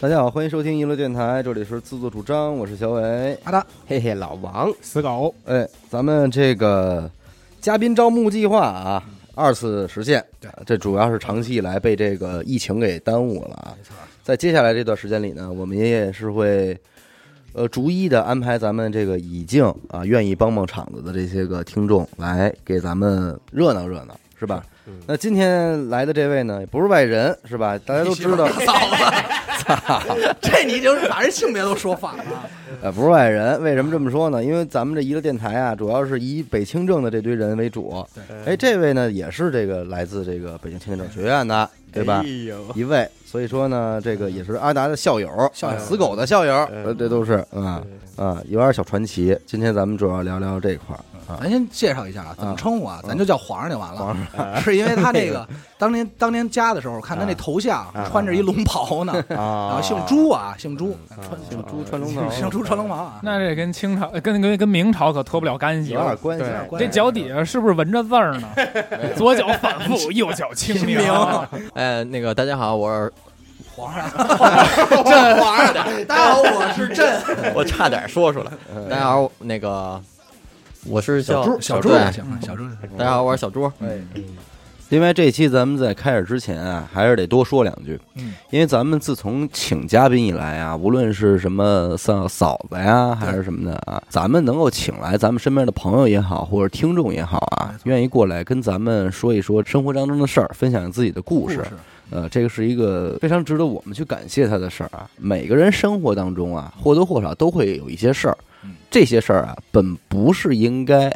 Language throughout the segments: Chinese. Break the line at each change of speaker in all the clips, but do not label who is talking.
大家好，欢迎收听一路电台，这里是自作主张，我是小伟。
阿达，
嘿嘿，老王，
死狗，
哎，咱们这个嘉宾招募计划啊，二次实现。
对，
这主要是长期以来被这个疫情给耽误了啊。
错，
在接下来这段时间里呢，我们也是会呃逐一的安排咱们这个已经啊愿意帮帮场子的这些个听众来给咱们热闹热闹，是吧？
嗯
那今天来的这位呢，也不是外人，是吧？大家都知 道，
嫂 子， 这你就是把人性别都说反了。
呃，不是外人。为什么这么说呢？因为咱们这一个电台啊，主要是以北清政的这堆人为主。哎，这位呢也是这个来自这个北京清政学院的，对
哎
吧？
呦，
一位，所以说呢，这个也是阿达的校友，
校友
死狗的校友，
嗯
呃，这都是啊啊，有点小传奇。今天咱们主要聊聊这块儿啊，
咱先介绍一下啊，怎么称呼啊？咱就叫皇上就完了。 是因为他这个当年当年加的时候，看他那头像穿着一龙袍呢，然
啊
后姓朱啊，姓朱，穿
姓朱 穿龙袍
姓朱穿龙袍啊。
那这跟清朝、呃跟跟跟明朝可脱不了干系
有点
了。
关系，
对
这脚底下是不是纹着 字儿呢？左脚反复，右脚清明。
哎，那个大家好，我是
皇上，
朕，皇上的，
大家好，我是朕，
我差点说出来。大家好，那个我是叫
小
朱
朱，也行啊，小朱。
对大家好，我是小朱。
哎，因为这期咱们在开始之前啊，还是得多说两句。
嗯，
因为咱们自从请嘉宾以来啊，无论是什么嫂嫂子呀，还是什么的啊，咱们能够请来咱们身边的朋友也好，或者听众也好啊
没，错
愿意过来跟咱们说一说生活当中的事儿，分享自己的 故事。呃，这个是一个非常值得我们去感谢他的事儿啊。每个人生活当中啊，或多或少都会有一些事儿
嗯，
这些事儿啊，本不是应该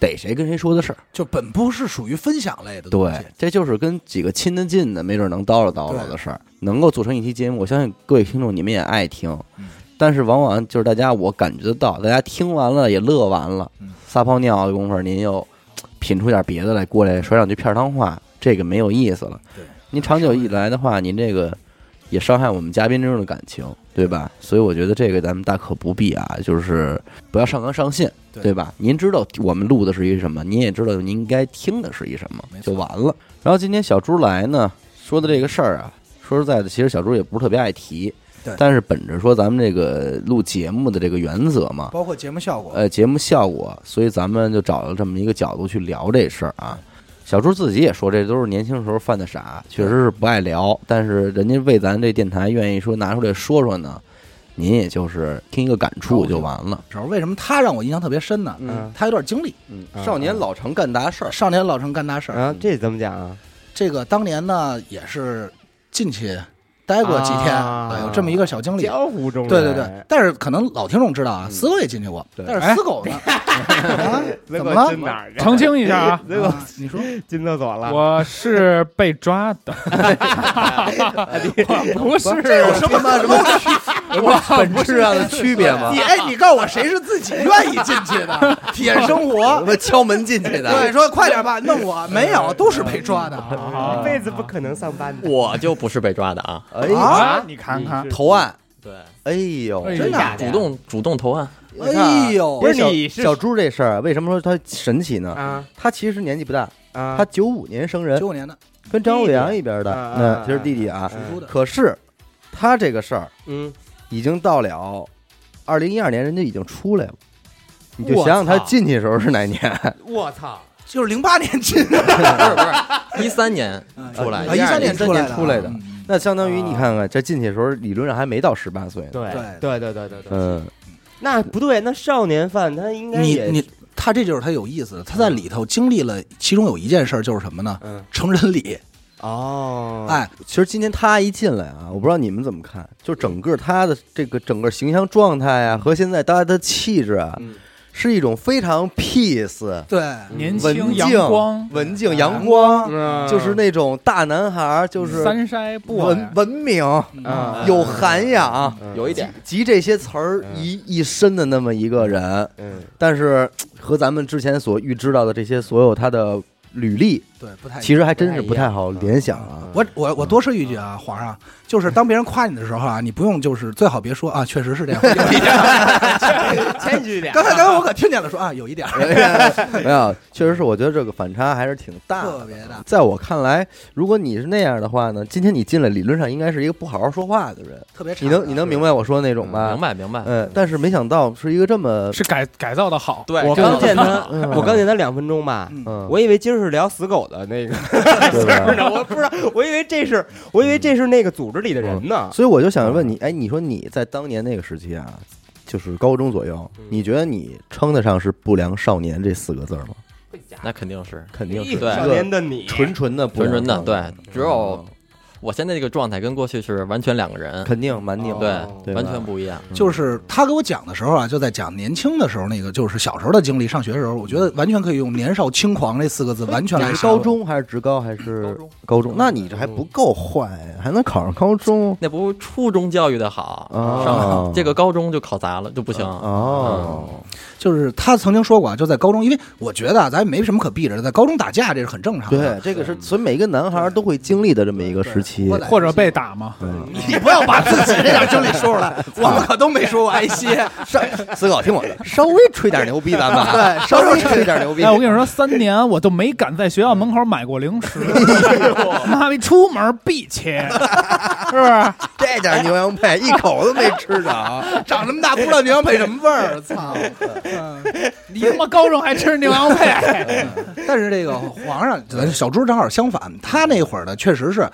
逮谁跟谁说的事儿。
就本不是属于分享类的东
对
西，，
这就是跟几个亲的近的，没准能叨唠叨唠的事儿，能够做成一期节目。我相信各位听众你们也爱听
嗯，
但是往往就是大家我感觉得到，大家听完了也乐完了
嗯，
撒泡尿的功夫，您又嘖品出点别的来，过来甩两句片儿汤话，这个没有意思了
对。
您长久以来的话，您这个也伤害我们嘉宾之中的感情，对吧？所以我觉得这个咱们大可不必啊，就是不要上纲上线，
对
对吧？您知道我们录的是一什么，您也知道您应该听的是一什么
没，错
就完了。然后今天小猪来呢，说的这个事儿啊，说实在的，其实小猪也不是特别爱提
对，
但是本着说咱们这个录节目的这个原则嘛，
包括节目效果。
呃，节目效果，所以咱们就找了这么一个角度去聊这事儿啊。小朱自己也说，这都是年轻时候犯的傻，确实是不爱聊。但是人家为咱这电台愿意说拿出来说说呢，您也就是听一个感触就完了。
主要为什么他让我印象特别深呢？
嗯
他有点经历，
嗯
嗯
少年老成干大事儿，
少年老成干大事儿。
啊，这怎么讲啊？
这个当年呢，也是进去待过几天，
啊
啊有这么一个小经历。
江湖中
对对
哎
对，，但是可能老听众知道啊，死狗也进去过，
对
但是死狗 呢，哎啊怎么了？
哪儿
澄清一下啊，
这个
啊你说
进厕 所了，
我是被抓的，我不是
有什么什么？
本质上的啊区别嘛
你哎，你告诉我谁是自己愿意进去的？体验生活。
们敲门进去
对，， 说快点吧，弄我没有，都是被抓的。
一辈子不可能上班的。嗯
我就不是被抓的啊，
哎
啊
啊！你看看，
投案，
对，
哎呦，
哎
真的啊
主动主动投案，
哎呦
不，是
小
你是
小猪这事儿啊，为什么说他神奇呢？
啊
他其实年纪不大，
啊
他九五年生人
九，五年的，
跟张伟阳一边的
弟弟啊，啊
嗯，
啊
就是弟弟啊。
属猪的，
可是他这个事儿
嗯，
已经到了二零一二年，人家已经出来了。你就
我
想想他
操
进去的时候是哪 年？
我操，
就是零八年进的，
不是不是，一三年出来，
啊，一三年
12
出来的
的，
出来的
嗯，
那相当于
啊
你看看，这进去的时候理论上还没到十八岁呢。
对
对
对对对对对，
嗯，
那不对，那少年犯他应该
你
也
你他这就是他有意思的，他在里头经历了，其中有一件事儿就是什么呢？
嗯
成人礼，
哦，
哎，
其实今天他一进来啊，我不知道你们怎么看，就整个他的这个整个形象状态啊，和现在他的气质啊，
嗯
是一种非常 peace、
对，
年
文
轻阳光
静、，文
啊
静、阳光，
嗯
就是那种大男孩儿，就是
三筛不
文文明、
啊
有涵养，
嗯
有一点，
集这些词儿一一身的那么一个人，
嗯
但是和咱们之前所预知到的这些所有他的履历，
对，不太
其实还真是不太好联想
嗯
啊。
我我我多说一句啊，皇上，就是当别人夸你的时候啊，你不用就是最好别说啊，确实是这样。有一点儿
谦虚一点
刚才刚才我可听见了说啊，有一点
哎
儿
没有，确实是，我觉得这个反差还是挺大
特
的。
别大。
在我看来，如果你是那样的话呢，今天你进来理论上应该是一个不好好说话的人，
特别差
你能你能明白我说的那种吧？
啊明。白明白。
嗯，但是没想到是一个这么，
是改改造的好，
对
我
我
刚
刚见他，
嗯
我刚见他两分钟吧，
嗯
嗯，
我以为今儿是聊死狗的那个
对吧
事呢，我不知道，我以为这是，我以为这是那个组织里的人呢。
啊所以我就想问你，哎，你说你在当年那个时期啊，就是高中左右，你觉得你称得上是不良少年这四个字儿吗？
那肯定是
肯定是
一
一
对
少年
个
的你，
纯纯的不
纯
良
纯的，
少年，
对，只有我现在这个状态跟过去是完全两个人，
嗯肯定蛮拧
对
的，
哦
对吧，啊
完全不一样。
就是他给我讲的时候啊，就在讲年轻的时候那个，就是小时候的经历。上学的时候，我觉得完全可以用“年少轻狂”这四个字完全来
你是
形容
高中还是职高还是高中？那嗯你这还不够坏，还能考上高中
那不初中教育的好，
哦
上这个高中就考砸了，就不行。
啊哦？
就是他曾经说过啊，就在高中，因为我觉得啊，咱也没什么可避着的，在高中打架这是很正常的。
对，这个是所以每个男孩都会经历的这么一个时期
我。来
或者被打嘛。
你不要把自己这点经历说出来，我们可都没说过挨歇。
思考，听我的，稍微吹点牛逼，咱们 对，稍微吹点牛逼
哎，我跟你说，三年我都没敢在学校门口买过 零食，
哎
妈逼，出门必切，是不是？
这点牛羊配一口都没吃着。
长这么大不知道牛羊配什么味儿， 操！
你他妈高中还吃牛羊配？
但是这个皇上，咱小猪正好相反，他那会儿呢，确实是。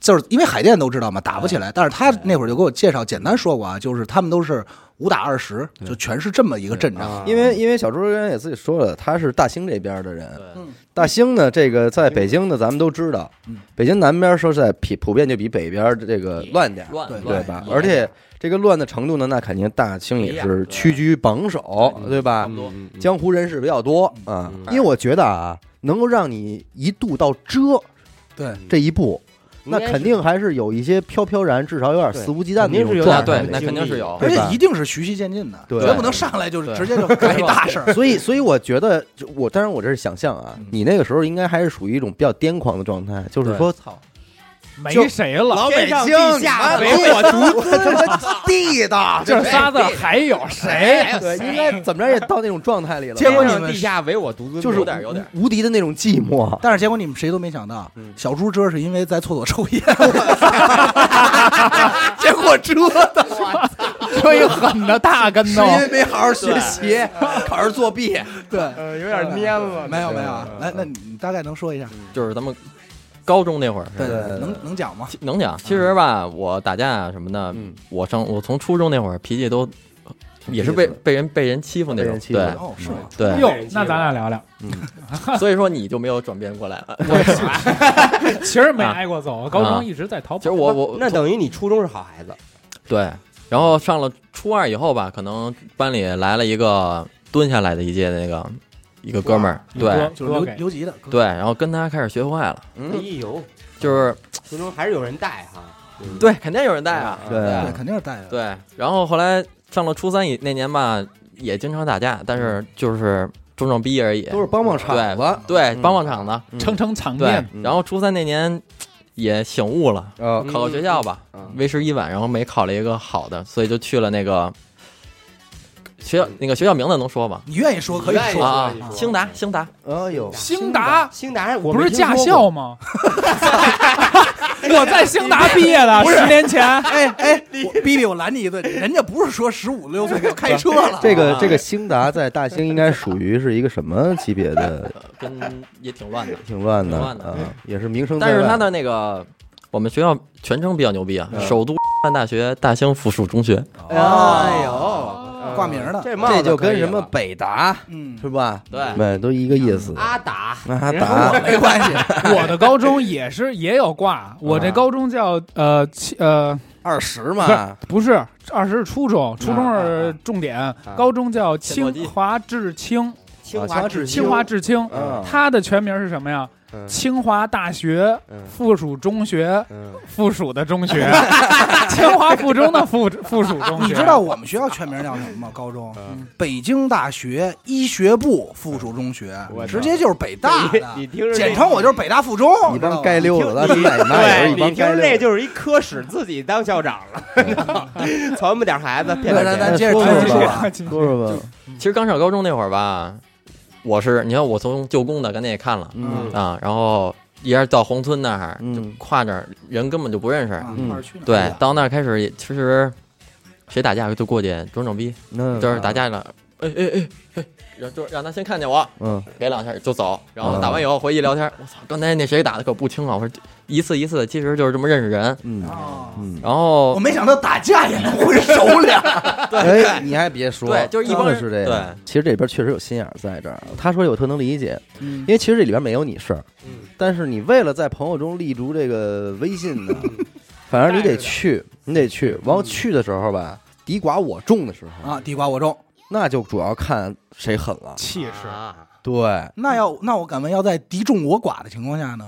就是因为海淀都知道嘛，打不起来。但是他那会儿就给我介绍，简单说过啊，就是他们都是五打二十，就全是这么一个阵仗。
啊
因为因为小朱刚才也自己说了，他是大兴这边的人。
对
大兴呢，这个在北京呢，咱们都知道，北京南边说实在普普遍就比北边这个乱点儿，
乱
对
对
乱
吧？
乱
而且这个乱的程度呢，那肯定大兴也是屈居榜首，对吧？
嗯嗯
江湖人士比较多啊，因为我觉得啊，能够让你一度到遮
对，
这一步，那肯定还是有一些飘飘然，至少有点
对
肆无忌惮的一
肯定是
种
有
状
那
点
态
对
的，
那
经
肯定
历
是有。
而
对吧
且一定是循序渐进的，
对
绝不能上来就是
对
直接就干一大事儿。
所以，所以我觉得，就我当然我这是想象啊
嗯，
你那个时候应该还是属于一种比较癫狂的状态，就是说，
操，
没谁了，
北京地下
唯我 独
我他妈地道，
这仨字儿还有谁？
对，应该怎么着也到那种状态里了吧，
结果你
天上
们
地下唯我独尊，
就是
有点有点。
无敌的那种寂 寞。
但是结果你们谁都没想到，小猪遮是因为在厕所抽烟，结果遮的
这一狠的大跟头，
没好好学习，考试作弊，
对，
有点蔫了
没有没有啊，
嗯
来，那你大概能说一下？
就是咱们高中那会儿，
对
对对
能能讲吗？
其能讲。其实吧，我打架啊什么的
嗯，
我上我从初中那会儿脾气都也是被
挺
被人被人欺负那
被
种
人，欺负
对
哦，是吗？
对，
哟，那咱俩聊聊。
所以说你就没有转变过来。
其实没挨过揍，高中一直在逃跑。
其实我我
那等于你初中是好孩子，
对，然后上了初二以后吧，可能班里来了一个蹲下来的一届的那个一个哥们儿，
一
对
哥
就是
哥
留
给
留级的，哥
对，然后跟他开始学坏了，
哎呦，
就是
初中还是有人带哈，
对，肯定有人带啊，
对
对，肯定是带的。
对，然后后来上了初三以那年吧，也经常打架，但是就是装装逼而已，
都是帮帮场子，
对
嗯
帮帮场的，
撑撑场
对
面，，
嗯
然后初三那年也醒悟了，
呃，
考个学校吧
嗯，
为时已晚，然后没考了一个好的，所以就去了那个学校，那个学校名字能说吗？
你愿意说可以
你愿意
说
说，
啊
你，
兴达，兴达，
哎呦，
兴达
兴达，我
不
没
是
听
驾
说
校
过，
吗？我在兴达毕业的，十年 前。
哎哎，我逼逼我拦你一顿，人家不是说十五六岁就开车了，
这
啊
个这个兴达在大兴应该属于是一个什么级别 的？
呃跟也挺乱的，
挺乱的
挺乱的
啊，也是名声在
但
外。
是他的那个我们学校全称比较牛逼啊，首都大学大兴附属中学，
哎呦，
挂名儿的，
这
啊
帽子
这就
可
跟
以
什么
了
北达
嗯，
是吧？
对啊
对，都一个意思。
阿达，
那
人
达
和我没关系，
我的高中也是也有挂，我这高中叫呃七呃
二十
啊
嘛，
不是啊二十是初中，初中是重点，高中叫清华至清，
清
华
华
至
啊清
哦清华至清，
嗯
它的全名是什么呀？
嗯
清华大学
嗯
附属中学
嗯，
附属的中学，清华附中的附附属中 学。
你知道我们学校全名叫什么吗？高中
嗯，
北京大学医学部附属中学
我，
直接就是北大
你
的，
你听着这，
简称我就是北大附中。
一
知道
帮
吗
街溜子，咱
你听
奶 奶也
对，
是一帮
你听
街
着这
溜子。
就是一科室自己当校长了，琢磨点孩子骗
对，咱咱
骗
接着
说
接着
说
说
吧
啊，
说
说说吧，
其实刚上高中那会儿吧，我是你看我从旧宫的刚才也看了
嗯
啊，然后一下到宏村那儿，就
嗯
跨那儿人根本就不认识。
一块儿去呢
对，到那儿开始也其实谁打架就过去装装逼，
那
就是打架了，哎哎哎哎，让就让他先看见我，
嗯
给两下就走，然后打完以后回去聊天，我操，刚才那谁打的可不轻啊！我说一次一次的，其实就是这么认识人。
嗯
啊
嗯，
然
我
后
没想到打架也能混熟练，
哎，你还别说，
对就是一帮
真
人
的是这样。其实这里边确实有心眼儿在这儿。啊他说有我特能理解，因为其实这里边没有你事儿，
嗯
但是你为了在朋友中立足这个威信呢，
嗯
反正你得去，你得去。完了去的时候吧，敌寡我众的时候，
啊，地瓜我中。
那就主要看谁狠了。
气势，
啊，
对，
那要那我敢问，要在敌众我寡的情况下呢？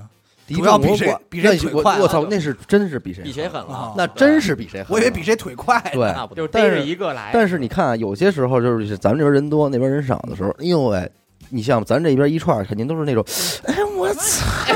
敌
主
众
要
我
比谁
寡，
比谁
那
腿
我
快啊
我操，那是真是比谁
比谁狠
啊
了，
那真是比谁狠。
我以为比谁腿快呢。
对，
那不
就是
对，
逮着一个来，
但是你看啊，有些时候就是咱们这边人多，那边人少的时候，哎呦喂，你像咱这边一串儿，肯定都是那种，哎我操，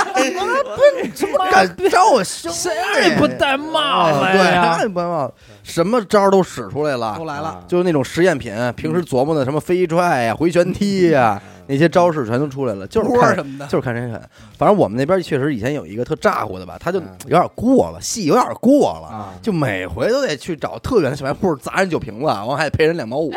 我不敢照我胸，
谁也哎不 戴帽
啊
子
对，
呀
那？你不要什么招儿都使出来
都
了，
来
啊
了，
就是那种实验品，平时琢磨的什么飞踹呀、回旋踢呀，那些招式全都出来了，嗯就是
窝
看
儿什么的，
就是看谁狠。反正我们那边确实以前有一个特咋呼的吧，他就有点过了，戏有点过了，
啊
就每回都得去找特远的小卖部砸人酒瓶子，完了还得赔人两毛五，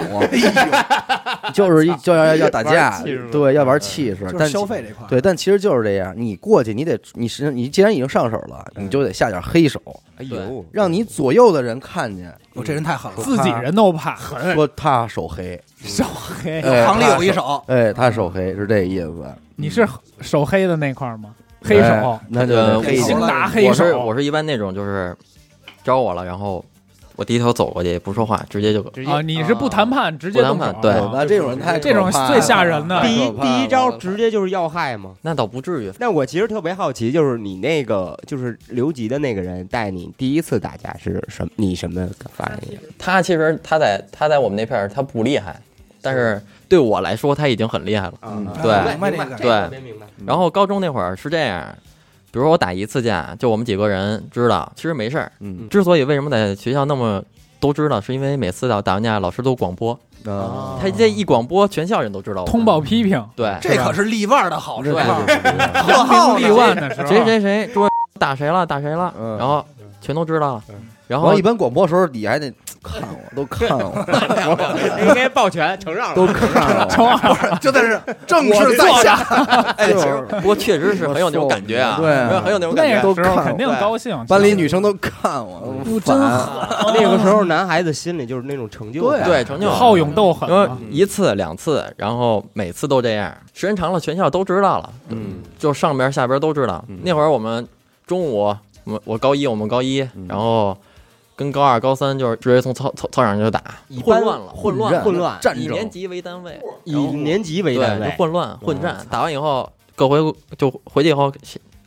就是一就要要要打架
玩气势，
对，要玩气势，
就是
但
消。费这块儿。
对，但其实就是这样，你过去你得你是你既然已经上手了，你就得下点黑手，
哎呦，
让你左右的人看见，
我这人太狠了，
自己人都怕，
说他手黑，
手黑。
哎
行里有一手，
哎，他手黑是这意思，
你是手黑的那块儿吗？黑手
哎，那就得
呃
黑
我
手
精
是。
打黑
我是
手，
我是一般那种就是招我了，然后我低头走过去也不说话，直接就
直接
啊，你是不谈判，直接动手
不谈判对
啊
那这种人太
这种
可怕
最
了
吓人的
第一
太可怕了
第一招直接就是要害嘛。
那倒不至于。
那我其实特别好奇，就是你那个就是留级的那个人带你第一次打架是什么？你什么反应？
他其实他在他在我们那片儿他不厉害，但是对我来说他已经很厉害了。
嗯
啊
对
明白这个。
对
特别明白。
然后高中那会儿是这样，比如说我打一次架，就我们几个人知道，其实没事儿。
嗯
之所以为什么在学校那么都知道，是因为每次打打完架老师都广播，
哦
啊，
他这一广播，全校人都知道我。
通报批评，
对，
这可是立腕的好处啊， 特
扬
好
名立
呢。
万的时候，
谁谁谁说打谁了打谁了，
嗯
然后全都知道
嗯
了。
然
然
后
后
一般广播时候底下还得看我，都看我，
应该抱拳承让
都
了。
看我，
就在这正式在下，
哎，其实不过确实是很有那种感觉啊，
对啊
很有很有那种感
那
觉。
个时候肯定高兴，
班里女生都看我，
不
烦
真好，
那个时候男孩子心里就是那种成就
对
感，
哦对成啊就感
好啊勇斗狠
因为
嘛，
一次两次，然后每次都这样，时间长了全校都知道了，
嗯，
就上边下边都知道。那会儿我们中午，我我高一，我们高一，然后跟高二、高三就是直接从操操操场上就打，混乱了，混乱
混
混乱，
战
以
争
年级为单位，
以年级为单
对，
位
就，混乱
嗯
混战，打完以后各回就回去以后，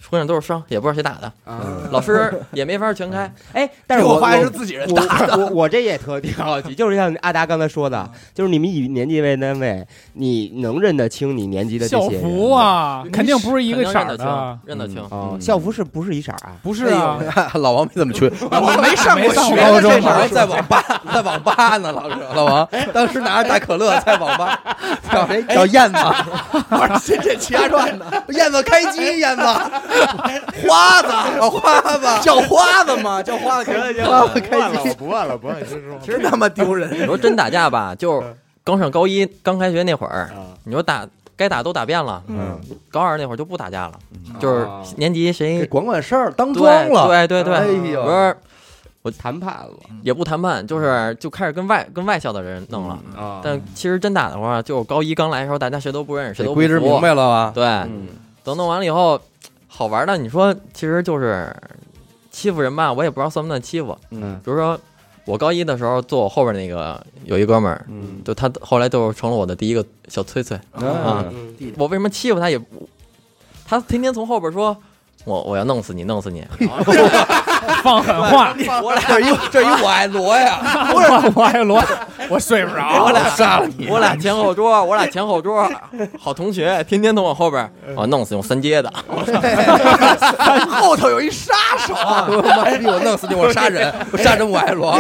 浑身都是伤，也不知道谁打的，
嗯
啊
老师也没法 全开，
哎，但是
我
我
发现是自己人
我我我我这也特别好奇，就是像阿达刚才说的，就是你们以年级为单位，你能认得清你年级的这
校
些人吗
服啊，肯定不是一
一
个色
认
儿
得
的
清，，认得清。
哦
嗯
校服是不是一色儿啊？
不是啊，
老王没怎么去，
我没上
哎
过学，
高中
这事儿
在网吧，在网吧呢，老师老王 当时拿着大可乐在网吧找谁哎找燕子，
我说这这《齐家传》呢，
燕子开机，燕子 花子哦花 子，
叫花子吗？叫花子，
了行了嗯不问了
不问了，不问了，真说
真他妈丢人。
你说真打架吧，就是刚上高一刚开学那会儿
啊，
你说打该打都打遍了，
嗯，啊
高二那会儿就不打架了，就是年级谁
管管事儿，当庄了，
对对对
哎
对，
呦
不是
谈判了
也不谈判，就是就开始跟外跟外校的人弄
嗯
了。
啊
嗯但其实真打的话，就是高一刚来的时候，大家谁都不认识，谁
这
都
规制
不服
明白了吧？
对，
嗯
等弄完了以后，好玩的，你说其实就是欺负人吧，我也不知道算不算欺负。
嗯
比如说我高一的时候坐我后边那个有一哥们儿，
嗯
就他后来就成了我的第一个小崔崔。
啊
嗯
我为什么欺负他也不？他天天从后边说。我我要弄死你，弄死你！然后
放狠话，
我俩
这一这一我爱罗 呀，
不是我爱罗，我睡不着，我俩
杀了你！
我俩前后桌，我俩前后桌，好同学，天天都往后边儿，啊，弄死用三阶的，
后头有一杀手，妈逼！我弄死你，我杀人，我杀人我爱 罗，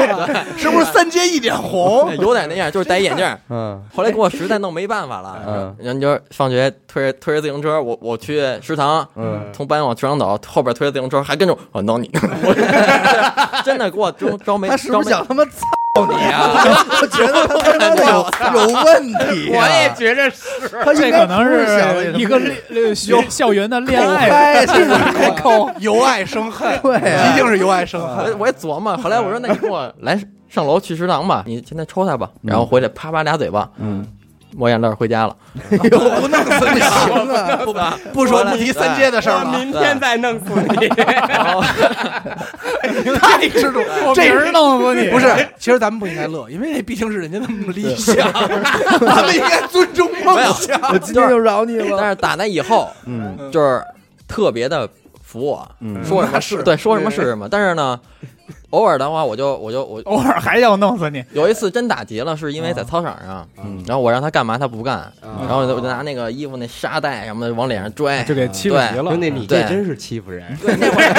是不是 三阶一点红？
有点那样，就是戴一眼镜儿。
嗯
后来给我实在弄没办法了
嗯，
然后就放学推着推着自行车，我我去食堂，
嗯，
从班往食堂走，后边推着自行车还跟着我我弄你， 我真的给我招招没
他是不
招
是
没。
想他妈操你啊？我觉得他 他妈有有 问题啊，
觉着是，
他应
这
该
可
不
能
是想
是一个恋呃学校园的恋
口嗨，
爱，
是不是口
由爱生恨，
对啊
一定是由爱生恨。
我我也琢磨，后来我说那你跟我来上楼去食堂吧，你现在抽他吧，然后回来啪啪俩嘴巴，
嗯，
抹眼泪回家了。
我不弄死你行啊？
不
不说不提三 阶的事儿
我
了，
明天再弄死你。
然后
太知足。
这人弄死你
不是，其实咱们不应该乐，因为那毕竟是人家那么理想， 咱们应该尊重梦想。
我今天就饶你了。
但是打那以后，
嗯
就是特别的服我，
嗯
说什么
那是
对，说什么是什么。但是呢，偶尔的话，我就我就我
偶尔还要弄死你，
有一次真打急了，是因为在操场上，
嗯
然后我让他干嘛他不干，
啊
然后我就我就拿那个衣服那沙袋什么的往脸上拽，
就给欺负急了
兄。弟，你
对
这真是欺负人，
对那会儿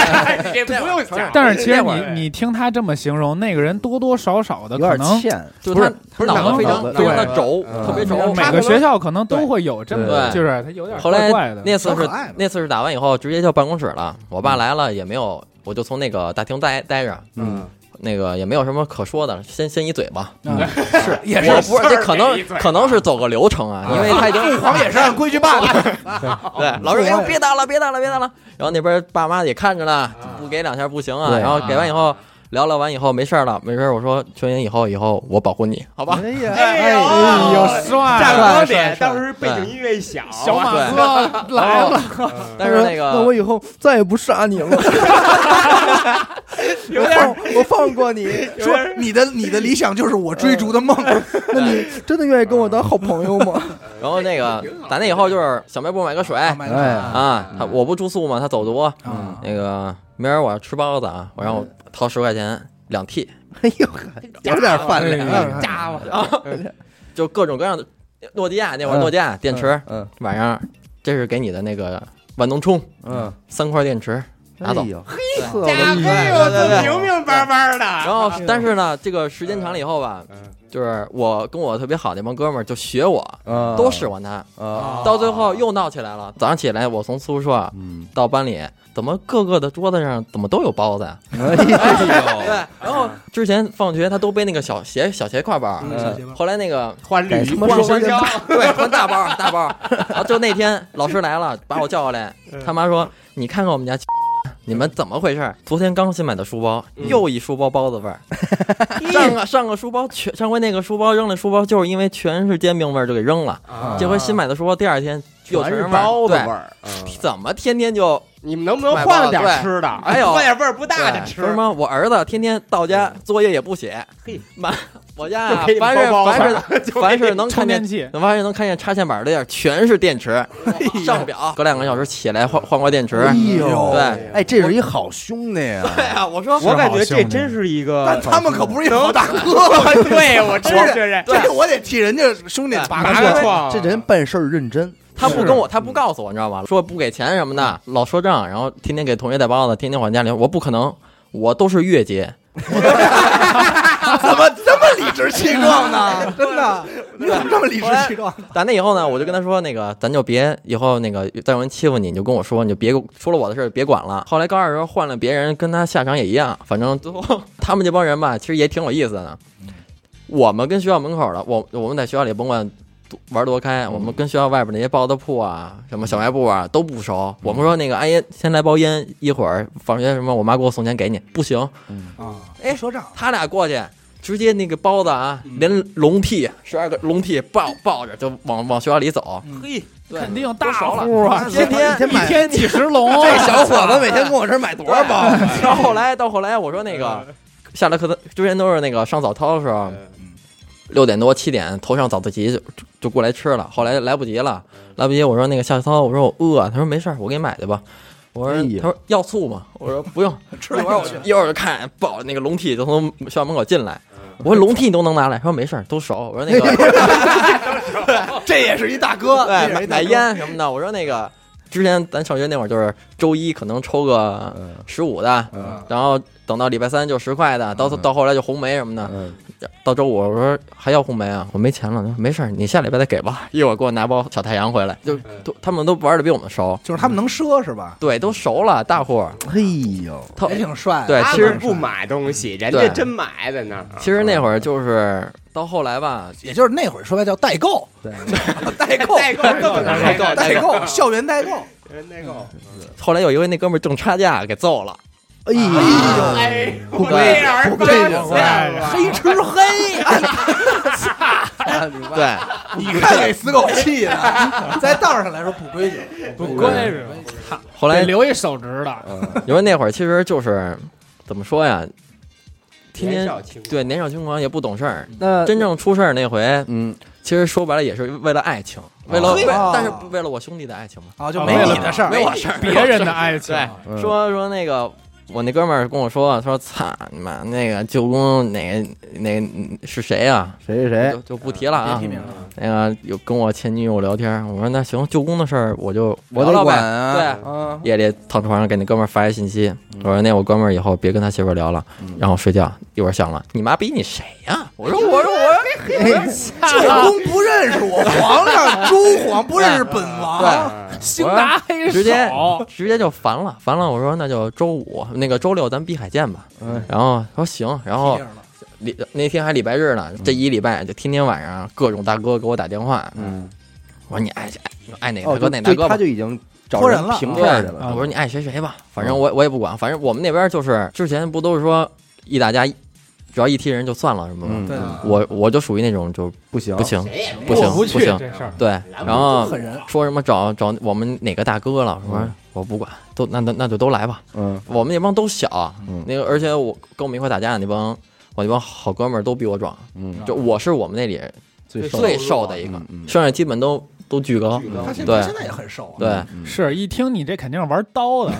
这哎不用想
但是其实
那会儿
你你听他这么形容，那个人多多少少的
有点
可能
欠，
就
不
他
是
他脑子非
脑
常
子
非常的
对
轴，
嗯
特别轴。
每个学校可能都会有这么，
对
就是他有点
后
怪
来
怪的。
那次
小
是
可爱嘛
那次是打完以后直接就办公室了，我爸来了也没有，我就从那个大厅待待着，
嗯，
那个也没有什么可说的，先先一嘴巴，
是也
我
是，
不是，这可能
啊
可能是走个流程
嗯
啊，因为他已经
父皇也是按规矩办 的。
啊
对老师，哎呦，别打了，别打了，别打了。然后那边爸妈也看着呢，不给两下不行啊。
对
然后给完以后，聊聊完以后没事儿了，没事儿。我说球员以后以后我保护你，好吧？
哎呀，
哎呦
哎呦，帅！
站
帅
高
帅
点，
帅
当时背景音乐一响，
小马哥来了，
但是那
那哎我
个
以后再也不杀你了。
有
我
点
放我放过你，
有
说你的你的理想就是我追逐的梦，
哎
那你真的愿意跟我当好朋友吗？
然后那个打那以后就是小卖部买个水啊，
麦当劳
哎
他我不住宿嘛，他走读。
嗯
啊，
那个明儿我要吃包子啊，我让
嗯
我掏十块钱两屉，
哎呦，有点饭
哎啊
量，
家伙，
就各种各样的诺基亚那会儿
嗯
诺基亚电池，
嗯
晚上这是给你的那个万能充
嗯，
三块电池。拿走
哎呦，嘿
家伙，
对对
明明白白
然
的。
后，但是呢，这个时间长了以后吧，
嗯
就是我跟我特别好那帮哥们儿就学我，
啊
都使唤他，
啊，
到最后又闹起来了。早上起来，我从宿舍
嗯，
到班里，怎么各个的桌子上怎么都有包子呀？
哎呦，
对，然后之前放学他都背那个小鞋小鞋挎包，
哎
嗯小结巴
后来那个
换
改
绿
哎他妈
换
说
香蕉，
对穿大包大包，然后就那天老师来了，把我叫过来，
嗯
他妈说你看看我们家。你们怎么回事？昨天刚新买的书包，
嗯
又一书包包子 味儿。上个上个书包全上回那个书包扔了，书包就是因为全是煎饼味儿就给扔了。
啊
这回新买的书包，第二天又
全
是
是
味儿
包子味
对
儿。嗯
怎么天天就
你们能不能换点
买包子对
吃的？
还有
换点味儿不大
对
的吃
说。什么？我儿子天天到家作业也不写，
嘿，
满我 家
就
啊
给你
凡是
包包子
凡是凡是能
充
看
电
见。
器，
凡是能看见插线板的地儿全是电池，
哎
上表隔两个小时起来换换过电池
哎。呦，
对
哎，这是一好兄弟呀，
对啊，我说
我感觉这真是一个
但，他们可不是一老大哥，
对我真是觉着
这个我得替人家兄弟拔
麻
个
烦
错。
创
这人办事儿认真，
他不跟我，他不告诉我，你知道吗？说不给钱什么的，老说账，然后天天给同学带包子，天天还家里，我不可能，我都是月结，
怎么这么理直气壮呢？ 真的，你怎么这么理直气壮？
打那以后呢，我就跟他说，那个咱就别以后那个再有人欺负你，你就跟我说，你就别说了我的事儿，别管了。后来高二的时候换了别人，跟他下场也一样，反正最后 他们这帮人吧，其实也挺有意思的。我们跟学校门口的，我我们在学校里甭管多玩多开，我们跟学校外边那些包子铺啊、什么小卖部啊都不熟。我们说那个阿姨先来包烟，一会儿放学什么，我妈给我送钱给你，不行。
哎，说账，
他俩过去，直接那个包子啊，连笼屉十二个笼屉抱抱着就往往学校里走。
嘿，
对
肯定大 户啊，
天天
一天
一
买
天几十笼，
啊
这小伙子每天跟我这儿买多少包？
到后来，到后来，我说那个下了课他之前都是那个上早操的时候，
嗯
六点多七点头上早自习就就就过来吃了，后来来不及了，来不及，我说那个下操，我说我饿，啊他说没事儿，我给你买去吧。我
哎
说，
呀
他说要醋吗？我说不用，
吃
一
了
会儿我
就行
一会儿就看抱着那个笼屉就从学校门口进来。我说笼屉你都能拿来，他说没事儿，都熟。我说那个
这也是一大哎哥，
对买买烟什么的，我说那个之前咱上学那会儿就是周一可能抽个
嗯
十五的，
嗯
然后等到礼拜三就十块的，到
嗯
到后来就红梅什么的，
嗯，
到周五我说还要红梅啊，我没钱了，他说没事儿，你下礼拜再给吧， 一会儿给我拿包小太阳回来，就都他们都玩的比我们熟，
就是他们能赊是吧？
对，都熟了，大户儿，
哎呦，
他
也挺帅的。
对
他
其实
们不买东西，人
对
家真买在那儿。
其实那会儿就是到后来吧，
也就是那会儿说白叫代购，
对，
代购，
代购代购
代
代购
代购，校园代购，
人代购，
后来有一回那哥们儿挣差价给揍了，
哎呦，
哎，
不贵
这样
不贵
儿
哎
黑吃黑。
对，
你看给死狗气的，在道上来说不规矩，
不规矩，
后来
得留一手指的，
你说那会儿其实就是怎么说呀，天天
轻
对年少轻狂也不懂事儿，
那
真正出事儿那回，
呃嗯，
其实说白了也是为了爱情，为了
哦
为
哦
但是不为了我兄弟的爱情嘛，
啊，就
啊
没
为了
你的事儿，
没我事儿，
别人的爱情，
对，
嗯
说说那个。我那哥们儿跟我说，他说：“操你妈，那个舅公哪个哪个是谁啊？
谁谁谁
就就不提了
别
啊
提。名了。
那个有跟我前女友聊天，我说那行，舅公的事儿我就
我
聊
都
聊呗
管啊，嗯
对，
啊，
夜里躺床上给那哥们儿发一信息，我说那我哥们儿以后别跟他媳妇儿聊了，
嗯
然后睡觉。一会儿响了，你妈逼你谁呀？我说我说我说
哎
舅公不认识我，皇上、周皇不认识本王，
兴达黑
直接
手，
直接就烦了烦了。我说那就周五那个周六咱碧海见吧。
嗯
然后他说行，然后礼那天还礼拜日呢，这一礼拜就天天晚上各种大哥给我打电话，
嗯，
我说你爱你爱哪个
哦，
大哥
就
哎哪个大
就
哥
他
吧。
就已经找
托人了
评
对
价去，了，
我说你爱谁谁吧，反
哦
正我我也不管，反正我们那边就是之前不都是说一打架，只要一踢人就算了什么吗？
嗯，
对啊
我我就属于那种就
不行
不，行
谁也没
不行
过不去
行
这事儿，
对，然后
狠人。
说什么找找我们哪个大哥了，我说
嗯
我不管，都那那那就都来吧，
嗯
我们那帮都小
嗯，
那个而且我跟我们一块打架的那帮。我那帮好哥们儿都比我壮，
嗯，
就我是我们那里
最瘦
的
最瘦的一个
嗯，嗯
剩下基本都都巨高。
巨高
他现
对
在现在也很瘦啊，
嗯
对，
是一听你这肯定是玩刀的，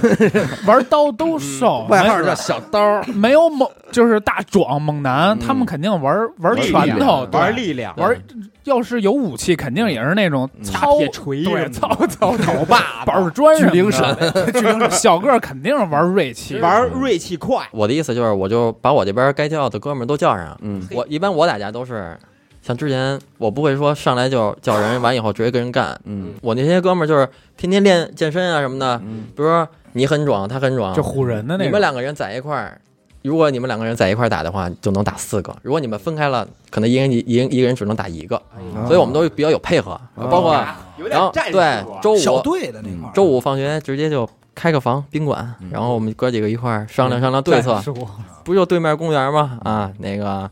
玩刀都瘦，
嗯
外号叫小刀，
没有猛就是大壮猛男，
嗯
他们肯定玩玩
力
拳头，
量
对
玩力量，
玩，要是有武器，肯定也是那种
大
操
铁锤什么
对
的，
操操
老
头
爸
板儿砖什么的
巨灵
巨灵神，小个儿肯定是玩锐气，
玩锐气快，
我的意思就是，我就把我这边该叫的哥们儿都叫上。
嗯
我一般我打架都是，像之前我不会说上来就叫人，完以后直接跟人干。
嗯
我那些哥们儿就是天天练健身啊什么的，
嗯，
比如说你很壮，他很壮，
就唬人的那
啊你们
种。
两个人在一块儿，如果你们两个人在一块儿打的话，就能打四个；如果你们分开了，可能一人一一人一个人只能打一个。
嗯
所以我们都比较有配合，包括
哦有
然
点
后
战术
对
啊，
周
小
五
队的那块儿。
周五放学直接就开个房宾馆，然后我们哥几个一块儿商量商量对策，不就对面公园吗？啊，那个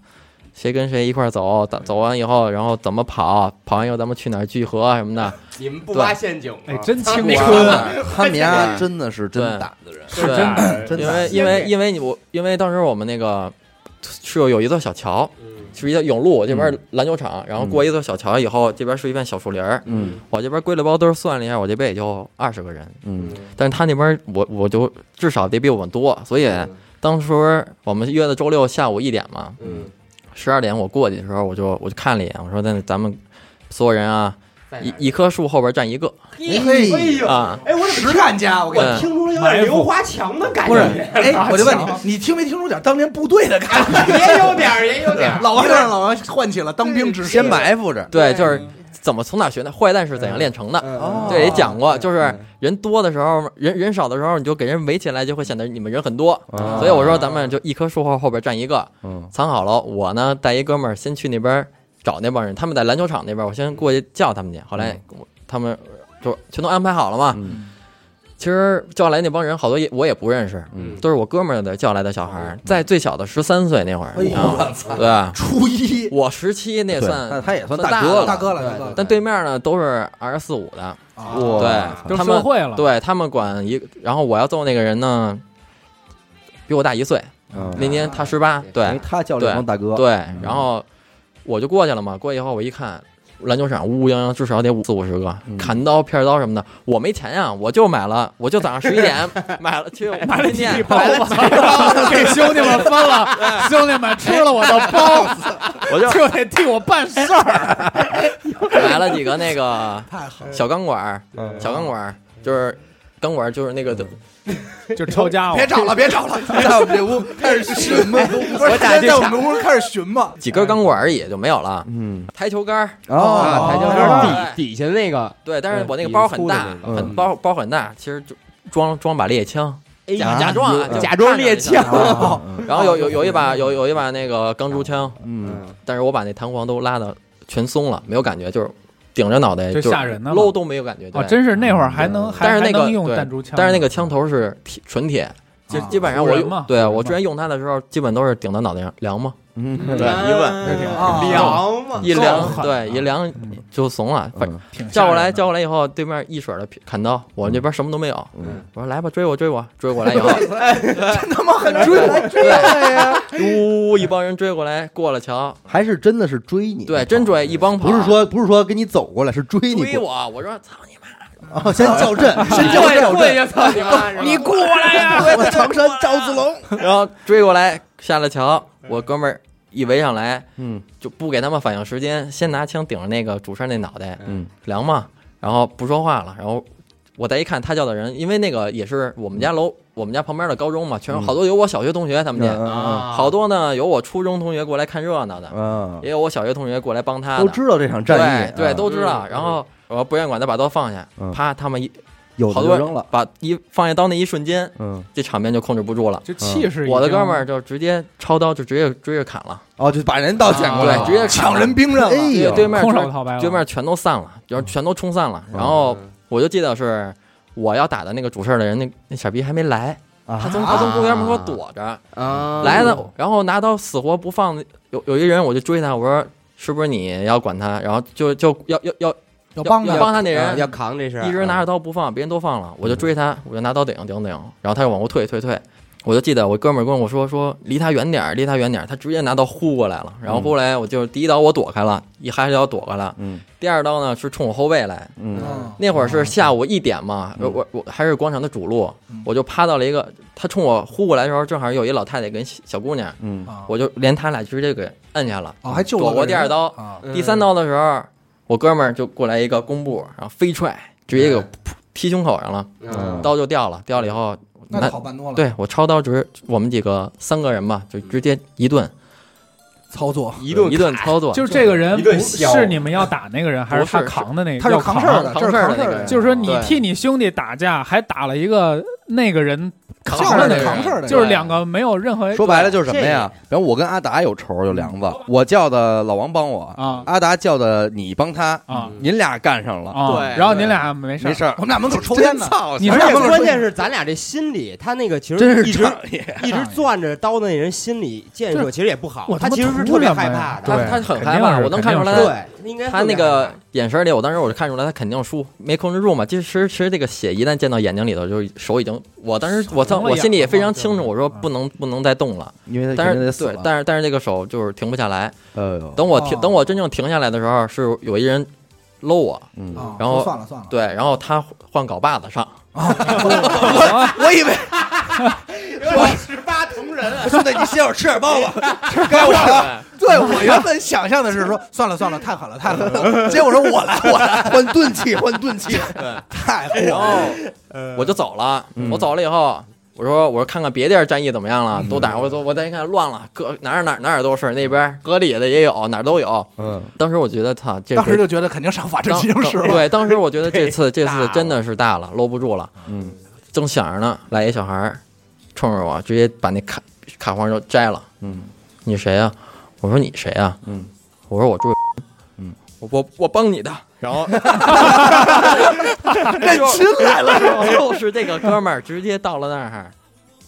谁跟谁一块儿走，打走完以后，然后怎么跑，跑完以后咱们去哪儿聚合啊什么的，
你们不挖陷阱吗？
哎，真青
那
春
个
啊，
嗯他们家真的是真胆子人，
是真的。
真
因
的
为因为因为你我因为当时我们那个是有有一座小桥，是一条甬路，这边篮球场，然后过一座小桥以后，这边是一片小树林儿。
嗯
我这边归了包堆儿算了一下，我这边也就二十个人，
嗯
但是他那边我我就至少得比我们多，所以当时我们约的周六下午一点嘛，
嗯，
十二点我过去的时候，我就我就看了一眼，我说那咱们所有人啊，
在哪儿
一一棵树后边站一个
嘿
哎呦，
啊，
哎，我怎么
实干家，我跟你
我听出来有
埋
点
伏
刘华强的感
不是，
觉？
哎，我就问你，你听没听出点当年部队的感觉？
也有点儿，也有点儿。
老王让老王唤起了当兵之
先
心。
埋伏着，
对，就是怎么从哪学的，坏蛋是怎样炼成的。
哦
对，也嗯讲过，就是人多的时候，人人少的时候，你就给人围起来，就会显得你们人很多。
啊
所以我说，咱们就一棵树后后边站一个，
嗯
藏好了。我呢带一哥们儿先去那边找那帮人，他们在篮球场那边，我先过去叫他们去。后来我他们就全都安排好了嘛。
嗯
其实叫来那帮人好多也我也不认识，
嗯
都是我哥们儿的叫来的小孩儿，在最小的十三岁那会儿，
哎呦，
啊
我操！
对吧，
初一，
我十七那
那
算，
他也算
算大
哥
了
大哥了，
对
大哥了。啊
但对面呢都是二十四五的，
哇
对，
都
他
社
们
会了，
对他们管一，然后我要揍那个人呢，比我大一岁，
嗯
那年他十八，
因为
对
他叫两帮大哥，
对，然后我就过去了嘛。过去以后我一看，篮球场乌泱泱至少得五四五十个，
嗯
砍刀、片刀什么的。我没钱呀，我就买了，我就早上十一点买了去买了面，买了 几
给兄弟们分 了，兄弟们吃了我的包子，
我就
就得替我办事儿。
买了几个那个
太好了，
小钢管儿，
嗯
小钢管儿就是钢管儿就是那个
就抄家伙
别，找了，别找了，哎
在我们这屋开始寻嘛，
不是在我们屋开始寻嘛，
几根钢管儿也就没有了，
嗯，
台球杆儿。
哦，
啊，台球
哦
杆底底下那个
对，但是
嗯
我那个包很
比如，
大
粗
的那个嗯
很包包很大，其实就装装把猎枪，假
呀
假装啊，就
假装猎枪
看着那枪，然后有有有一把有有一把那个钢珠枪，
嗯，
但是我把那弹簧都拉的全松了，没有感觉，就是顶着脑袋
就是吓人的了
搂都没有感觉，
哦，
对。
真是那会儿还能，还
但是那
还
个
能用
嗯对
弹珠枪，
但是那个枪头是铁纯铁，基
啊
基本上
熟
我
人
用
嘛熟
对
人
我
嘛
之前用它的时候，基本都是顶到脑袋上凉嘛，
嗯，
对一问
问
啊
哦
凉嘛，
一
够
凉
狠
对一凉就怂了，反
嗯
挺吓
叫
人
过
的
来，叫过来以后，对面一水儿的砍刀，我这边什么都没有。
嗯
我说来吧，追我，追我，追过来以后，
他妈很追我，
对，呜，一帮人追过来，过了桥，
还是真的是追你，
对，真追，一帮跑，
不是说不是说跟你走过来，是追你
追
过，
我，我说操你妈，
哦先叫阵，先叫阵，
跪跪下，操你妈，你过来呀，
我长山赵子 龙，
然后追过来，下了桥，我哥们儿一围上来，
嗯
就不给他们反应时间，先拿枪顶着那个主帅那脑袋，
嗯
凉嘛，然后不说话了，然后我再一看他叫的人，因为那个也是我们家楼，我们家旁边的高中嘛，全是好多有我小学同学他们家，
嗯
好多呢有我初中同学过来看热闹的，
嗯，
也有我小学同学过来帮他
都
的，
知道这场战役，
对对
啊
都知道，
嗯
然后。我不愿意管他，把刀放下
嗯，
啪！他们一
有的
好
就
多
扔了，，
把一放下刀那一瞬间，
嗯，
这场面就控制不住了。
就气势已经。
嗯我的哥们儿就直接抄刀，就直接追着砍了，
哦，就把人倒捡过来
对，，直接砍了
抢人，兵刃
哎
了，
对
呦，
对面
空手套白狼，
对面全都散了，就是全都冲散了。然后我就记得是我要打的那个主事儿的人，那那傻逼还没来，他
啊，嗯
从他从公园门口躲着
啊
来了，然后拿刀死活不放。有有一人我就追他，我说是不是你要管他？然后就就要要要
要
要
帮
要
着
帮他那人
要扛这事，
一直拿着刀不放，别人都放了，我就追他，我就拿刀顶顶顶，然后他又往后退退退。我就记得我哥们儿跟我说说离他远点儿，离他远点儿，他直接拿刀呼过来了。然后后来我就第一刀我躲开了，一哈腰躲开了。
嗯
第二刀呢是冲我后背来，
嗯
嗯
那会儿是下午一点嘛，我我我还是广场的主路
嗯，
我就趴到了一个，他冲我呼过来的时候，正好有一老太太跟小小姑娘，
嗯，
啊
我就连他俩直接给摁下了。
哦还救了
躲
个
过第
人
二刀，
啊，
第三刀的时候，我哥们儿就过来一个弓步，然后飞踹，直接给我噗踢胸口上了，
嗯
刀就掉了。掉了以后，
那好办多了，
对我抄刀直，我们几个三个人嘛，就直接一顿
操作
一顿
一顿操作，
就是这个人
一顿
不
削
是你们要打那个人，还
不
他
是
扛的那个？
他是
嗯要
扛
扛
事儿的，
扛
这是
事儿的
事儿
那个
的人，
就是说你
对
替你兄弟打架，还打了一个那个人扛
叫
事儿
了
的
那
人
扛事儿的人，
就是两个没有任何
说白了就是什么呀？比方我跟阿达有仇有梁子，我叫的老王帮我，
啊
阿达叫的你帮他，
啊
您俩干上了，
啊！
对
然后你俩没事儿
没事儿
我，们俩门口抽啊烟呢
真，操
你
而
们
且
俩
关键是咱俩这心理，他那个其
真
实
是
一直
仗义，
一直攥着刀的那人心理建设其实也不好
我，
他
妈
其实是
图
特别
什么
害
呀
怕
对
的，
他他很
肯定
害怕
是
我能
肯定
看出来
是
对，呃应该
他
特别
那个
害怕
眼神里，我当时我就看出来他肯定输，没控制住嘛。其实其实这个血一旦溅到眼睛里头，就是手已经，我当时我操，
红了
我心里也非常清
眼
楚，
了嘛
我说不能不能再动了。
因为他
但
肯定得
是
死
对
了，，
但是但是这个手就是停不下来。
哎呦，
等我停，
哦
等我真正停下来的时候，是有一人搂我，
嗯，
啊
然后
说算了算了，
对，然后他换镐把子上，
我以为
十八铜人啊，
兄弟你歇会儿吃点包吧，该我了。
对我原本想象的是说算了算了，太狠了太狠了，结果说我来我来，
换钝器，换钝器。
太狠
然
了，
后我就走了，我走了以后。我说，我说看看别地儿战役怎么样了，都打我都我再一看乱了，各哪儿哪儿哪儿都是，那边河里的也有，哪儿都有。
嗯，
当时我觉得，操，这
当时
回
就觉得肯定上法制
当
进行时
当
了，
对，当时我觉得这次这
大
次
了
真的是大了，搂不住了。
嗯，
正想着呢，来一小孩儿冲着我，直接把那卡卡簧就摘了。
嗯，
你谁啊？我说你谁啊？
嗯，
我说我住。
嗯，
我我我帮你的。然 后
认亲来了，
就是这个哥们儿直接到了那儿，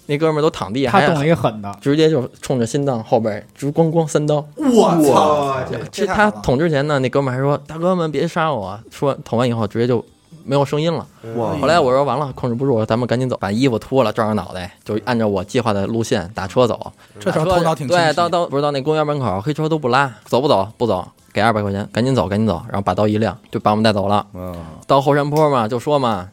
那哥们儿都躺地下，
他
还
动了一个狠的，
直接就冲着心脏后边儿直咣咣三刀。
我操，
其实
太好
他
了
捅之前呢，那哥们儿还说：“大哥们别杀我。”说捅完以后直接就没有声音了。
哇
后来我说完了，控制不住，咱们赶紧走，把衣服脱了，罩上脑袋，就按照我计划的路线打车走。
这时
打
候
车
头脑挺清
对，
晰。
到到不是到那公园门口，黑车都不拉，走不走？不走，给二百块钱，赶紧走，赶紧走，然后把刀一亮，就把我们带走了。
啊，
到后山坡嘛，就说嘛，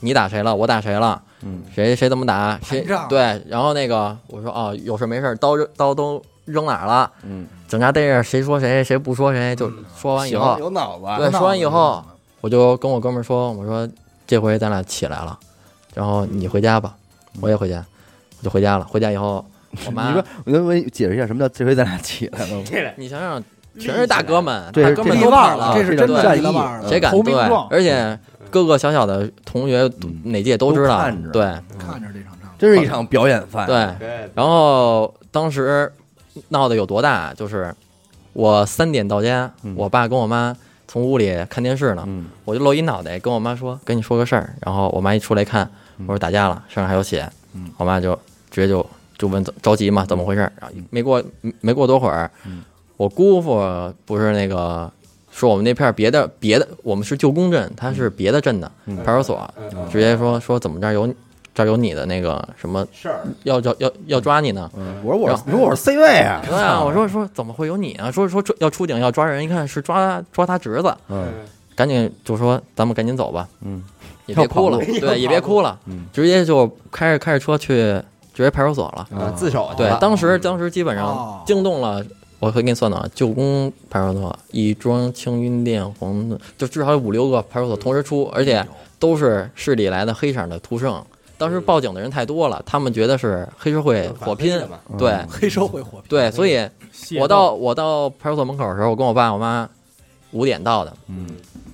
你打谁了？我打谁了？
嗯，
谁谁怎么打？谁
盘账
对？然后那个我说哦，有事没事，刀扔刀都扔哪儿了？
嗯，
警察逮着谁说谁，谁不说谁，就说完以后，
有脑子啊
对，
闹
说完以后，我就跟我哥们儿说，我说这回咱俩起来了，然后你回家吧，我也回家，我就回家了。回家以后，我
嗯你
妈
说，，我给我解释一下什么叫这回咱俩起来 了？
你想想，全是大哥们，
这
大
是
哥们
力
都
腕
跑
了，
了，
这是真
这
的
叫
力
战役嗯
腕了。
谁敢
投
对
名状？
而且各个小小的同学
嗯
哪届都
都
知道
看着，哎
对
看着这场仗，
真是一场表演赛。
对。然后当时闹得有多大？就是我三点到家，
嗯
我爸跟我妈从屋里看电视呢，
嗯，
我就露一脑袋跟我妈说，跟你说个事儿。然后我妈一出来看，我说打架了，身上还有血。
嗯
我妈就直接就就问怎着急嘛，怎么回事儿？然后没过没过多会儿
嗯，
我姑父不是那个说我们那片儿别的别的，我们是旧宫镇，他是别的镇的
嗯
派出所，直接说说怎么这儿有这儿有你的那个什么
事儿，
要要要要抓你呢？
嗯我说我是，你说我是 C 位啊？
对啊，我说说怎么会有你啊？说说抓要出警要抓人，一看是抓抓他侄子，
嗯
赶紧就说咱们赶紧走吧，
嗯，
也别哭了，
要跑路
对，也别哭了，
嗯
直接就开着开着车去直接派出所
嗯
了。
啊自首去
对
了，
当时当时基本
哦
上惊动了，我会给你算算啊，旧宫派出所、亦庄、青云店、黄村，就至少有五六个派出所同时出，而且都是市里来的黑色的秃胜。当时报警的人太多了，他们觉得是黑社会火拼，
嘛，
嗯
对
黑社会火拼。
对，所以我 到我到派出所门口的时候，我跟我爸我妈五点到的，
嗯，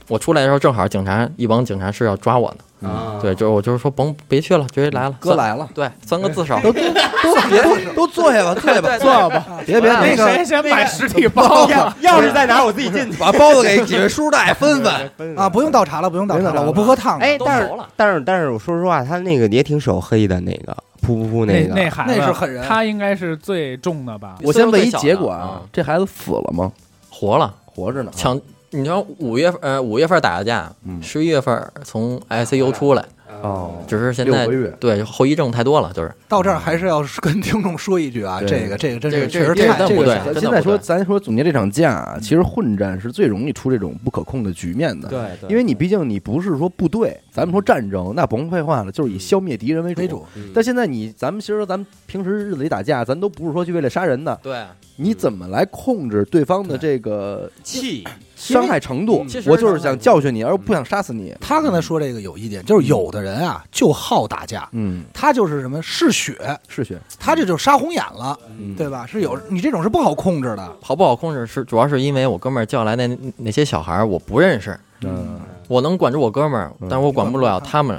我出来的时候正好警察一帮警察是要抓我的。
嗯
啊，
嗯对，就是我就是说甭别去了，直接来了，
哥来了，
三，对，三个自首，
都都都别都坐下吧，坐下吧，坐下吧，别别
那
那
谁
个
先买实体包去？
钥匙在哪儿？我自己进去。
把包子给几位叔叔大爷分分。
啊，不用倒茶了，不用倒茶
不用倒茶
了，
了
我不喝烫的。
哎，
都
但
熟
是
了
但是但是，我说实话，他那个也挺手黑的，那个噗噗噗
那
个，
那孩子
那是狠人
他应该是最重的吧？
我先问一结果
啊
啊，这孩子死了吗？
活了，
活着呢啊，
抢。你知道五月份呃五月份打的架
嗯，
十一月份从 ICU 出来，
哦，
只是现
六
在
个月，
对后遗症太多了，就是
到这儿还是要跟听众说一句啊，
对
这个这个真
这
是
个
确实
这个
太
但
这
不
个
对
是
真的
现在说，
不对
咱说总结这场架啊，其实混战是最容易出这种不可控的局面的。
对对
因为你毕竟你不是说部队，咱们说战争，那甭废话了，就是以消灭敌人为主。
为
嗯
主。
但现在你，咱们其实说咱们平时日子里打架，咱都不是说去为了杀人的，
对，
你怎么来控制对方的这个
气
伤害程度
其？实
我就是想教训你，而不想杀死你。
他刚才说这个有一点，就是有的人啊就好打架，
嗯，
他就是什么嗜血，
是学，
他这就杀红眼了，
嗯
对吧？是有你这种是不好控制的。
好不好控制是主要是因为我哥们儿叫来那那些小孩儿我不认识，
嗯，
我能管住我哥们儿，
嗯
但是我管不了
管不了
他们，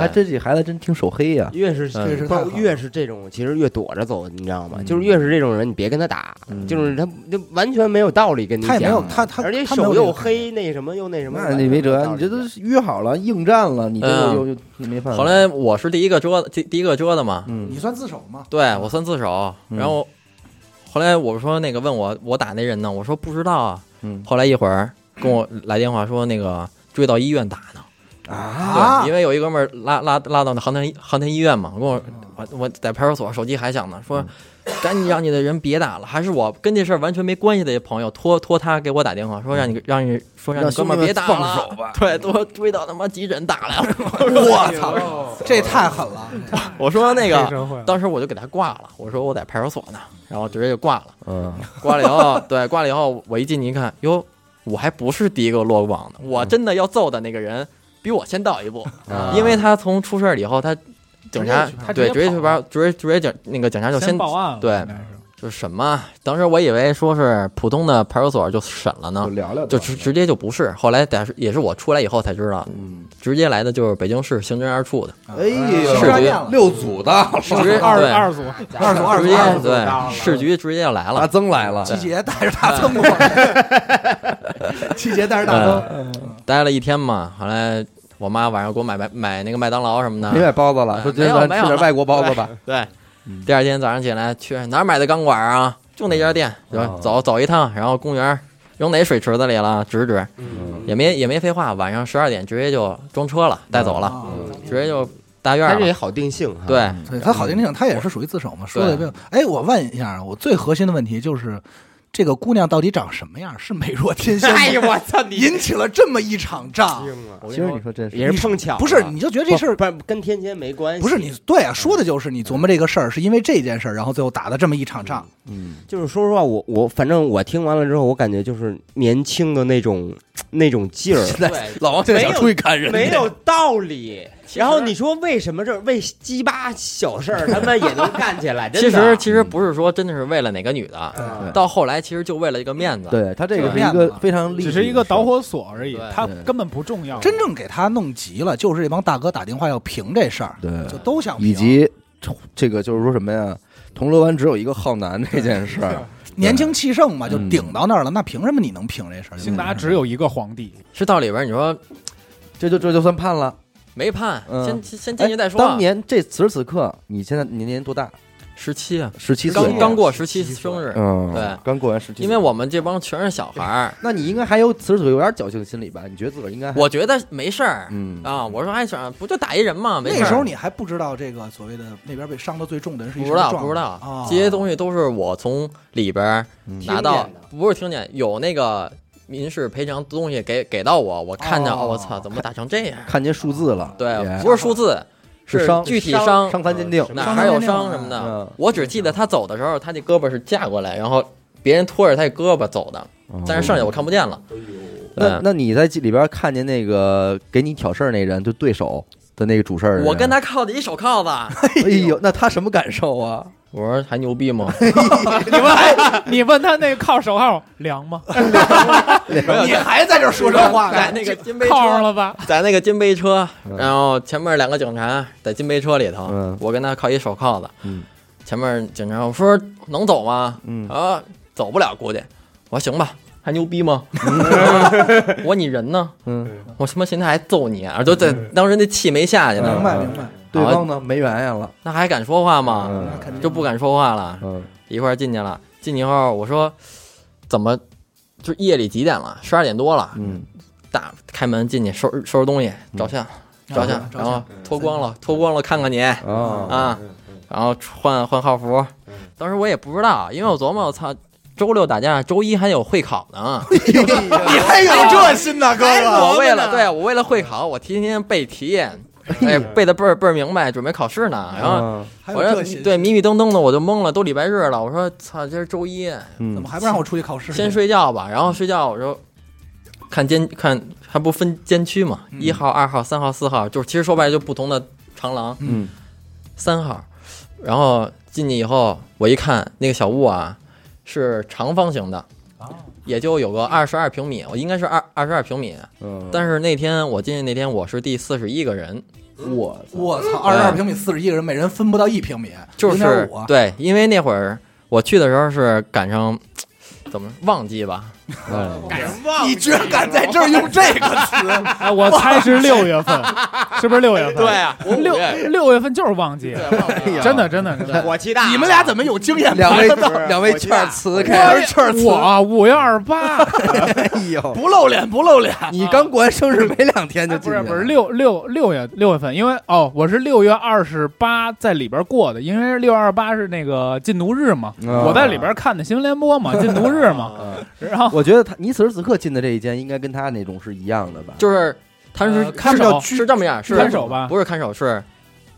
哎，
对，
这几孩子真挺手黑呀。
越是
嗯
这是
不
太
是
狠了
越是这种，其实越躲着走，你知道吗？
嗯
就是越是这种人，你别跟他打，
嗯
就是他就完全没有道理跟你
他也
讲，
没有他他
而且
他没有
手
这个
又黑，那什么又那什么，
那啊你没辙，你这
道
都
理
是约好了应战了，你这
嗯
又又又没办法。
后，来我是第一个遮第第一个遮的嘛，
嗯
你算自首吗？
对我算自首，
嗯
然后后来我说那个问我我打那人呢，我说不知道啊。
嗯
后来一会儿跟我来电话说那个追到医院打呢，
啊
对，因，为有一哥们儿拉拉拉到那航天航天医院嘛，跟我我我在派出所手机还响呢，说赶紧让你的人别打了，还是我跟这事儿完全没关系的一朋友托托他给我打电话说让你让你说让
让
你哥们
兄
儿
弟
别打
们
了，
放手吧
对， 都追到他妈急诊打来了，
我操，这太狠了！
我说那
黑
个。
社会
当时我就给他挂了，我说我在派出所呢，然后直接就挂了。
嗯，
挂了以后， 对，挂了以后，我一进去一看，哟，我还不是第一个落网的，我真的要揍的那个人比我先到一步，
啊
因为他从出事儿以后，他警察
直接去派出所
对直接去
他
派直接直接警那个警察就
先报案了，
对
应该是
就是什么，当时我以为说是普通的派出所就审了
就
呢。
聊聊吧，
就直直接就不是，后来但是也是我出来以后才知道，
嗯，
直接来的就是北京市刑侦二处的，
哎呦，
是
失恋了，
六组的
直 接
二
对
二组
二组二
直
组
接
二组，
对市局直接就啊来
阿
了，
曾来了，
季杰带着大曾过 来，季杰带着大曾，
嗯待了一天嘛，后来我妈晚上给我买买买那个麦当劳什么的，
没买包子了，
嗯
说今天
没有
咱
没
吃
有
点
了
外国包子吧。
对，第二天早上起来去哪儿买的钢管啊？就那家店，对吧
哦
走走一趟，然后公园扔哪水池子里了，指指，
嗯
也没也没废话，晚上十二点直接就装车
哦
了，带走了，
嗯
直接就大院
但是也
了。
好定性哈。
啊对，
啊
嗯
对他好听听，他也是属于自首嘛，说的没有。哎，我问一下，我最核心的问题就是，这个姑娘到底长什么样？是美若天仙吗？
哎呀，哎我操你！
引起了这么一场仗，
硬了，
其实你说真是，
也是碰巧啊，
不是？你就觉得这事儿
不不跟天蝎没关系，
不是你对啊？说的就是你琢磨这个事儿，是因为这件事儿，然后最后打的这么一场仗。
嗯，
就是说实话，我我反正我听完了之后，我感觉就是年轻的那种那种 劲儿，
对，
老王现在想出去砍人，
哎没有道理。然后你说为什么这为鸡巴小事儿他们也能干起 来？
啊
其
真
实
嗯
的，
其实不是说真的是为了哪个女的，啊到后来其实就为了一个面子。
对他这个是
这
一
样的
个
嘛
非常立体
只
的
是一
事
个
儿
导火索而已
对，
它
对
根本不重要。
真正给他弄急了，就是这帮大哥打电话要评这事儿，
对
就都想评。
以及这个就是说什么呀？铜锣湾只有一个浩南这件事儿，
年轻气盛嘛，就
嗯
顶到那儿了，那凭什么你能评这事儿？
兴达只有一个皇帝，
是到里边你说
这就这就算判了。
没判，
嗯
先先先进去再说。啊
当年这此时此刻，你现在你年多大？
十七啊，
十七岁，
刚刚过十七
17岁
生日，
嗯，
对，
刚过完十七。
因为，我们这帮全是小孩 儿，
那你应该还有此时此刻有点侥幸心理吧？你觉得自个儿应该还
我觉得没事儿。
哎嗯
啊，我说哎，想不就打一人嘛，没事儿。
那时候你还不知道这个所谓的那边被伤的最重的人是一
不
什
知
么
道
状态
不知
哦
道，这些东西都是我从里边儿拿
听
到
见的，
不是听见有那个民事赔偿东西给给到我，我看见
哦
哦我操，怎么打成这样？
看见数字了，
对，
也
不是数字，
是
是
伤
具体
伤
伤残鉴定，
嗯
哪还有
伤
伤什么
嗯
的。我只记得他走的时候，他那胳膊是架过来，然后别人拖着他的胳膊走的，但是剩下我看不见了。
哦
嗯
那
对
嗯那你在里边看见那个给你挑事儿那人，就对手的那个主事儿的人，
我跟他靠的一手铐子，
哎呦，那他什么感受啊？
我说还牛逼吗？
你问哎你问他那个靠手铐凉吗？
你还在这儿说这 话
在
呢？
那个金杯
铐上
车，
了吧？
在那个金杯车
嗯，
然后前面两个警察在金杯车里头，
嗯
我跟他靠一手铐子，
嗯
前面警察我说能走吗？
嗯
啊，走不了估计。我说行吧，还牛 逼吗？我说你人呢？
嗯，
我他妈现在还揍你啊！就在当时那气没下去
明
嗯
呢，
白明白，
对方呢没原因了，
那还敢说话吗？
嗯
肯定
就不敢说话了，
嗯
一块儿进去了。进去以后我说怎么就夜里几点了？十二点多了，
嗯，
大开门进去收拾收拾东西，照相。照相
啊，
然后脱光了，脱光了看看你
啊，
啊，然后换换号服。当时我也不知道，因为我琢磨，我操，周六打架，周一还有会考呢。
你还有这心呐，哥哥？
我为了 对我为了会考，我天天背题，哎，背的倍儿倍儿明白，准备考试呢。然后
啊
还有
哎我
这
说
心，
对迷迷瞪瞪的，我就懵了，都礼拜日了，我说操，今儿周一，
怎
嗯
么还不让我出去考试？
先睡觉吧。然后睡觉，我说看监看还不分监区嘛，一号、二号、三号、四号，就是其实说白了就不同的长廊。
嗯，
三号，然后进去以后，我一看那个小屋啊，是长方形的，也就有个二十二平米，我应该是二二十二平米。
嗯
但是那天我进去那天，我是第四十一个人，
我
我操，二十二平米，四十一个人，每人分不到一平米，
就
0.5
是对，因为那会儿我去的时候是赶上怎么旺季吧，
哎
你居然敢在这 儿用这个词？
哎，我猜是六月份，是不是六月份？
啊，我
六六月份就是旺季，
哎
真的真的真的。
火气大。
啊
啊
你们俩怎么有经验？
两位
啊
两位券儿词开始券儿词，
我啊五月二十 八，
哎呦，
不露脸，不露脸。
你刚过完生日没两天就
不
进
是
去，
不是六六六月六月份，因为哦，我是六月二十八在里边过的，因为六月二十八是那个禁毒日嘛，
啊
我在里边看的新闻联播嘛，禁毒日嘛，然后
我觉得他你此时此刻进的这一间应该跟他那种是一样的吧？
就是他是
呃看
是
守
是这么样，是
看守嗯吧
不是看守是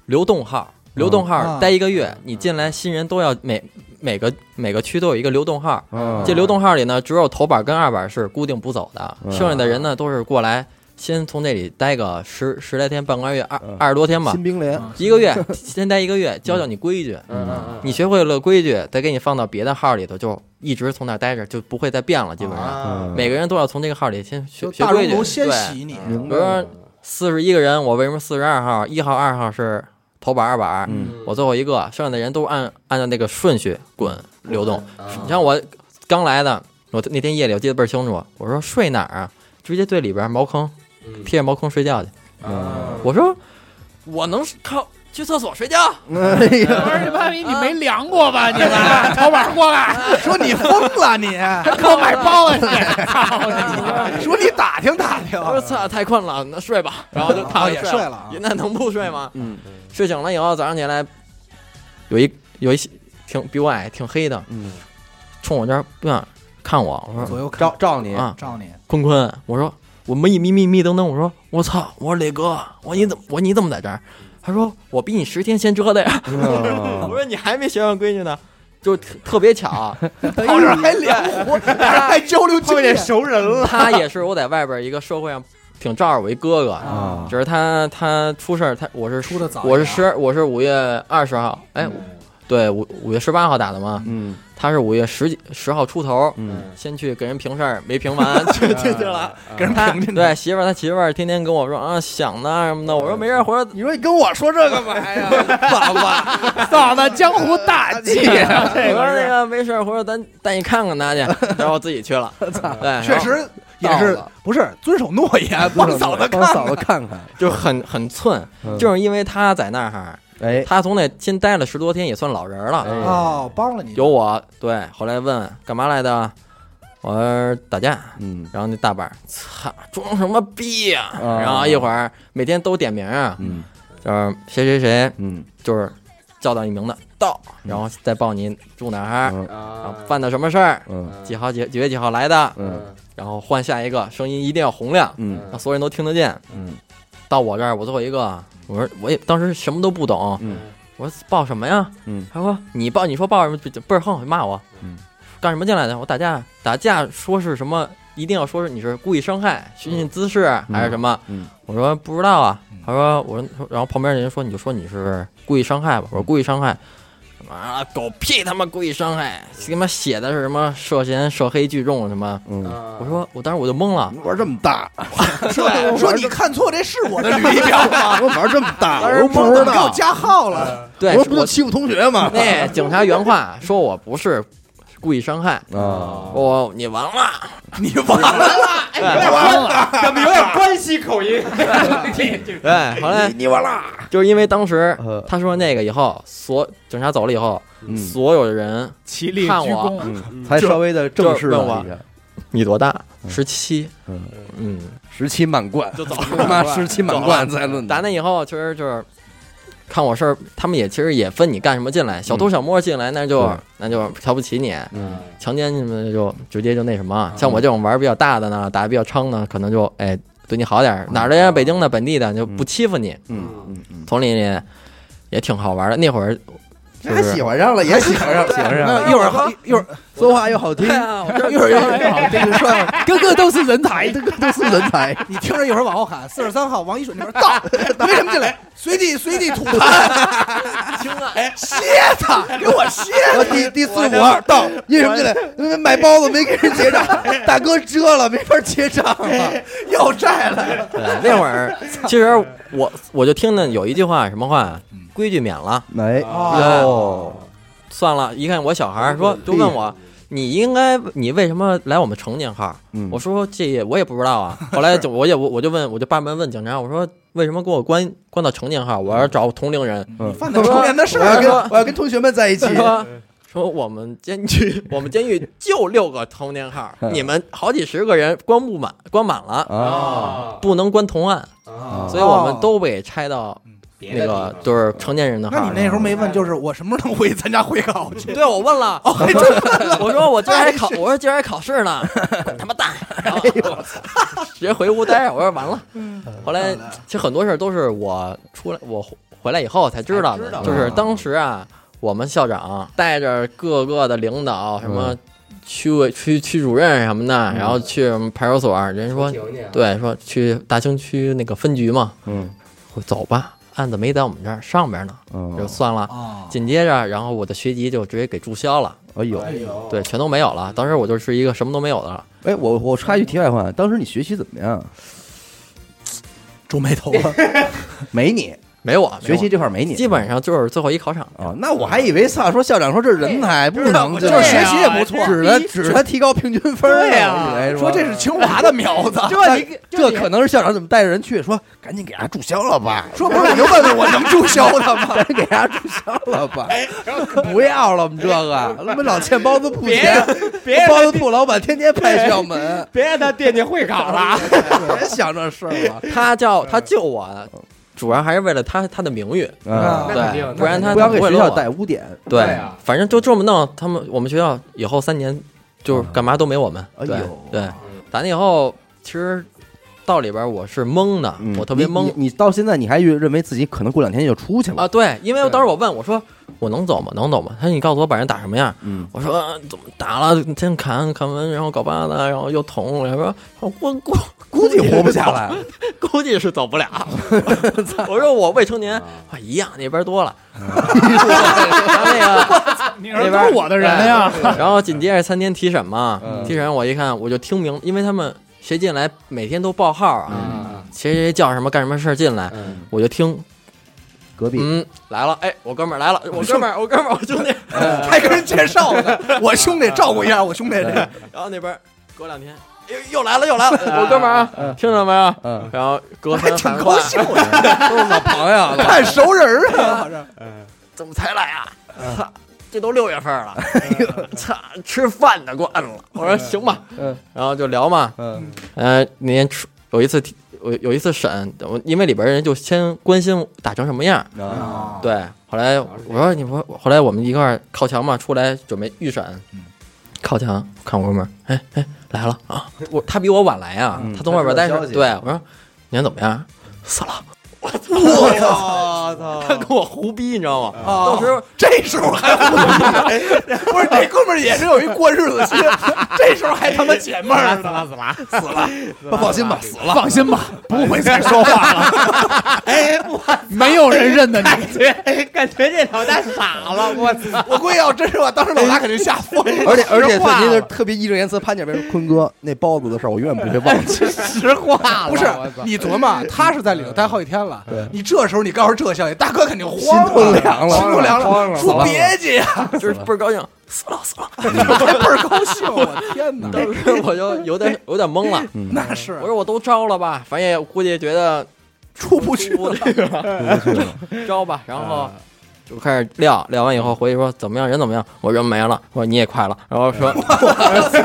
流动号，流动
啊
号待一个月，你进来新人都要每每个每个区都有一个流动
啊
号，
嗯
这流动号里呢，只有头板跟二板是固定不走的，
嗯
剩下的人呢都是过来先从这里待个十十来天、半个月、二
嗯
二十多天吧
新，兵连，
一个月先待一个月，教教你规矩。
嗯？嗯
你学会了规矩，再给你放到别的号里头，就一直从那儿待着，就不会再变了。基
嗯
本上，
啊
每个人都要从这个号里先学
就
学
大熔
规矩。
炉先
对
洗你，
明
比
白
如说四十一个人，我为什么四十二号？一号、二号是头板、二板，
嗯
我最后一个，剩下的人都按按照那个顺序滚流动。你
啊
像我刚来的，我那天夜里我记得倍儿清楚，我说睡哪儿啊？直接对里边茅坑
嗯
嗯贴着茅坑睡觉去。
啊
我说我能靠去厕所睡觉。
哎呀，
我说你妈逼，你没量过吧？你们淘宝过来，
嗯
说你疯了你，
给我买包啊你！
说你打听打听
我。说操，太困了，那睡吧。然后就躺
啊
着
也
睡
睡了啊
那能不睡吗？
嗯，
睡醒了以后，早上起来，有一有一挺比我矮，挺黑的，
嗯，
冲我这儿不想看我，我说
左右看
照照你，
啊，
照你，
坤坤，我说我迷迷迷迷瞪瞪，我说我操，我说磊哥，我说你怎么我说你怎么在这儿？他说我比你十天先折的呀。 我
嗯
说你还没学上规矩呢，就特特 别巧，啊
后面哎还两壶， 还交流经验，
熟人了，
他也是我在外边一个社会上挺罩着我一哥哥，
啊，
只是他他出事儿，他我是
出的早
我是十我是五月二十号，哎，对五五月十八号打的嘛，
嗯
他是五月十几十号出头，
嗯，
先去给人评事儿，没评完就就去了。
啊
给人
他
评评。
对媳妇儿，他媳妇儿天天跟我说啊想呢什么的，我说没事儿，回头
你说你跟我说这干嘛呀？
爸爸，
嫂子，江湖大忌啊！
我
这
说
个
哎那
是
个没事儿，回头咱带你看看他去，然后我自己去了。对，
确实也
到
是
了
不是遵守诺
哎
言，帮嫂子
帮
看。
嫂子看看，
就很很寸，
嗯
就是因为他在那儿，
哎，
他从那先待了十多天，也算老人了。
哎
哦，帮了你，
有我对，后来问干嘛来的，我说打架，
嗯
然后那大板儿操装什么逼呀、
啊
然后一会儿每天都点名啊，
嗯
就是谁谁谁
嗯，
就是叫到你名字到，然后再报你住哪儿，
嗯
然后
啊，
犯的什么事儿，
嗯
几号几几月几号来的，
嗯
然后换下一个，声音一定要洪亮，
嗯
让所有人都听得见。
嗯
到我这儿，我最后一个，我说我也当时什么都不懂，
嗯
我说报什么呀？
嗯
他说你报，你说报什么倍儿横，骂我，
嗯，
干什么进来的？我打架，打架说是什么？一定要说是你是故意伤害、寻衅滋事还是什么？
嗯
我说不知道啊。他说我说，然后旁边人说你就说你是故意伤害吧。我说故意伤害，什么啊狗屁他妈故意伤害，他妈写的是什么涉嫌涉黑聚众什么？
啊
嗯，
我
我说我当时我就懵了，
玩这么大，
说说你看错，这是我的履历表，
我玩这么大，我
当时
又
我
不
帮
知
你给我
道，
加号了，
对，
我
我
说不就欺负同学 吗？
那哎警察原话说我不是故意伤害，
啊，
我你完了，
你完了，
怎么有点关西口音？
对，后来
你你完了，
就是因为当时
哎呃
他说那个以后，所警察走了以后，
嗯，
所有的人，
起立鞠
看我
躬，
嗯才稍微的正式了一下，
你多大？十七，
嗯
嗯，
十七满贯，
就走
他妈十七满贯才论
打
的，
那以后，其实就是看我事儿，他们也其实也分你干什么进来，小偷小摸进来那就
嗯对
那就瞧不起你，
嗯
强奸你们就直接就那什
啊
么。像我这种玩儿比较大的呢，打的比较猖呢，可能就哎对你好点
啊
儿，哪儿的呀？北京的本地的就不欺负你，
嗯嗯嗯，
同里也挺好玩的。那会儿
还喜欢上了，也喜欢上，喜欢上 了，
一会儿好一会儿
说话又好听
对，啊，我这
一会儿又好，这个说。
个个都是人才，个个 都是人才，
你听着，一会儿往后喊四十三号王一水那边到，为什么进来？随地随地吐痰，哎
听啊，
歇他，给我歇
我第第四五号到，因为什么进来？买包子没给人结账，大哥折了，没法结账啊 了，
要债了。
对，那会 儿其实我我就听着有一句话，什么话呀？规矩免了，
没
哎
哦，
算了。一看我小孩儿说，就问我，你应该你为什么来我们成年号？
嗯
我说这也我也不知道 啊。后来就我也我我就问我就扒门问警察，我说为什么给我关关到成年号？我要找同龄人。
嗯
犯的成年的事
我要
儿，
跟我要跟同学们在一起
他，说。说我们监 狱，我们监狱就六个同年号，你们好几十个人关不满，关满了，
啊，
哦
不能关同案，
哦
啊
所以我们都被拆到那个就是成年人的号
那
上。
你那时候没问，就是我什么时候能回咱家会考去？
对，我问了，哎我说我今儿还考，我说今儿还考试呢，滚他妈 蛋！然后直接回屋待着，我说完了。后来其实很多事儿都是我出来，我回来以后才知道
才知
的
道，
就是当时啊，我们校长带着各个的领导什么。区委区区主任什么的，然后去什么派嗯出所，人家说对，说去啊大兴区那个分局嘛，
嗯
我走吧，案子没在我们这儿上边呢，就
嗯，
算了。
啊，
紧接着，然后我的学籍就直接给注销了，
哎呦，
有
对，全都没有了。当时我就是一个什么都没有的了，
哎，我我插一句题外话，当时你学习怎么样？
皱眉头啊，
没你，
没我
学习这块儿没你
基本上就是最后一考场。
啊，那我还以为萨说校长说这是人才，不能
就
就是是
学习也不
对
错，
啊指着指着他提高平均分儿
对
啊
啊
我以为
说这是清华的苗子，
但
这你
这可能是校长怎么带着人去，说赶紧给他注销了吧，
说不是你就问问我能注销他吗？
赶紧给他注销了吧，不要了，我们这个他妈老欠包子铺钱，
别让他
包子铺老板天天拍校门，哎
别让他惦记会考了。
别想这事儿了。
他
嗯
叫他救我，主要还是为了他他的名誉，
啊
那肯定那
对，不然他
嗯不要给
会
学
落
校
我
带污点，
对
对啊
反正就这么弄，他们我们学校以后三年就是干嘛都没我们。
嗯哎
对
呦
对，打那以后其实到里边我是懵的，
嗯
我特别懵
你你你到现在你还认为自己可能过两天就出去了
啊。？对，因为当时我问我说我能走吗？能走吗？他说你告诉我把人打什么样？
嗯，
我说、啊怎么打了？先砍砍完，然后搞巴的，然后又捅。然后说我估
估计活不下来。
估计是走不了。 我说我未成年，啊一样那边 多了。然后那个。
你儿子都是我的人呀，
然后紧接着三天提审嘛
嗯，
提审我一看我就听明，因为他们谁进来每天都报号
嗯
啊，谁谁谁叫什么干什么事儿进来，
嗯，
我就听，
隔壁
嗯，来了，哎，我哥们儿来了，我哥们儿，我哥们儿，我兄弟，
呃
还跟人介绍呢，我兄弟照顾一下我兄弟 这，
然后那边隔两天。又哎又来了，又来了， 我哥们儿啊，听着没有？然后隔
还嗯哎
三
挺
喊
高
话，
兴的，
都是老朋友 了，
看熟人儿 啊，好像
怎么才来啊？操，这都六月份了， 操，吃饭的惯了。嗯 我说行吧，
嗯
然后就聊嘛，
嗯
呃，那天出有一次提有有一次审，我因为里边人就先关心我打成什么样，
啊
对，后来我说你不，后来我们一块儿靠墙嘛，出来准备预审，靠墙看我哥们儿，哎哎来了啊，我他比我晚来啊，
嗯
他从外边待
他知道
着，
消息
对我说你看怎么样？死了。我操！他跟我胡逼，你知道吗？
啊
当时
这时候还不不是这哥们儿也是有一过日子心，这时候还他妈解闷儿呢，
死了，
放心吧，死了。
放心吧，不会 再说话了。没有人认得你，
感觉这老大傻了，我操！
我估计要真是我，当时老大肯定吓疯了。
而 且而且，
实话
特
了
别是特别义正言辞，潘姐边说：“坤哥，那包子的事儿我永远不会忘 记。
实话了
不是
哎我操
你琢磨，啊他是在里头待好几天了，你这时候你告诉这消息，大哥肯定慌了，
心都凉了
心都凉
慌了
说别介 呀，
就是倍儿高兴，死了死了。
还倍儿高兴，我天哪，
嗯
当时我就有点有点懵了，
那是
我说我都招了吧，反正也估计觉得
出不去
出
了
不。去了，招吧，然后就开始撂，撂完以后回去说怎么样，人怎么样？我人没了，我说你也快了，然后 说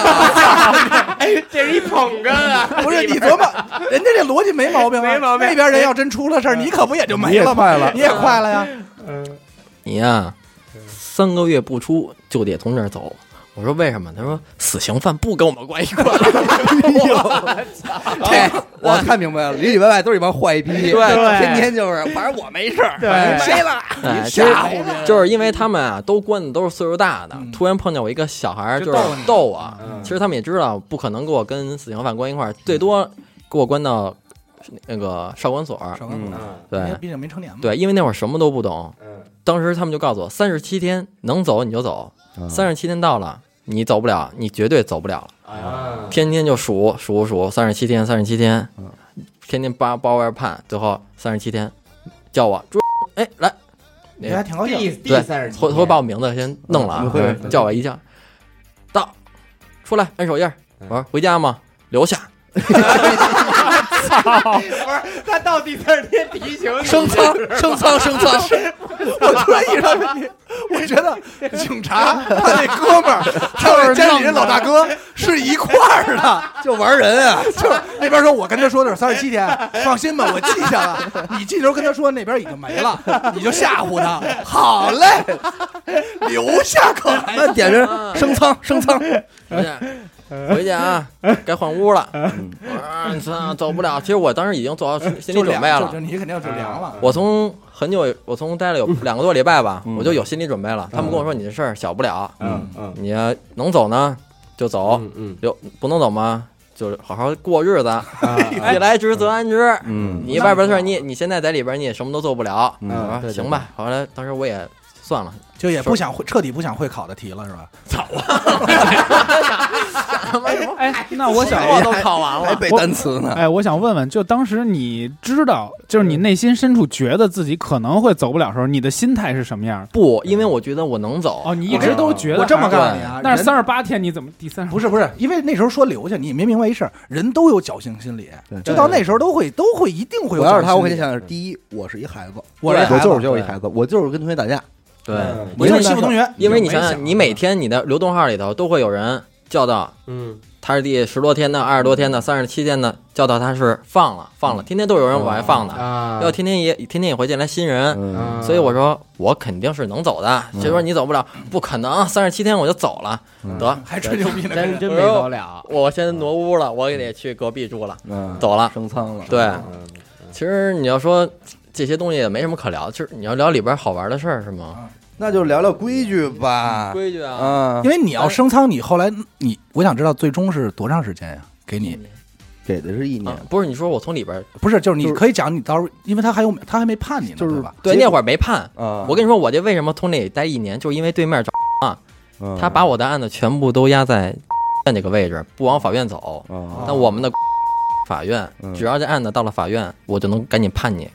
哎
这是一捧哏啊！
不是你琢磨，人家这逻辑没毛病啊，
没毛病
那边人要真出了事儿，你可不也就
你
没
也
了吗？
快了
你也快了呀！
嗯
你呀、三个月不出就得从这儿走。我说为什么？他说死刑犯不跟我们关系关。
哎， 我看明白了，里里外外都是一帮坏逼，
对
天天就是，反正我没事儿，
对
谁了？
哎，其实
吓唬人
就是因为他们啊，都关的都是岁数大的，突然碰见我一个小孩儿，
就
嗯就是
逗你
逗我。
嗯
其实他们也知道，不可能给我跟死刑犯关一块儿，最多给我关到那个少管所。
少管所
嗯
对
哎毕竟没成年嘛。
对，因为那会儿什么都不懂，
嗯
当时他们就告诉我，三十七天能走你就走，
嗯
三十七天到了你走不了，你绝对走不了了。
啊，
天天就数数数，三十七天，三十七天，
嗯
天天扒包外判，最后三十七天叫我朱，哎来，
你还挺高兴，
第第
对
三十集，
头头把我名字先弄了啊，
嗯会
叫我一下，到，出来按手印儿，
嗯
我说回家吗？留下，
他到第三十天提醒你，
升舱，升舱，升舱，
我突然意识到问题，我觉得警察他那哥们儿，还有那监理人老大哥是一块儿的，
就玩人啊！
就是那边说，我跟他说的是三十七天，放心吧，我记下了。你这时候跟他说那边已经没了，你就吓唬他，好嘞，留下可还
那点
嗯
名升舱，升舱，
回家，回家啊，该换屋了。我说啊操，走不了。其实我当时已经做好心理
就
准
凉
备了
就，你肯定就凉了。
我从很久，我从待了有两个多礼拜吧，我就有心理准备了。他们跟我说你这事儿小不了，
嗯嗯
你要能走呢就走，
嗯啊嗯
留不能走吗？就是好好过日子，既来之则安之。
嗯
你外边的事儿，你你现在在里边，你也什么都做不了。
嗯
我说行吧，后来当时我也算了，
就也不想会彻底不想会考的题了是吧？
哎，那我想，
我都考完
还
了，
背单词呢。
哎，我想问问，就当时你知道，就是你内心深处觉得自己可能会走不了的时候，你的心态是什么样？
不，因为我觉得我能走。
哦，你一直都觉得
我这么告
干，
诉你啊，
但是
人
三十八天你怎么第三十
不是不是，因为那时候说留下，你也没明白一事儿，人都有侥幸心理，就到那时候都会都会一定会有
我
侥幸心理。
要是他，我肯定想的是：第一，我是一孩子，
我是一
我
孩子
就是觉得我一孩子，我就是跟同学打架，
对，
我就是嗯欺负同学，
因为你
没
想想，你每天你的流动号里头都会有人叫到
嗯，
他是第十多天的、二十多天的、三十七天的，叫到他是放了放了，天天都有人往外放的，
啊，
要天天也天天也会进来新人。
嗯，
啊
所以 我说我肯定是能走的，谁说你走不了？不可能，三十七天我就走了，得
还吹牛逼呢，
真真没走了，
我先挪屋了，我也得去隔壁住了，
嗯，
走了。
升舱了，
对，其实你要说这些东西也没什么可聊，就是你要聊里边好玩的事儿是吗？
那就聊聊规矩吧，
规矩啊，
啊
因，为你要升舱，你后来你我想知道最终是多长时间呀？给你
嗯给的是一年
啊，不是你说我从里边
不是，就是
就
你
是
可以讲，你到时候因为他还有他还没判你呢，
就是
对吧？
对
结
那
果
会儿没判，
啊，
我跟你说，我这为什么从那里待一年，就是因为对面找
嗯
他把我的案子全部都压在这个位置，不往法院走。
啊，
但我们的 法院
嗯，
只要这案子到了法院，我就能赶紧判你。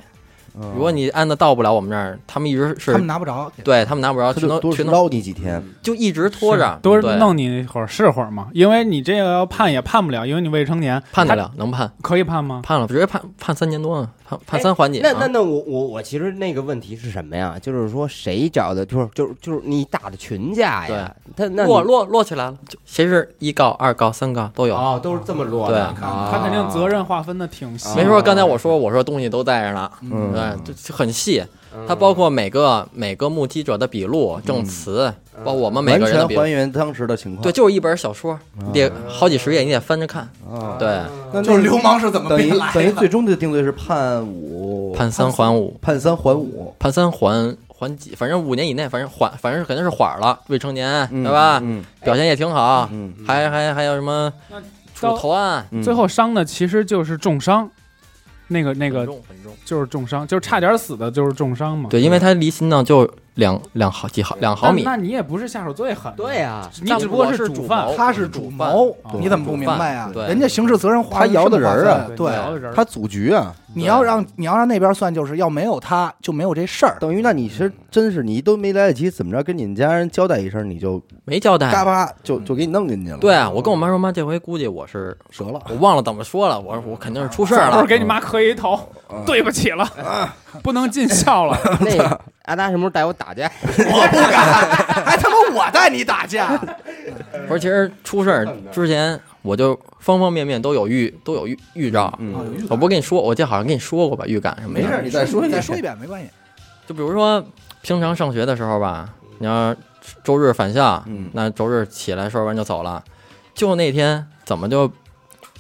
嗯
如果你案子到不了我们这儿，他们一直
他
是
们拿不着，
对他们拿不着，
他
全
就
都
多
全都
捞你几天，
就一直拖着，
多
对
弄你一会儿是会儿吗？因为你这个要判也判不了，因为你未成年，
判得
他
了，啊能判
可以判吗？
判了，直接判判三年多呢，判判三缓解
哎那那
啊。
那我我我其实那个问题是什么呀？就是说谁找的，就是就是就是你打的群架呀？他那你
落落落起来了，就谁是一告、二告、三告都有。
哦，都是这么落
对
的，啊
他肯定责任划分的挺细
啊
没说刚才我说我说东西都带着呢，
嗯
对，就就很细，它包括每个每个目击者的笔录、证
嗯
词，包括我们每
完
个人的
全啊
笔录
还，原当时的情况，
对，就是一本小说，你得好几十页，你得翻着看。
啊，
对，
那
就是
那
流氓是怎么
等于
变来
等于
的？
最终的定罪是判五
判三还五，
判三还五，
判三还还几，反正五年以内，反正缓，反正肯定是缓了。未成年，
嗯
对吧？啊
嗯
表现也挺好，
嗯，
还还还有什么
那
主
到
投案，
嗯
最后伤的其实就是重伤，那个那
很
个
重很
嗯
重。
就是重伤，就是差点死的就是重伤嘛。
对，因为他离心脏就两两毫几毫两毫米
那，那你也不是下手最狠，
对， 呀，
你只不过
但我是
主
主
犯
谋，
他是主谋
对，
你怎么不明白啊
主？犯对
人家刑事责任划
哦他摇的人儿啊
这么划分
对，
对，
聊的人儿
他组局啊，
你要让你要让那边算，就是要没有他就没有这事儿。
等于那你其实
嗯
真是你都没来得及怎么着跟你们家人交代一声，你就
没交代
嘎。巴就就给你弄进去了，
哎对，啊我跟我妈说，妈，这回估计我是
折了，
我忘了怎么说了，我说我肯定是出事儿
小时
了
候。给你妈磕一头，对不起了，不能尽孝了。
那个阿达什么时候带我打架？
我不敢，还他妈我带你打架，
不是，其实出事儿之前我就方方面面都有预都有预预兆。
啊
嗯，
我不跟你说，我记得好像跟你说过吧，预感什么
没事
的。
儿，你再说
你
一
再
遍
说一遍没关系。
就比如说平常上学的时候吧，你要周日返校，
嗯
那周日起来收拾完就走了，就那天怎么就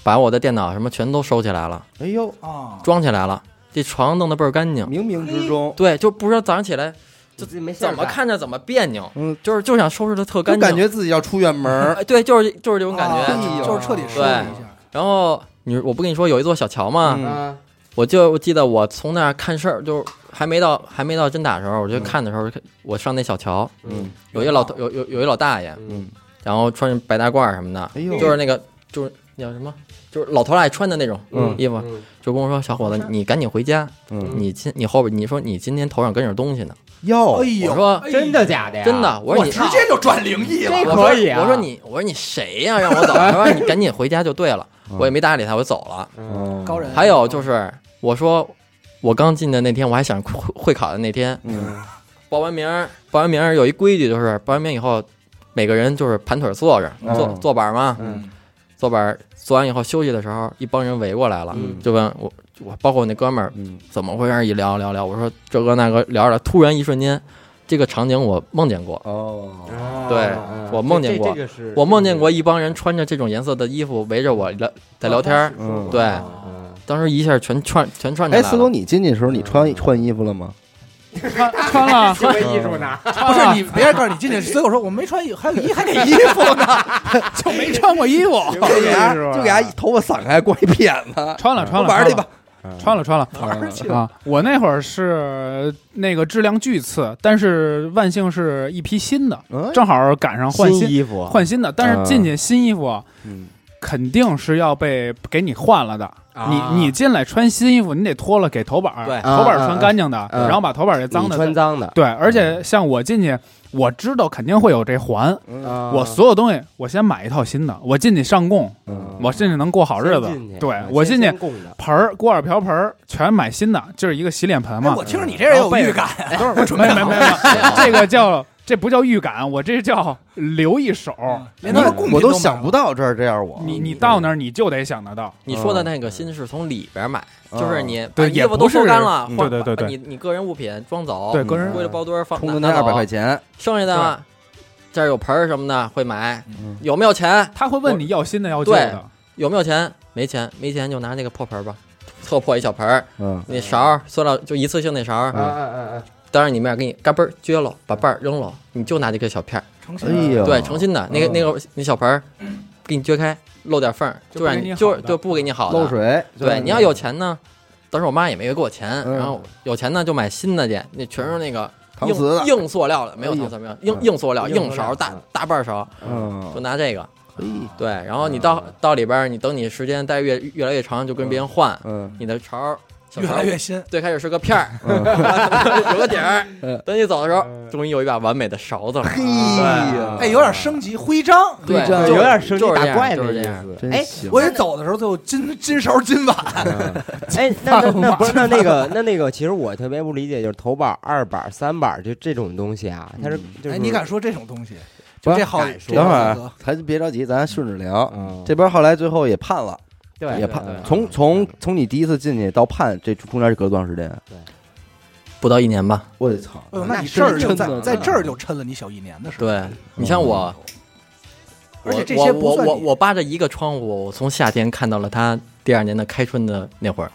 把我的电脑什么全都收起来了，
哎呦，
啊，
装起来了，这床弄得倍儿干净。
冥冥之中，
对，就不知道早上起来
这这没事儿
怎么
干
看着怎么别扭，
嗯，
就是就想收拾的特干
就
净，
感觉自己要出远门儿，
哎对，就是就是这种感觉。
哎
啊
呦
就是彻底梳理一下。
然后你我不跟你说有一座小桥吗？
嗯
啊？
我就我记得我从那儿看事儿，就是还没到还没到真打的时候，我就看的时候，我上那小桥，
嗯，
有一老头有有有一老大爷，
嗯，
然后穿着白大褂什么的，
哎呦，
就是那个就是那叫什么，就是老头爱穿的那种
嗯
衣服，就跟我说：“小伙子，你赶紧回家，
嗯，
你今你后边你说你今天头上跟着东西呢。
要
哎”呦，
哦
我说
真的假的呀？
真的，我说
我
你
直接就转灵异了
这。可
我说
以啊
我说你，我说你谁呀、让我走。他说你赶紧回家就对了。
嗯
我也没搭理他，我就走了。
嗯，
高人，
还有就是，我说我刚进的那天，我还想会会考的那天，
嗯，
报完名儿，报完名儿有一规矩，就是报完名以后，每个人就是盘腿坐着，坐
嗯
坐板儿嘛，
嗯
坐板儿坐完以后休息的时候，一帮人围过来了，
嗯
就问我，我包括我那哥们儿
嗯，
怎么回事，一聊聊聊，我说这个那个聊着聊，突然一瞬间，这个场景我梦见过，
哦，
对
啊
我梦见
这
过
这个是嗯
我梦见过一帮人穿着这种颜色的衣服围着我聊在聊天儿，
嗯，
对
嗯
当时一下全串全串起
哎，
来
思
了
龙，。你进去的时候你穿换衣服了吗？
穿
哦
穿
嗯
了，
行为艺术呢？
穿
不是
了
你，别人告诉你进去，所以我说我没穿衣服，还有衣还给衣服 呢，
就没穿过衣服，
就给他
是吧
就给他头发散开，光一屁眼子，
穿了穿了，
玩儿去
穿了
吧。
穿了穿
嗯
了啊！我那会儿是那个质量巨次，但是万幸是一批新的，
嗯，
正好赶上换
新
新
衣服，
换新的，但是进去新衣服
嗯
肯定是要被给你换了的。
啊
你你进来穿新衣服，你得脱了给头板儿，
对
头板儿
啊啊
穿
啊
干净的，
嗯
然后把头板儿这脏
你
的
穿脏的，
对，而且像我进去，我知道肯定会有这环，
啊
我所有东西我先买一套新的，我进去上供，
嗯
我进去能过好日子
先进去。
对
啊
我
先
进去
先供的
盆儿、锅碗瓢盆儿全买新的，就是一个洗脸盆
哎
嘛
我。听着你这人有预感，
都是我准备没没没
哦
没，这个叫这不叫预感，我这叫留一手。
连他妈贡品
哦嗯我
都
都想不到这儿这样我，
你你到那儿你就得想得到，
你说的那个新是从里边买，
嗯
就是你把
对
衣
也
服
不
都收
是
干了，
嗯
换
对对对
把你你个人物品装走，
对个人
归了包堆儿放
充嗯的那
拿
二
走
百块，钱，
剩下的这儿有盆儿什么的会买
嗯，
有没有钱？
他会问你要新的要旧
对
的，
有没有钱？没钱，没钱就拿那个破盆儿吧，特破一小盆儿，
嗯，
那勺儿塑料就一次性那勺儿，
啊啊啊啊！
当然你面给你嘎嘣儿撅了，把瓣儿扔了，你就拿这个小片儿，
哎呀，
对，诚心的，那个那个那小盆儿，给你撅开，露点缝儿，
就
就
不
让
给你
就
好的
就不给你好的，
漏水，
对，你要有钱呢，当时我妈也没给我钱，
嗯
然后有钱呢就买新的去，那全是那个
搪瓷
硬
的，
硬塑料的，没有
哎呀
搪瓷，没有硬
嗯
硬塑料
硬塑料
硬勺大
嗯
大半勺，就
嗯，
拿这个。
嘿，
对，然后你到
嗯
到里边儿，你等你时间待越越来越长，就跟别人换
嗯，
你的勺儿，小
越
勺
来
儿
越新。
最开始是个片儿，
嗯
有个底儿
嗯，
等你走的时候，
嗯
终于有一把完美的勺子了。
嘿呀，哎
哎，有点升级徽章。
对
徽，章
就
有点生
就
气
是这
打
样
怪
就
的
是这
意
样。
思。
真
哎
行，
我也走的时候，最后金金勺金碗，
哎，那那那不是那那个那那个，其实我特别不理解，就是头板、二板、三板就这种东西
嗯
啊，它是就是
哎，你敢说这种东西？
不
就是这好，
敢说
这
等会
啊
好
儿
哥，
咱别着急，咱顺着聊。
嗯
这边后来最后也判了，
对
也
怕
对
判，从从从你第一次进去到判，这中间隔多长时间？啊
不到一年吧？
我的操！
哎呦，
那
那你这儿
是
就
真
在
的
在这儿就抻了你小一年的事儿。
对，你像我，
而且
我
这些不
我
算
我
你
我扒着一个窗户，我从夏天看到了他第二年的开春的那会儿，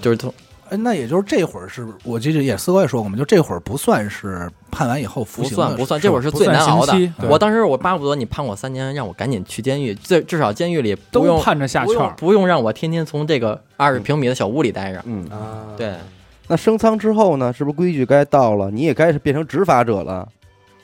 就是从
哎，那也就是这会儿是我记得也四哥也说过嘛，就这会儿不算是判完以后服
不
刑的
算不算，这会儿是
不
最
算
难熬的
刑期。对
我当时我巴不得你判我三年，让我赶紧去监狱，最至少监狱里不
都
用
盼着下
不
券
用
儿。
不用让我天天从这个二十平米的小屋里待着。
嗯，
啊，
对，
那升舱之后呢？是不是规矩该到了？你也该是变成执法者了？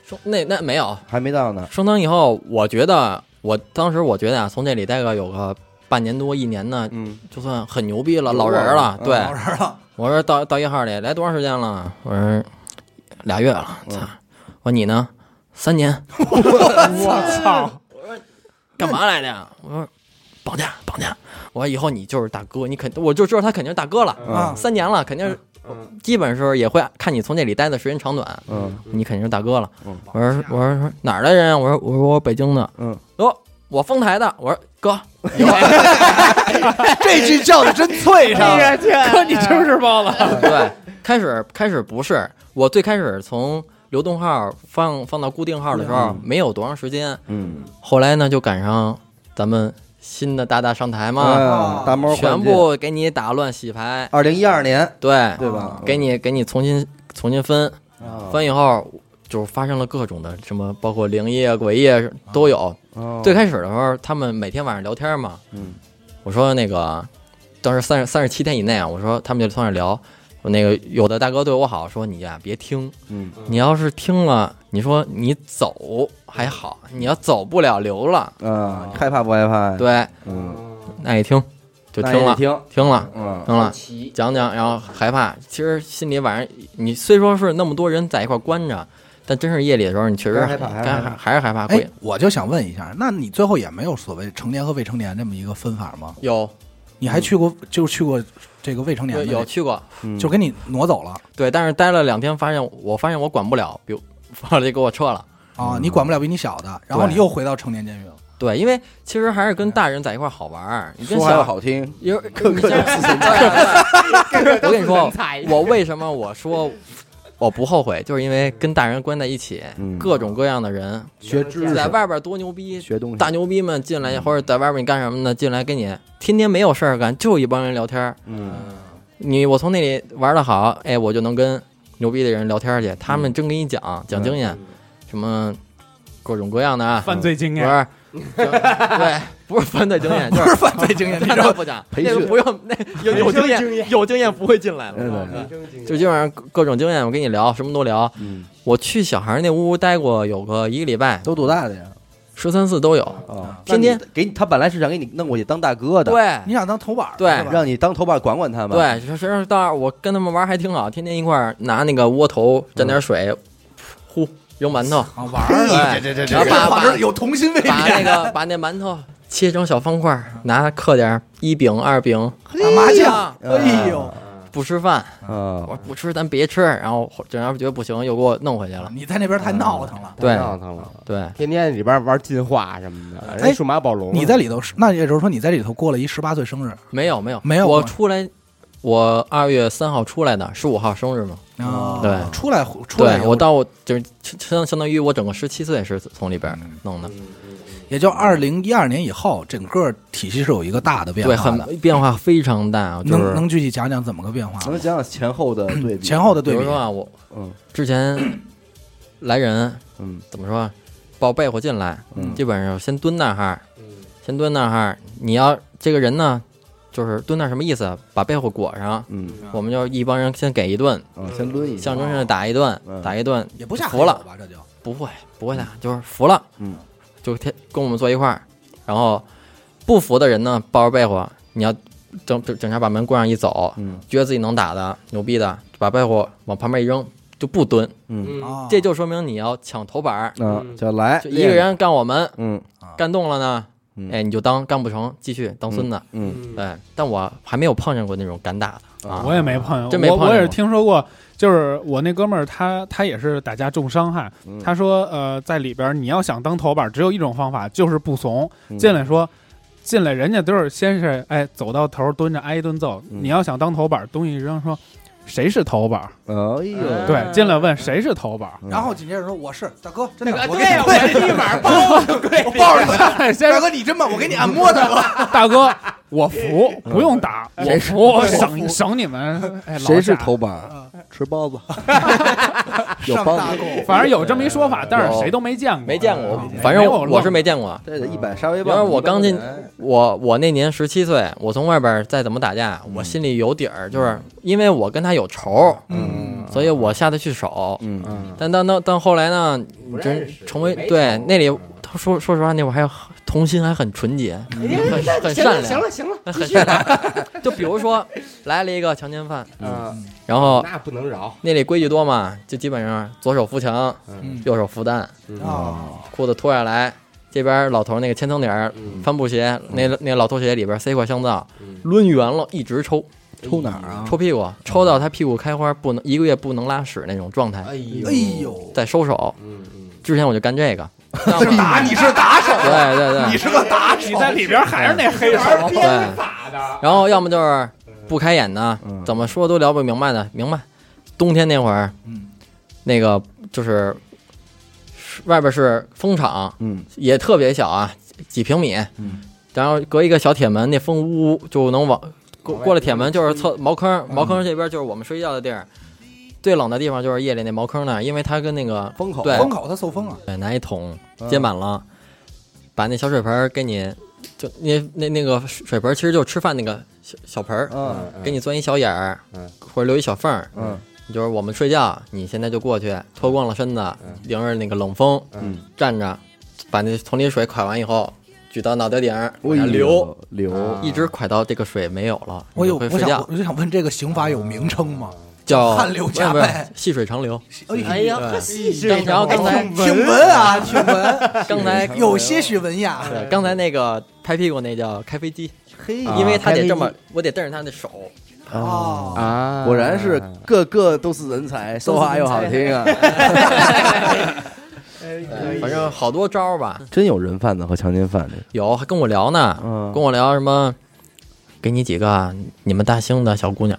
说那那没有
还没到呢。
升堂以后，我觉得我当时我觉得啊，从这里待个有个半年多一年呢，
嗯，
就算很牛逼了，
有
老人
味儿
了
了。嗯
对，
老人了，
我说到到一号里来多长时间了？我说俩月了。操！我说你呢？三年。
我操！
干嘛来的呀？我说绑架绑架。我说以后你就是大哥，你肯我就知道他肯定是大哥了。
嗯
啊
三年了，肯定是
嗯
基本是也会看你从这里待的时间长短，
嗯
你肯定是大哥了。
嗯
我说我说哪儿的人啊？我说我说我北京的。
嗯，
哟、我丰台的。我说哥，
这句叫的真 脆
哎
上。
哥， 你吃不吃包子？
对，开始开始不是，我最开始从流动号放放到固定号的时候，没有多长时间。
嗯，
后来呢，就赶上咱们新的大大上台嘛，
啊，大猫
全部给你打乱洗牌，
二零一二年
对
对吧？
啊给你给你重新重新分
啊
分以后，就是发生了各种的什么，包括灵异啊、诡异啊都有。
哦
最开始的时候，他们每天晚上聊天嘛，
嗯
我说那个当时三十三十七天以内啊，我说他们就从那聊。我那个有的大哥对我好，说你呀、别听，
嗯
你要是听了，你说你走还好，你要走不了留了，
啊，害怕不害怕呀？，
对，
嗯，
那一听就
那
听
也得
了，
听，
听了，
嗯
听了，讲讲，然后害怕。其实心里晚上，你虽说是那么多人在一块儿关着，但真是夜里的时候，你确实
该害怕还是
该
害
还
怕
还是害怕
哎
鬼。，
我就想问一下，那你最后也没有所谓成年和未成年这么一个分法吗？
有
你还去过，就去过这个未成年
嗯有
的，
有去过，
嗯
就给你挪走了
对，但是待了两天，发现我发现我管不了，比如 后来就给我撤了。
啊！你管不了比你小的，然后
嗯对
你又回到成年监狱了。
对，因为其实还是跟大人在一块儿好玩儿，你跟
说还
小
好听，
有
各个都自
对 对对我跟你说，我为什么我说我不后悔，就是因为跟大人关在一起，
嗯
各种各样的人
学知识
在，外边多牛逼，
嗯学东西，
大牛逼们进来，或者在外面你干什么呢？进来跟你天天没有事儿干，就一帮人聊天儿。
嗯
你我从那里玩的好，哎，我就能跟牛逼的人聊天
嗯
去，他们真给你讲讲经验，什么各种各样的啊，
犯罪经
不
验，
是 对，不是犯罪经验，就
不是犯罪经验，你
那
知道
倒
吗
不讲，
培
那个
训嗯
不用，那有有经验，有经验不会进来
对对
了
对。
就基本上各种经验，我跟你聊，什么都聊。
嗯，
我去小孩那屋待过有个一个礼拜，
都多大的呀？
十三四都有。
啊，
天天
那你给你，他本来是想给你弄过去当大哥的，，
对
你想当头板儿
对
是吧
让你当头把管管他们。，
对，实实到那儿我跟他们玩还挺好，天天一块儿拿那个窝头蘸点
嗯
水，呼扔馒 头，
啊玩儿
对
呢，这这
哎然后把
好
把
像是有童心未
把那
泯，
个把那馒头切成小方块儿，拿刻点儿一饼二饼。
打麻将，
啊
哎呦，
不吃饭，
啊
我，说不吃咱别吃，然后这人觉得不行，又给我弄回去了。
你在那边太闹腾了。
对
闹腾了，
对，
天天里边玩进化什么的，
哎
人数码暴龙，
你在里头是，那也就是说你在里头过了一十八岁生日
没有没有
没有
我
吗
出来，我二月三号出来的，十五号生日嘛。
啊
对
出来出来
对
以后，
我到我就是相相当于我整个十七岁是从里边弄的，
也就二零一二年以后，整个体系是有一个大的变化
对，
的，
很变化非常大。啊就
能
是
能具体讲讲怎么个变化吗？
能讲讲前后的对比？
前后的
比
对
如
比
说，啊，我
嗯
之前来人
嗯
怎么说，抱被窝进来，
嗯
基本上先蹲那儿，先蹲那儿。你要这个人呢，就是蹲那儿什么意思？啊把被窝裹上，
嗯
我们就一帮人先给一顿，
啊，先抡一下，
象征性的打一顿，
嗯
打一顿
也不下
服了
黑手吧，这就
不会不会打，就是服了，
嗯，
就天跟我们坐一块儿，然后不服的人呢抱着被窝，你要整整警察把门关上一走，
嗯
觉得自己能打的牛逼的，把被窝往旁边一扔就不蹲，
嗯
啊
这就说明你要抢头板儿，
啊，叫来
就一个，人干我们，
嗯
干动了呢
嗯，
哎你就当干不成继续当孙子，
嗯
对，但我还没有碰见过那种敢打的啊，
我也没碰见，
真没
我
碰见
我也是
过
听说过，就是我那哥们儿他他也是打架重伤害，
嗯
他说呃在里边儿你要想当头板儿，只有一种方法就是不怂，
嗯
进来说。进来，人家都是先是哎走到头儿蹲着挨一顿揍。
嗯
你要想当头板儿，东西一扔说谁是头板儿？
哎呦，
对，进来问谁是头板儿。
嗯
然后紧接着说我是大哥，真的，我给
对，啊我 立马包对，
你抱着你，
先
大哥你真棒，我给你按摩大哥。
大哥，我服，不用打，我
谁是
服，省省你们。哎
谁是？
老
头
贾
板？吃包子，有
上
包
大
子，
够，
反正有这么一说法，但是
有
谁都没见过，
没见过
没，
反正
没有
我我是
愣
没见过，
这得一百沙威
要
棒。
是我刚进
一百块钱
我我那年十七岁，我从外边再怎么打架，我心里有底儿，就是因为我跟他有仇，
嗯
所以我下得去手。
嗯
但但但但后来呢，你嗯真成为对那里，他说说实话，那会儿还有童心还很纯洁，很很善
哎行
良，
了行了，
很善良。就比如说来了一个强奸犯，
嗯，
然后
那不能饶，
那里规矩多嘛，就基本上左手扶墙，
嗯
右手扶单，
啊，
裤子脱下来，这边老头那个千层底儿
嗯
帆布鞋，那那老头鞋里边塞一块香皂
嗯，
抡圆了，一直抽
抽哪儿啊？
抽屁股，抽到他屁股开花，不能一个月不能拉屎那种状态，
哎呦
哎，呦，
再收手。
嗯嗯，
之前我就干这个， 但 我
打你是打手，
对对对，
是个打手
你在里边还是那黑手，
对，
咋的？
嗯然后要么就是不开眼呢，怎么说都聊不明白的，明白？冬天那会儿，
嗯
那个就是是外边是风场，
嗯
也特别小啊，几平米，
嗯
然后隔一个小铁门，那风呜呜就能往过过了铁门就是厕茅坑，茅坑这边就是我们睡觉的地儿，最冷的地方就是夜里那茅坑那儿，因为它跟那个
风口
对
风口他受风啊，
对拿一桶接满了，把那小水盆儿给你，就那那那个水盆儿其实就是吃饭那个小小盆儿，
嗯
给你钻一小眼儿
嗯，
或者留一小缝儿，
嗯
就是我们睡觉，你现在就过去脱光了身子，迎着那个冷风，
嗯，
站着，把那桶里水蒯完以后，举到脑袋顶儿，
哎
往下
呦
流，
流，
一直蒯到这个水没有了，
我
你
有
就会
哎我
睡
想
觉，
我就想问这个刑法有名称吗？
嗯
叫
汗流浃背
不是不是细水长流。
哎
呀
对
呵细水
刚然后刚才
挺文啊，挺文，
刚才
有些许文雅。
对刚才那个拍屁股那叫开飞机，
嘿
因为他
啊
得这么，我得瞪着他的手，
哦，
啊
果然是个个都是人才，说话又好听啊！
对反正好多招儿吧。
嗯
真有人贩子和强奸犯这个，
有还跟我聊呢，
嗯
跟我聊什么？给你几个你们大兴的小姑娘，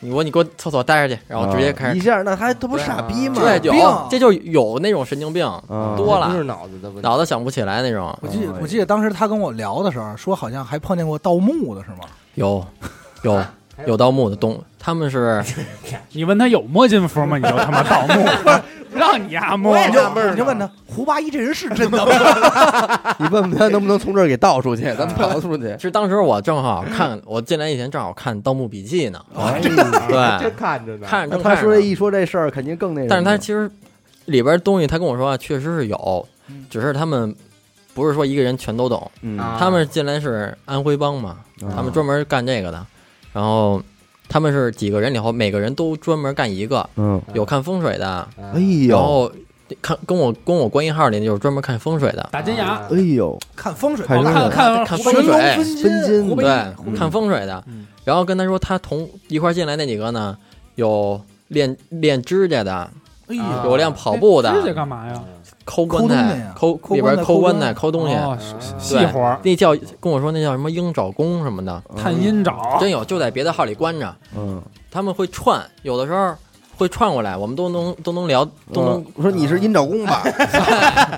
你我你给我厕所待着去，然后
啊
直接开
一
始。
下，那他这不傻逼吗？
对，
有病
有这就有那种神经病
嗯
多
不
了
是，脑子的问题，
脑子想不起来那种。
我记得
哎
我记得当时他跟我聊的时候，说好像还碰见过盗墓的是吗？
有， 有有盗墓的东，他们是
你问他有摸金符吗？你就他妈盗墓， 让你啊摸，
你就你就问他胡八一这人是真的吗？
你问问他能不能从这儿给倒出去，咱们倒出去
其。实当时我正好看，我进来以前正好看《盗墓笔记》呢，
真
对，
看着呢，
看着正
他
看
说这
着，
一说这事儿，肯定更那什么。
但是他其实里边东西，他跟我说啊，确实是有，只是他们不是说一个人全都懂，
嗯
啊
他们进来是安徽帮嘛，他们专门干这个的，然后他们是几个人里头，每个人都专门干一个，
嗯，
有看风水的，
嗯
哎
然
呦，
后看跟我跟我关一号里就是专门看风水的，
打金牙，
嗯
哎呦，
看风水，
看
嗯
我
风水
看看
看
胡
风水
龙分
分金
湖北
对，看风水的
嗯，
然后跟他说他同一块儿进来那几个呢，有练练指甲的，
哎
啊
呦，
有练跑步
哎指甲
的，
干
嗯
嘛呀？
抠棺
抠东西
材
呀，
抠
抠
里
棺
边
材
抠
抠
棺
棺
材，抠东西，嗯
啊
哦细活儿，
那叫跟我说那叫什么鹰爪功什么的，
探阴爪，
真有，就在别的号里关着，
嗯，
他们会串，有的时候会串过来，我们都能都能聊，都能
嗯我说你是阴爪功 吧？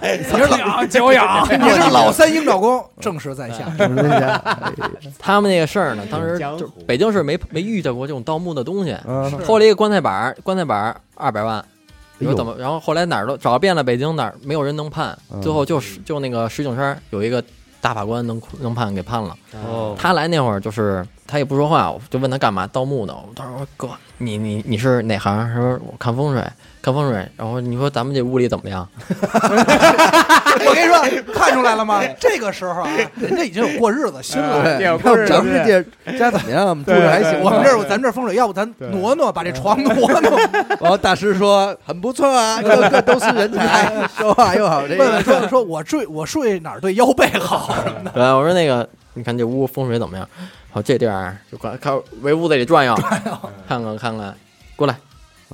你是痒脚痒，
你是老三鹰爪功，正是在下。
我说那家哎
他们那个事儿呢，当
嗯
时
江湖
就北京市没没遇见过这种盗墓的东西，
嗯
是
偷了一个棺材板儿，棺材板儿二百万，你
哎
说
呦
怎么？然后后来哪儿都找遍了北京哪儿没有人能判，
嗯
最后就是就那个石景山有一个大法官能能判给判了。
哦，
他来那会儿就是他也不说话，我就问他干嘛盗墓呢？我当时说哥，你你你是哪行？他说我看风水，看风水。然后你说咱们这屋里怎么样？
我跟你说，看出来了吗？这个时候啊，人家已经有过日子心了。
对，
有
看我
味
们
儿
咱们这家家怎么样？我们住哎着还行。
我们这儿，咱们这儿风水，要不咱挪挪，把这床挪挪，
然后大师说很不错啊，个个都是人才， 说话又好，这
问问说
个
说我睡我睡哪儿对腰背好什么的。
对，呃我说那个，你看这屋风水怎么样？好，这地儿就快看围屋子里转悠，看看看看，过来，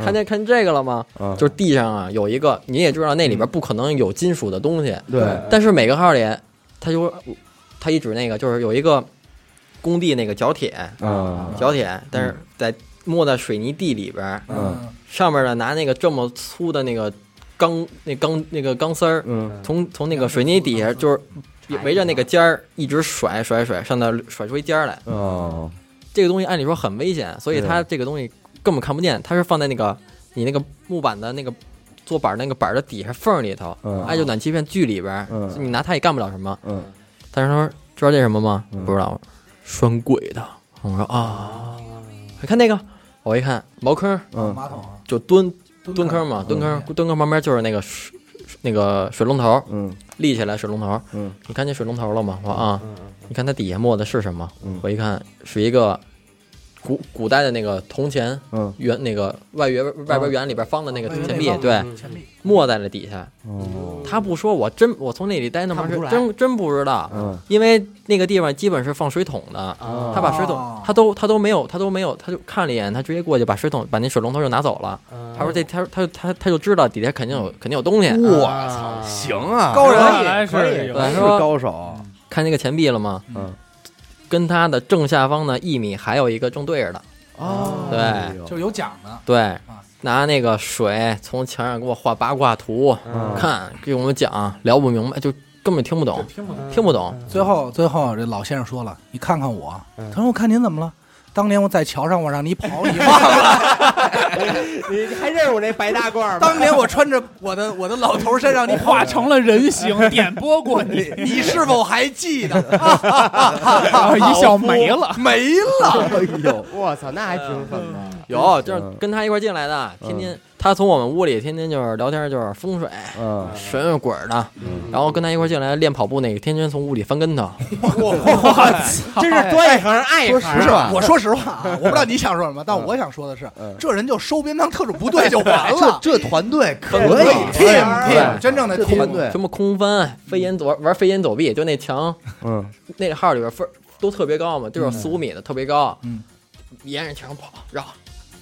看见看这个了吗？
嗯
就是地上啊有一个，你也知道那里边不可能有金属的东西，
对，
嗯
但是每个号里，他就他一指那个就是有一个工地那个角铁，
嗯
角铁，但是在没在水泥地里边儿，
嗯
上面呢拿那个这么粗的那个钢那钢那个钢丝儿，
嗯
从从那个水泥底下就是围着那个尖儿一直甩甩甩，上那儿甩出一尖儿来。
哦，
这个东西按理说很危险，所以它这个东西根本看不见，它是放在那个你那个木板的那个坐板儿那个板儿的底下缝儿里头，
嗯
挨着暖气片锯里边儿，
嗯
你拿它也干不了什么。
嗯，
但是他说知道这是什么吗？
嗯
不知道，拴鬼的。我说啊，
哦
你看那个，我一看茅坑
嗯
马桶啊
就蹲
蹲
蹲坑嘛，蹲坑蹲坑旁边就是那个水那个水龙头，
嗯
立起来水龙头，
嗯，
你看见水龙头了吗？我说
嗯
啊，你看它底下抹的是什么？
嗯
我一看是一个古古代的那个铜钱
嗯
圆，那个外圆外边圆里边方的那个
哦
外圆
钱
内
币，
方
对，
钱币
抹在了底下。
哦
他不说，我真我从那里待那
嗯
么
看不出
长
来
时间，真真不知道，
嗯
因为那个地方基本是放水桶的。
啊
他把水
哦
桶，他都他都没有，他都没有，他就看了一眼，他直接过去把水桶把那水龙头就拿走了。
嗯
他说这他他他他就知道底下肯定有肯定有东西。
嗯
我
操，
行啊，
高人
哎
看
可
来
以
是有
对
是
说
高手，
看那个钱币了吗？
嗯，
跟它的正下方的一米还有一个正对着的，
哦
对
就是有奖的。
对，拿那个水从墙上给我画八卦图，
嗯
看给我们讲，聊不明白就根本听不懂，
听不
嗯
懂，
听不懂。
最后，最后这老先生说了：“你看看我。”他说：“我看您怎么了？当年我在桥上，我让你跑，你忘了。
你还认识我这白大褂吗？
当年我穿着我的我的老头身让你跑
化，成了人 形，点拨过你，
你是否还记得？
啊一笑没 了。
没了。
哎呦，
我操，那还挺狠的，
有，就是跟他一块进来的，天天他从我们屋里天天就是聊天，就是风水、
嗯，
神神鬼儿的，然后跟他一块进来练跑步那个，天天从屋里翻跟头。
真是端一行爱一
说
行，
实话，
我说实话啊，我不知道你想说什么，但我想说的是
嗯，
这人就收编当特种部队就完
这
哎
了。
这团队可
可
以
以，
可以
team，team，真正的
这
team
团队
什么空翻、飞檐走玩飞檐走壁，就那墙
嗯，
那个号里边分儿都特别高嘛，就是四五米的特别高，
嗯，
沿着墙跑绕，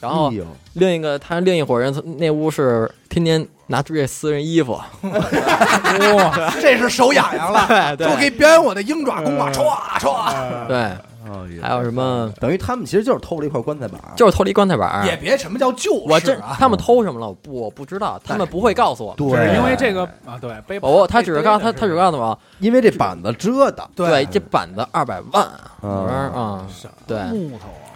然后
哎呦
另一个他另一伙人从那屋是天天拿出这私人衣 服，
哇，
这是手痒痒了，
对嗯
就给表演我的鹰爪功啊，歘歘，
对，
哎呦
还有什么
等于他们其实就是偷了一块棺材板儿，
就是偷了一棺材板
也
儿，
别什么叫旧
嗯我
事
这
啊，
他们偷什么了？我不我不知道，他们不会告诉我。
只是因为
对，
这个啊，对，背包
哦，他只是告
背
他
的
他只告诉我，
因为这板子遮的，啊
对，这板子二百万，我说啊，对，
木头啊，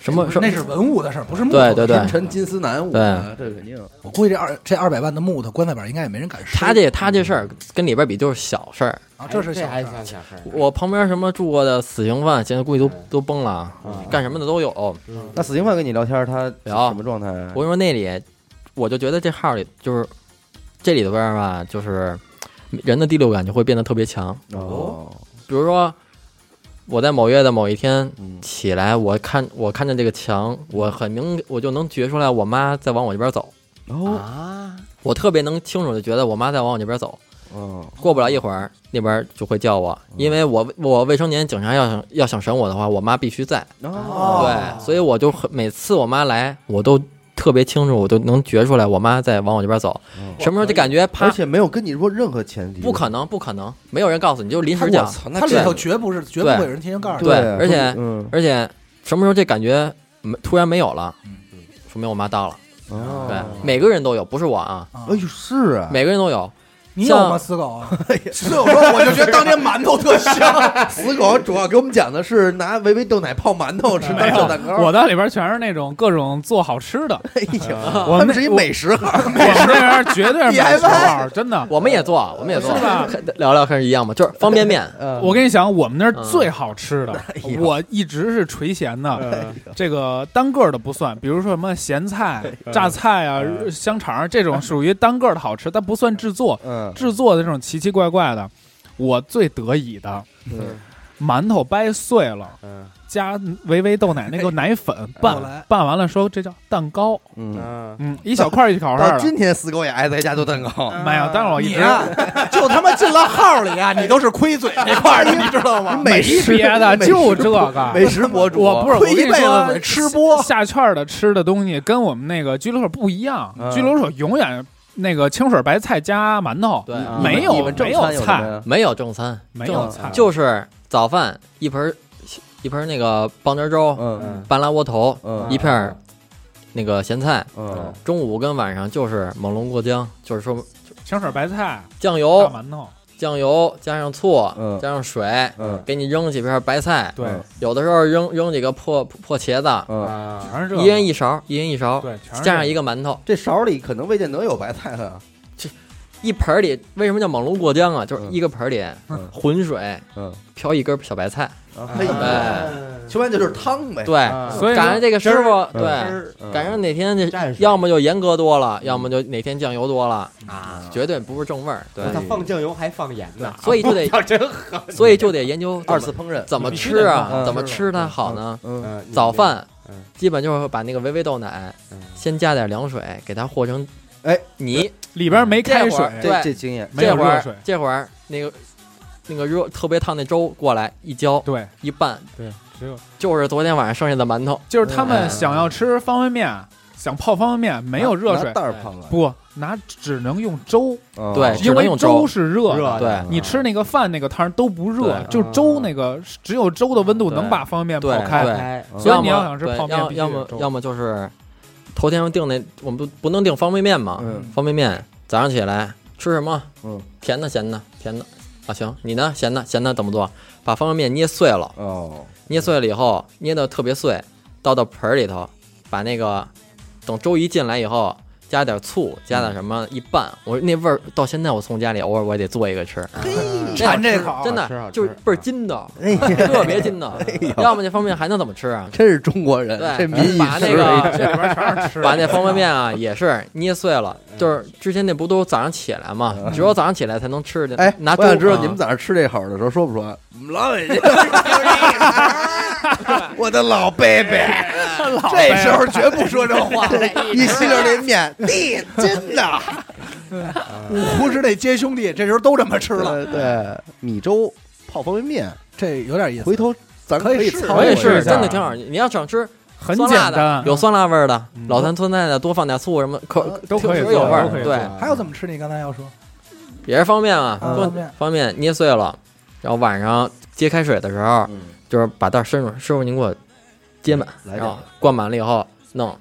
什么什么
那是文物的事儿，不是木头。
对对对
天辰金丝楠，我
对
啊这肯定。
我估计这二这二百万的木头，棺材板应该也没人敢收。
他这他这事儿跟里边比就是小事儿。
啊，这是
哎这
小
还
事
小
儿。
小事儿。
我旁边什么住过的死刑犯，现在估计都都崩了啊，
啊
干什么的都有。
那死刑犯跟你聊天，他
聊
什么状态啊？
我跟你说那里，我就觉得这号里就是这里边儿吧，就是人的第六感就会变得特别强。
哦，
比如说，我在某月的某一天
嗯
起来，我看我看见这个墙，我很明我就能觉出来我妈在往我这边走，
哦
啊，
我特别能清楚的觉得我妈在往我这边走。
哦，
过不了一会儿，那边就会叫我，因为我我未成年警察要想要想审我的话，我妈必须在。
哦，
对，所以我就很每次我妈来，我都特别清楚，我都能觉出来我妈在往我这边走。什么时候就感觉
而
啪，
且没有跟你说任何前提，
不可能，不可能，没有人告诉你，就临时
我
讲。
操，那
他里
这
头绝不是，绝不会有人天天告诉你。
对而且
嗯，
而且什么时候这感觉没突然没有了，说明我妈到了。
哦
对，每个人都有，不是我啊，
啊
哎呦，是啊，
每个人都有。
你有吗，
像
死 狗？
所以我说，我就觉得当年馒头 特香。死狗主要给我们讲的是拿维维豆奶泡馒头吃当小蛋糕。
我到里边全是那种各种做好吃的，
哦
呃
哎呀，
我
他
们
们是一
我
美食行，
我们这边绝 对是买手号，真的。
我们也做，我们也做
是吧，
聊聊看是一样吗？就是方便面，
我跟你讲，我们那儿最好吃的
嗯 哎，呀
我一直是垂涎的。这个单个儿的不算，比如说什么咸菜、
哎
榨菜啊、香肠儿这种，属于单个儿的好吃，但不算制作。
嗯，
制作的这种奇奇怪怪的，我最得意的，
嗯
馒头掰碎了，
嗯
加维维豆奶那
哎
个奶粉拌
后来，
拌完了说这叫蛋糕，
嗯。
嗯，
嗯，一小块儿一小块
到
儿的。
今天，死狗也爱在家做蛋糕。
没有，但是我一
你
直
啊，就他妈进了号里啊，你都是亏嘴那块儿的，你知道吗？
美食
别的
美
就这个。
美食博主，
啊我不是我
亏
跟你
一辈
说
子，吃播，
下券儿的吃的东西跟我们那个居留所不一样
嗯，
居留所永远那个清水白菜加馒头，
对，
嗯
没
你
有
们
没
正餐有什么
菜，
呀
没有正餐，
没有
正
菜
餐，
就是早饭一盆儿一盆儿那个棒汁儿粥，
嗯
半拉窝头，
嗯
一片儿那个咸菜。
嗯
啊
中午跟晚上就是猛龙过江，就是说
清水白菜
酱
大
油、
馒头，
酱油加上醋
嗯，
加上水，
嗯
给你扔几片白菜，
对，
有的时候扔扔几个破破茄子，
嗯，
啊，
全是这个，
一人一勺，一人一勺，
对，全是
加上一
个
个馒头，
这勺里可能未见得有白菜的，
一盆儿里为什么叫猛龙过江啊？就是一个盆儿里
嗯
浑水
嗯，
飘一根小白菜，
哎呀，
哎，
说白就是汤呗。
对，
啊
所以说
赶上这个师傅，
汁
对，
儿嗯
赶上哪天这
蘸水
要么就盐搁多了，要么就哪天酱油多了，
啊
绝对不是正味儿，对。
他放酱油还放盐呢，
所以就得，
要真狠。
所以
嗯
就得研究
二次烹饪，
怎么吃啊，
嗯
怎么吃它好呢？
嗯，
嗯
早饭
嗯
基本就是把那个维维豆奶
嗯
先加点凉水，给它和成
哎
泥。
里边没开
这会
水
儿，
这这经验，
没
这
有
会
热水
儿，这会儿那个那个热特别烫那粥过来一浇
对，
一拌，
只有
就是昨天晚上剩下的馒头。
就是他们想要吃方便面，想泡方便面，没有热水
拿，袋儿啊泡了。
不拿，只能用粥，
嗯
对只
因
能
为
用粥
粥是热的。
热
对
你吃那个饭那个汤都不热，
嗯对
就粥那个只有粥的温度能把方便面
对
泡开。
对，
哎
嗯
所以
要
你要
么
想吃
对
泡面
要
必须
要
得
么
粥
要么就是头天订那我们不不能订方便面嘛，
嗯
方便面早上起来吃什么？
嗯，
甜的咸的甜的啊，行，你呢？咸的咸的怎么做？把方便面捏碎了。
哦，
捏碎了以后，捏的特别碎，倒到盆儿里头，把那个等粥一进来以后，加点醋，加点什么一拌，我那味儿到现在我从家里偶尔我也得做一个吃，
馋这口
真
好吃
的
好吃
就是倍儿筋道，
哎呀，
特别筋道。要么这方便面还能怎么吃啊？
真是中国人，这
对，
民以
把那
食为
这
个
里边全是吃的。
把那方便面啊也是捏碎了，
嗯
就是之前那不都早上起来嘛，只有早上起来才能吃的。
哎，
拿
我
粥
想知道
啊
你们早上吃这口的时候说不说？我们老北 京，我的老贝贝，这时候绝不说这话。一吸溜这面，弟，真的，
五湖之内皆兄弟，这时候都这么吃了，
对对，米粥泡方便面，
这有点意思。
回头咱
可以
以
试
操
我
可
也
以
作
试
一
是
一
下
下
真的挺好，你要想吃
很
酸辣
简
的
单，
有酸辣味儿的，
嗯
老坛酸菜的，多放点醋什么，可
嗯
都可以
挺
做
有
都
味
可
儿，
以做
对，
还有怎么吃？你刚才要说
也是方便啊，
啊
多
方便
方便捏碎了，然后晚上接开水的时候，
嗯
就是把袋儿伸出来，师傅您给我接满，
来
然
点
后灌满了以后弄，哦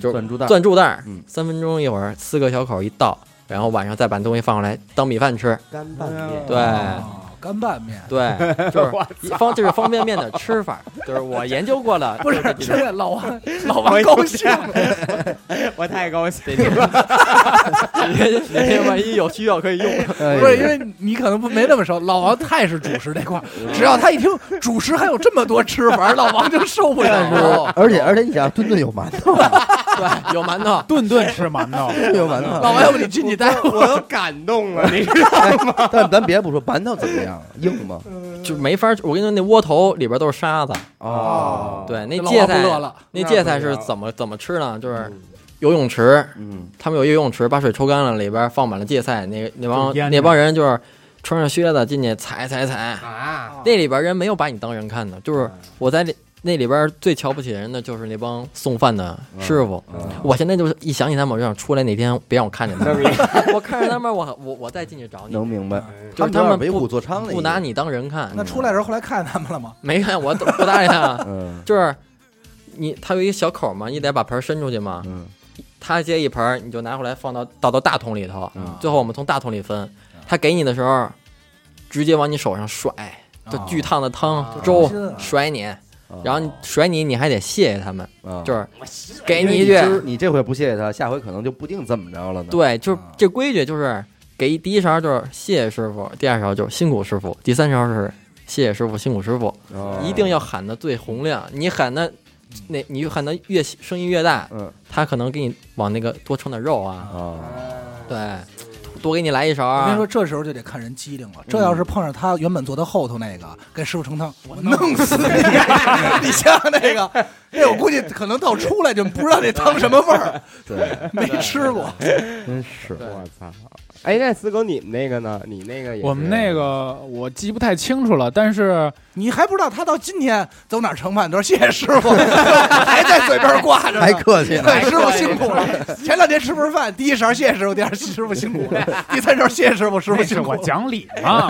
就是
攥猪蛋，
攥住袋儿
嗯，
三分钟一会儿撕个小口一倒，然后晚上再把东西放过来当米饭吃，
哦
干拌面，
对，
啊干拌面，
对，就是方就是方便面的吃法，就是我研究过了，
不是
就是这
这
个
个老 王老王高兴，
哎
我太高兴了。
哪天万一有需要可以用。
不
不是因为你可能不没那么熟，老王太是主食这块儿，
哎
只要他一听主食还有这么多吃法，老王就受不
但是
了。
哎而且而且你想，顿顿有馒头，
对，有馒头，
顿顿吃馒头，
顿顿有馒头。
老王，要不你进去待会儿，
我都感动了，你知道吗？
哎但咱别不说馒头怎么样，硬吗？
就没法。我跟你说，那窝头里边都是沙子。
哦，
对，那
这老
芥
王不啊嗯乐
菜，
了。
那芥菜是怎么怎么吃呢？就是游泳池，
嗯，
他们有游泳池，把水抽干了，里边放满了芥菜。那那帮
就腌着
那帮人就是穿上靴子进去踩踩踩。
啊，
那里边人没有把你当人看的，就是我在里那里边最瞧不起人的就是那帮送饭的师傅。我现在就是一想起他们，我就想出来哪天别让我看见他 们。我看着他们，我我我再进去找你，
能明白。
就
们
是
他
他们
为虎
不
作伥的，，
不拿。你当人看。
那出来的时候，后来看见他们了吗？
没看我不搭理他
嗯
就是你他有一个小口嘛，你得把盆伸出去嘛。
嗯，
他接一盆，你就拿回来放到倒到大桶里头
嗯，
最后我们从大桶里分。他给你的时候，直接往你手上甩，就
啊
巨烫的汤
啊
粥
心啊
甩你，
啊
啊
然后你甩你，你还得谢谢他们，
后
就是是给你一
你
句，
今儿你这回不谢谢他，下回可能就不定怎么着了呢。
对，就是
啊
这规矩就是给第一勺就是谢谢师傅，第二勺就是辛苦师傅，第三勺是谢谢师傅辛苦师傅，
哦，
一定要喊的最洪亮，你喊的。那你喊的越声音越大，
嗯
他可能给你往那个多盛点肉啊，
啊，
对，多给你来一勺
哦我
啊。
跟你说，这时候就得看人机灵了。这要
嗯
是碰上他原本坐他后头那个，给师傅盛汤，我弄死你！啊你像那 个，哎那我估计可能到出来就不知道那汤什么味 儿，
对，
没吃过。
真是
我操！哎，那死狗，你们那个呢？你那个也是
我们那 个我记不太清楚了，但是
你还不知道他到今天走哪儿盛饭，都说谢谢师傅， 还在嘴边挂着
还
呢。
客气呢。
哎师傅辛苦 了。前两天吃份饭，第一勺谢谢师傅，第二师傅辛苦 了，第三勺谢谢师傅，师傅
那是
辛苦
我
了。
讲理嘛，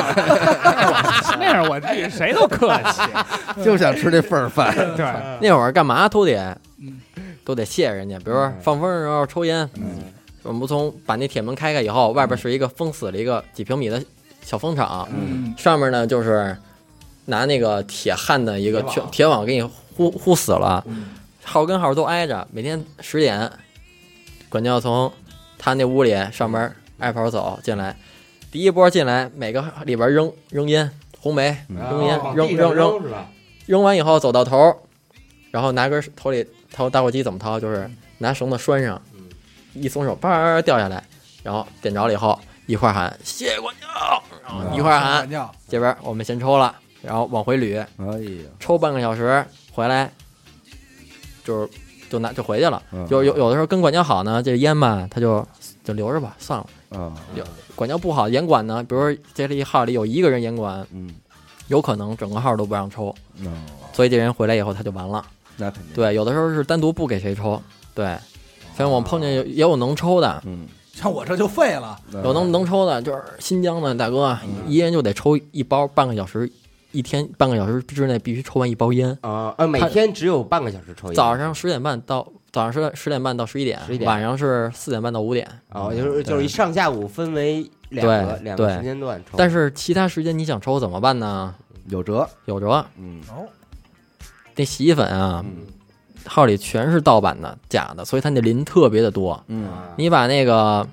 那是我那是我谁都客 气，
就想吃这份儿饭，
对，
嗯
那会儿干嘛都得
嗯，
都得谢人家。比如说放风的时候抽烟，我们从把那铁门开开以后，外边是一个封死了一个几平米的小风场，
嗯，
上面呢就是拿那个铁焊的一个
铁
铁
网嗯
铁网给你糊糊死了，号跟号都挨着，每天十点，管教从他那屋里上门挨跑走进来，第一波进来，每个里边扔扔烟、红梅、扔烟、
啊
扔扔扔，
是吧？
扔完以后走到头儿，然后拿根头里掏打火机怎么掏，就是拿绳子拴上
嗯，
一松手叭掉下来，然后点着了以后一块儿喊谢谢管教，然
啊
后一块儿啊喊
管教
这边我们先抽了，然后往回捋，
哎呀，
抽半个小时回来，就是就拿就回去了。
嗯
有有有的时候跟管教好呢，这烟吧他就就留着吧，算了。
啊，
管教不好，严管呢，比如说这一号里有一个人严管，
嗯，
有可能整个号都不让抽，
那
所以这人回来以后他就完了。
那肯定，
对，有的时候是单独不给谁抽。对，像我碰见有也有能抽的，
嗯，
像我这就废了，
那
有能能抽的，就是新疆的大哥，啊一人就得抽一包，半个小时，一天半个小时之内必须抽完一包烟。
啊啊！每天只有半个小时抽烟，
早上十点半到早上十十点半到十一点，
11点
晚上是四点半到五点。
哦，就是就是一上下午分为两个
对
两个
对
时间段抽，啊
但是其他时间你想抽怎么办呢？
有辙，
有辙，
嗯，
那洗衣粉啊，
嗯
号里全是盗版的、假的，所以它那磷特别的多。
嗯
啊
你把那个，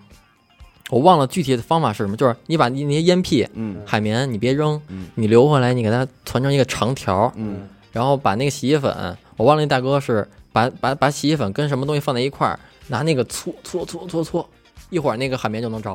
我忘了具体的方法是什么，就是你把你那些烟屁、
嗯
海绵你别扔
嗯，
你留回来，你给它团成一个长条，
嗯，
然后把那个洗衣粉，我忘了那大哥是把把把洗衣粉跟什么东西放在一块儿，拿那个搓搓搓搓搓，一会儿那个海绵就能着，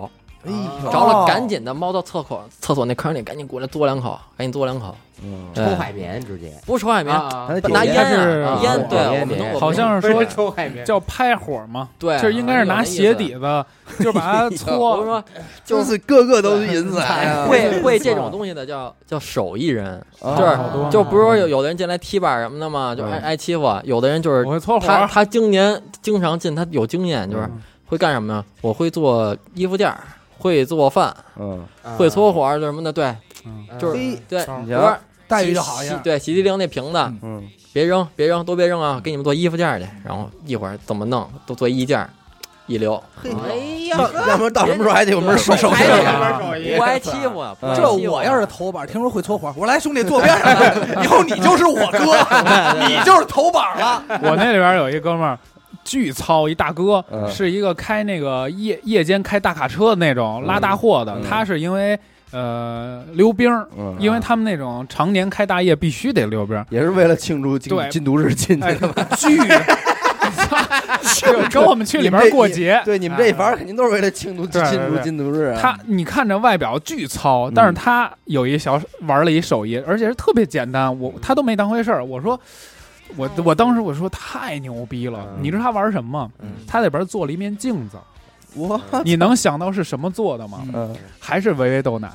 哎呦，
着
哦
了赶紧的猫到厕所厕所那坑里，赶紧过来嘬两口，赶紧嘬两口，
嗯
抽
对
海绵直接
不是抽海绵，
啊
还得
拿
点
烟
烟
是
啊烟，对
烟，
我们
点
能
烟
我们
好像是说
抽海绵
叫拍火嘛，
对，啊
就是应该是拿鞋底哦子，就是 把它
我跟
搓
你，说
就是个个都是银
哦
仔啊，
会会这种东西的叫叫手艺人，
啊
就是
哦好多嗯
就不是说有有的人进来踢板什么的嘛，就
嗯
挨挨欺负；啊有的人就是
我会搓
他
火，
他今年经常进，他有经验，就是
嗯
会干什么呢？我会做衣服架儿，会做饭，
嗯，
啊
会
啊
搓火什么的。对
嗯
就是
是
对，
你
比如说
瞧，
待遇就好一
洗
些。
对，洗涤灵那瓶子
嗯，
嗯，
别扔，别扔，都别扔啊！给你们做衣服架儿去，然后一会儿怎么弄都做衣架儿，一流。
哎呀，要不然到什么时候还得有门手艺
还得有
啊？
门手艺不挨欺负啊！不挨欺负
嗯这
啊
我要是头板，听说会搓火，我说来兄弟坐边上来，以后你就是我哥，你就是头板了。
我那里边有一哥们儿。巨糙一大哥，
嗯
是一个开那个夜夜间开大卡车的那种拉大货的。
嗯
他是因为呃溜冰儿，
嗯，
因为他们那种常年开大夜必须得溜冰儿
也是为了庆祝禁
对
禁毒日
哎
进 去的。
巨， 就跟我们去里边过节。
对，你们这一
啊
行肯定都是为了庆祝
对对
禁毒
对
禁毒日啊。
他，你看着外表巨
嗯
糙，但是他有一小玩了一手艺，而且是特别简单，我他都没当回事儿。我说，我我当时我说太牛逼了，
嗯
你知道他玩什么吗？他在里边做了一面镜子，
我
你能想到是什么做的吗？
嗯，哦
还是维维豆奶，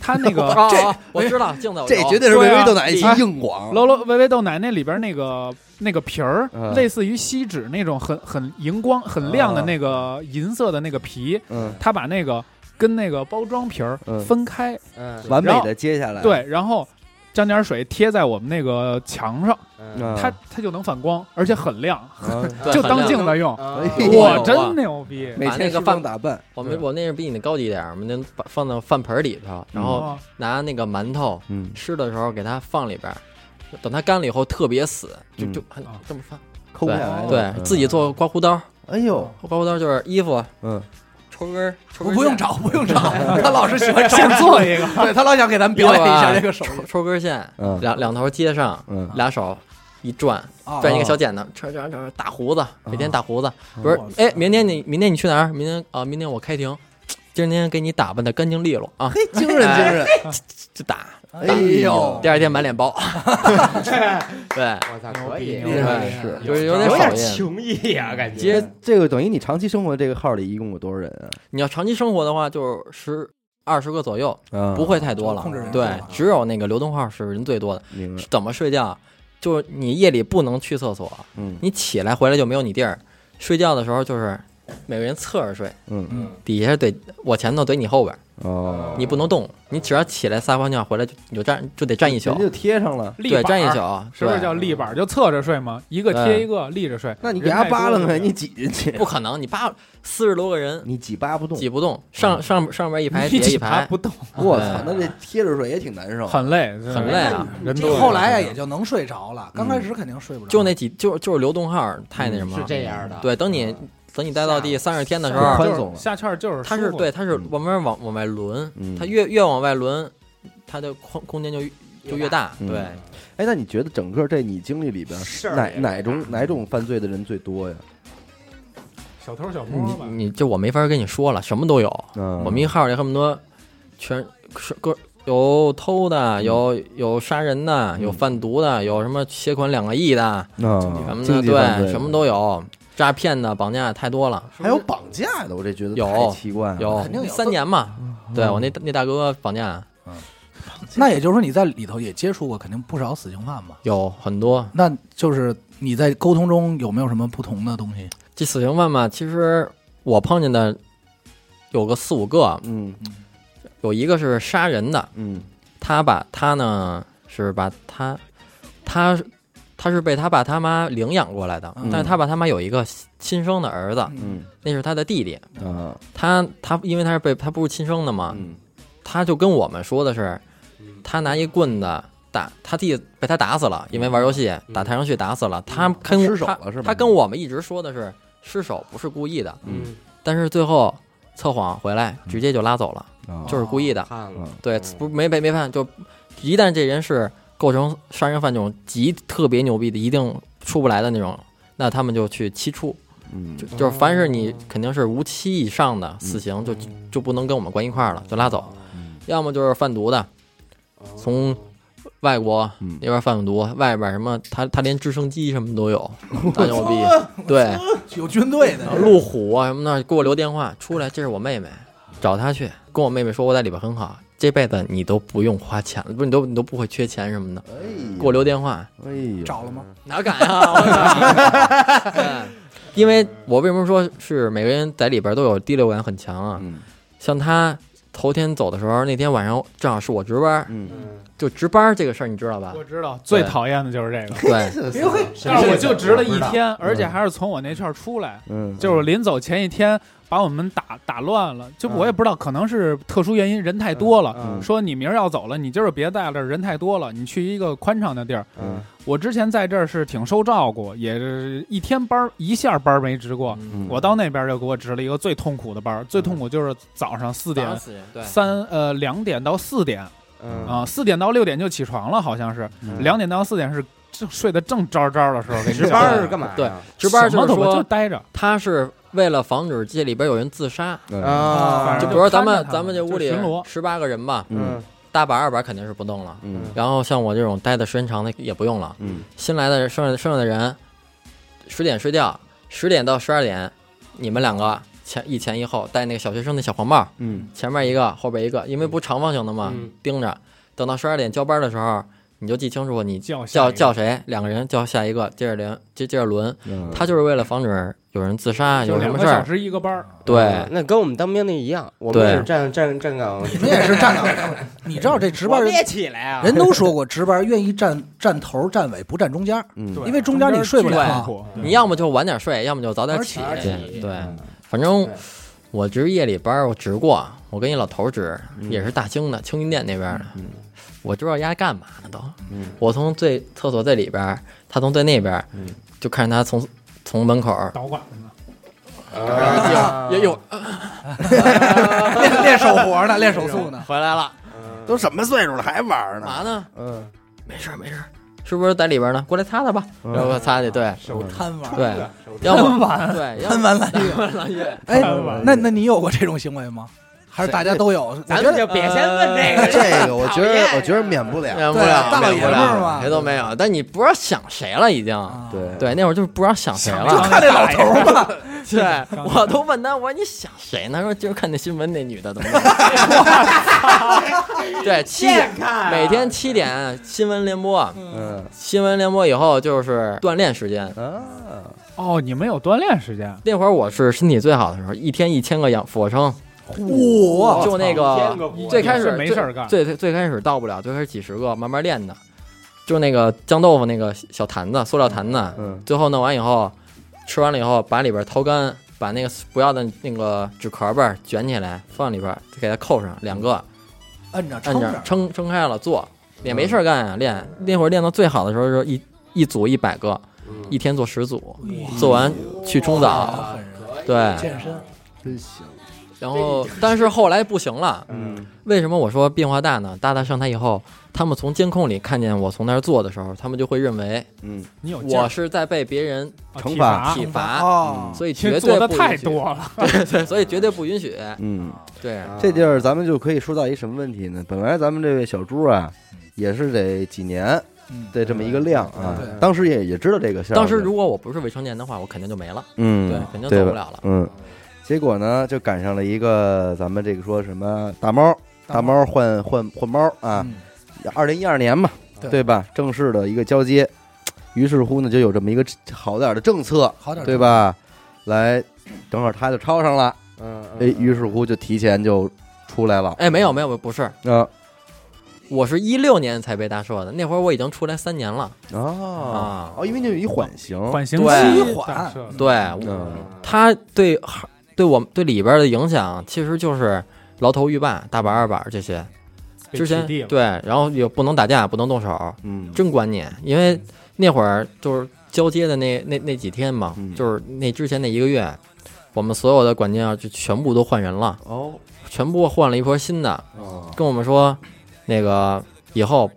他那 个
啊，啊我知道镜子，我
这
知道
绝对是维
对啊
维豆奶一期
哎
硬广。
喽喽维维豆奶那里边那个那个皮儿
嗯，
类似于锡纸那种很很荧光、很亮的那
哦
个银色的那个皮，
嗯，
他把那个跟那个包装皮儿
嗯
分开。
嗯
完美
然
的
后
接
哎
下来。
对，然后沾点水贴在我们那个墙上，
嗯，
它它就能反光，而且很亮，
嗯
对
就
很
当
亮啊
镜子用。
哎
我
呦
哇，真牛逼！
每
把
天
那个
梳妆
饭
打扮，
我们我那是比你那高级一点儿，我们那把放到饭盆里头，然后
哇
拿那个馒头
嗯，
吃的时候给它放里边儿，等它干了以后特别死，就
嗯
就很
啊
这么放。
抠不下来的。
对
嗯
自己做刮胡刀，
哎呦，
刮胡刀就是衣服
嗯，
抽根儿，抽根
不用
找，
找，不用找，他老是喜欢找
先做一个，
对他老想给咱们表演一下这个手
抽抽根线
嗯，
两两头接上，
嗯
俩手一转，
啊
转一个小剪子，这这这打胡子，
哦
每天打胡子。不是，哎，明天你明天你去哪儿？明天啊，明天我开庭，今天给你打扮的干净利落 啊，
嘿，精神精神，
就打。
哎
呦
第二天满 脸包。 对，
操，可以，
厉害
是
就是有
有
点
点
手艺。
情谊呀，感觉
接
这个等于你长期生活这个号里一共有多少人啊
你要长期生活的话，就是十二十个左右，
啊？
不，会太多了
嗯控制人。数啊
对
了，
只有那个流动号是人最多的。
明白，
怎么睡觉？就是你夜里不能去厕所，
嗯
你起来回来就没有你地儿。睡觉的时候就是每个人侧着睡，
嗯
底下怼我前头怼你后边，
哦，
你不能动。你只要起来撒泡尿回来就你就站就得站一宿
人，就贴上了。
立
对，
板
站一宿
儿，，是不是
对嗯
叫立板儿？就侧着睡吗？一个贴一个，立着睡。
那你给
人
它
太多
扒拉开，
就
你挤进去，
不可能，你扒四十多个人
你挤扒不动。
挤不动，上上上边一排，
嗯 你
底下
挤
一
爬
排，
不动，
我操，那这贴着睡也挺难受。
很累，
很累啊。
人
这
多。
后来啊也就能睡着了，刚开始肯定睡不着。
就那几就就是流动号太那什么
是
嗯
了。
这样的，嗯
对，等你等你待到第三十天的时
下
候
宽，
就是
松了
下券就是
它
舒
是
服
对，它是
嗯
慢慢往往外轮
嗯，
它越越往外轮，它的空空间就就越大。
嗯
对，
哎，那你觉得整个这你经历里边，
事儿
哪
也
哪种哪种犯罪的人最多呀？
嗯
小偷小摸吧
你。你就我没法跟你说了，什么都有。
嗯，
我们一号里恨不得全是各有偷
嗯
的，有有杀人的，有贩毒的，有什么携款两个亿的，什
嗯
么
经
的，
济犯罪
对，什么都有。诈骗的、绑架的太多了，
还有绑架哎的，我这觉得
有
太奇怪了。
有
肯定有
三年嘛。对
嗯
我那那大哥绑架
那也就是说你在里头也接触过肯定不少死刑犯吧？
有很多，
那就是你在沟通中有没有什么不同的东西？
这死刑犯嘛，其实我碰见的有个四五个，
嗯
有一个是杀人的，
嗯
他把他呢是把他他他是被他爸他妈领养过来的，
嗯
但是他爸他妈有一个亲生的儿子，
嗯
那是他的弟弟。
啊
他他因为他是被他不是亲生的嘛，
嗯
他就跟我们说的是，
嗯
他拿一棍子打他弟被他打死了，因为玩游戏打太阳穴打死嗯了。他跟
嗯
嗯他失手了
他
是吧
他跟我们一直说的是失手不是故意的，
嗯，
但是最后测谎回来
嗯
直接就拉走了，
啊
嗯就是故意的。
看了，
对，
嗯
不是没被没判，就一旦这人是构成杀人犯这种极特别牛逼的，一定出不来的那种，那他们就去期处，
嗯
就就是凡是你肯定是无期以上的死刑，就就不能跟我们关一块儿了，就拉走。嗯要么就是贩毒的，从外国
嗯
那边贩毒，外边什么他他连直升机什么都有，大牛逼，对，
有军队的，
路虎啊什么的，给我留电话，出来，这是我妹妹，找她去，跟我妹妹说我在里边很好，这辈子你都不用花钱了，不是你都你都不会缺钱什么的，
哎呀
给我留电话，
哎呀
找了吗？
哪敢啊！ 我操对因为我为什么说是每个人在里边都有第六感很强啊？
嗯
像他头天走的时候，那天晚上正好是我值班，
嗯，
就值班这个事儿你知道吧？
我知道，最讨厌的就是这个。
对，
但是我就值了一天，而
嗯
且还是从我那圈儿出来，
嗯，
就是临走前一天把我们打打乱了。就我也不知道，可能是特殊原因，人太多了。
嗯
说你明儿要走了，你今儿别在这儿，人太多了，你去一个宽敞的地儿。
嗯
我之前在这儿是挺受照顾，也是一天班儿一下班儿没值过。
嗯
我到那边就给我值了一个最痛苦的班儿，最痛苦就是早上四
打
点
死人，对，
三呃两点到四点
嗯
啊，四点到六点就起床了，好像是两点到四点是正睡得正招招的时候给你
值
叫
班
来
是干嘛呀？
对值班
什
就
么
是
都不就
说
待着，
他是为了防止街里边有人自杀，
嗯
啊
反
就
正
比如说咱
看着他
们
们
咱们这屋里
就巡逻
十八个人吧，
嗯
嗯
大板二板肯定是不动了，
嗯
然后像我这种待的时间长的也不用了，
嗯
新来的剩下剩下的人，十点睡觉，十点到十二点，你们两个前一前一后戴那个小学生的小黄帽，
嗯
前面一个后边一个，因为不是长方形的嘛，
嗯
盯着，等到十二点交班的时候，你就记清楚你
叫下
叫
一个
叫谁，两个人叫下一个，接着轮接接着轮，
嗯，
他就是为了防止有人自杀，有什
两
么
个
事
小
儿，
时一嗯个班儿，
对，
嗯那跟我们当兵那一样，我们
对
也是站站站岗，
你们也是站岗，你知道这值班
我们
人
也起来啊！
人都说过，值班愿意站站头站尾，不站中间儿。
嗯
对
因为中间你睡不了
巨痛苦
你要么就晚点睡，要么就早点起
而，且
对，
嗯
反正
对
我值夜里班儿，我值过，我跟一老头儿值，
嗯
也是大兴的青云店那边的，我知道丫干嘛呢都。
嗯
我从最厕所最里边儿，他从最那边儿，
嗯
就看着他从从门口儿
导管呢，
啊
也有
练练手活呢，练手速呢。
回来了，
都什么岁数了还玩
干嘛？呢？
嗯，
没事儿没事儿，是不是在里边儿呢？过来擦擦吧，
嗯
然后擦去，对
手
贪玩，
对，要么对，要
贪
么
玩蓝月。
蓝月，
哎
贪玩，
那那你有过这种行为吗？还是大家都有？我
咱
觉
们
得
就别先问这个，
哎这个我觉得我觉得免不了，
免不
对
了
啊大老
免不
爷们儿
了
嘛
谁都没有，但你不知道想谁了已经。
啊
对
对，那会儿就是不知道想谁
就
了。
看那老头儿吧，
对，我都问他，我说你想谁呢？他说今儿看那新闻，那女的怎么样？对，七点
现看
每天七点新闻联播，啊
嗯
新闻联播以后就是锻炼时间。
啊，
哦，你们有锻炼时间，
那会儿我是身体最好的时候，一天一千个仰俯卧撑，
哇！
就那
天
个
个不
最开始
也是没事儿干
最最最开始到不了，最开始几十个，慢慢练的，就那个酱豆腐那个小坛子，塑料坛子，
嗯
最后弄完以后，吃完了以后把里边掏干，把那个不要的那个纸壳儿吧卷起来放里边，给它扣上两个，
摁着
按
撑
着
着，
撑撑开了做，也没事儿干啊练。那会儿练到最好的时候就是一一组一百个，
嗯
一天做十组，
嗯
做完去冲澡，对，
健身。
真行，
然后但是后来不行了，
嗯
为什么我说变化大呢？大大上台以后，他们从监控里看见我从那儿做的时候，他们就会认为
嗯，
你有劲儿
我是在被别人
啊
惩
体
罚
罚
体罚，
哦，
所以
其实
绝
做
对
的
不
太
允许。
多了，
对对，所以绝对不允许。
嗯，
对，
啊
这地儿咱们就可以说到一什么问题呢？本来咱们这位小猪啊，也是得几年
嗯，
的这么一个量啊
嗯，对
当时也也知道这个事儿，
当时如果我不是未成年的话，我肯定就没了。
嗯
对肯定
对
走不
吧
了了
嗯，结果呢就赶上了一个咱们这个说什么大猫。大猫换换换猫啊！
啊嗯
二零一二年嘛，
对
对吧？正式的一个交接，于是乎呢，就有这么一个好点儿的政策，
好点儿
对吧？来，正好他就抄上了，
嗯，
哎，于是乎就提前就出来了。
哎，没有没有，不是，
啊
我是一六年才被大赦的，那会儿我已经出来三年了。
哦
啊
哦，因为那有一缓刑，
缓刑
嗯对
期
缓
大赦了
对，
嗯
他对对我们对里边的影响，其实就是牢头狱霸、大板、二板这些。
被
之前
取缔了
对，然后也不能打架，不能动手，
嗯，
真管你。因为那会儿就是交接的那那那几天嘛
嗯，
就是那之前那一个月，我们所有的管教就全部都换人了，
哦
全部换了一波新的。
哦，
跟我们说，那个以后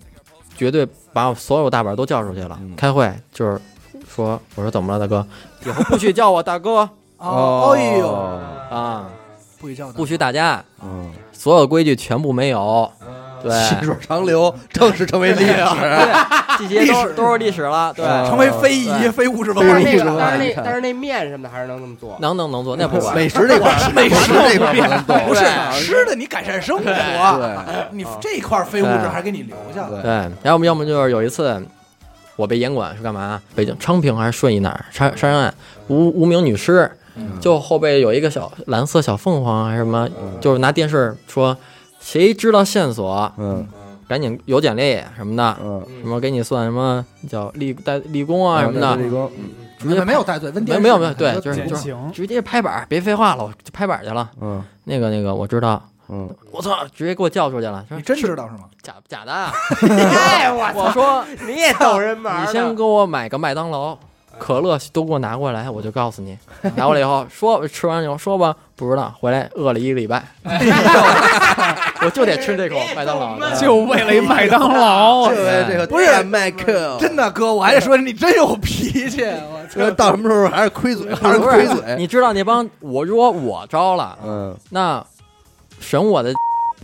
绝对把所有大板都叫出去了。
嗯
开会就是说，我说怎么了，大哥？以后不许叫我大哥
哦，哎呦，
哦
啊，
不许叫他，
不许打架，
嗯，
所有规矩全部没有。
细
对，
水长流正式成为历史，
这些都是都是历史嗯了。对，
啊
成为非遗
对
非物质文
但
化
是
非
遗
那
遗
个，
文化
但是
遗
那
产
但是那面什么的还是能那么做。
能能能做，那不管。
美食这块儿，美食这块儿能
不
懂，
是
吃的你改善生活，你这一块儿非物质
对
还给你留下了。
对，然后我们要么就是有一次，我被严管是干嘛？北京昌平还是顺义哪儿杀杀人案，无无名女嗯啊
嗯
尸，就后背有一个小蓝色小凤凰还是什么，就是拿电视说谁知道线索，
嗯
赶紧有奖列野什么的，
嗯，
什么给你算什么叫立代立功啊什么的，
这个
直接
没有带队，问
没有
电
没有没有，
视
对，就是
减
就是
刑，
直接拍板，别废话了，我就拍板去了。
嗯
那个那个，我知道，
嗯，
我操，直接给我叫出去了，说
你真知道是吗？
假假的啊。 哎， 我说
你也逗人玩儿
你
呢
先给我买个麦当劳。可乐都给我拿过来，我就告诉 你。拿过来以后说吃完以后说吧，不知道，回来饿了一个礼 拜，我就得吃这口麦当 劳。
别
就为了一麦当 劳，
哎
这位这个
不是
大麦克，
真的哥，我还得说你真有脾气，我
这到什么时候还是亏嘴，还是
不
亏嘴，
你知道那帮我如果我招了，
嗯，
那审我的警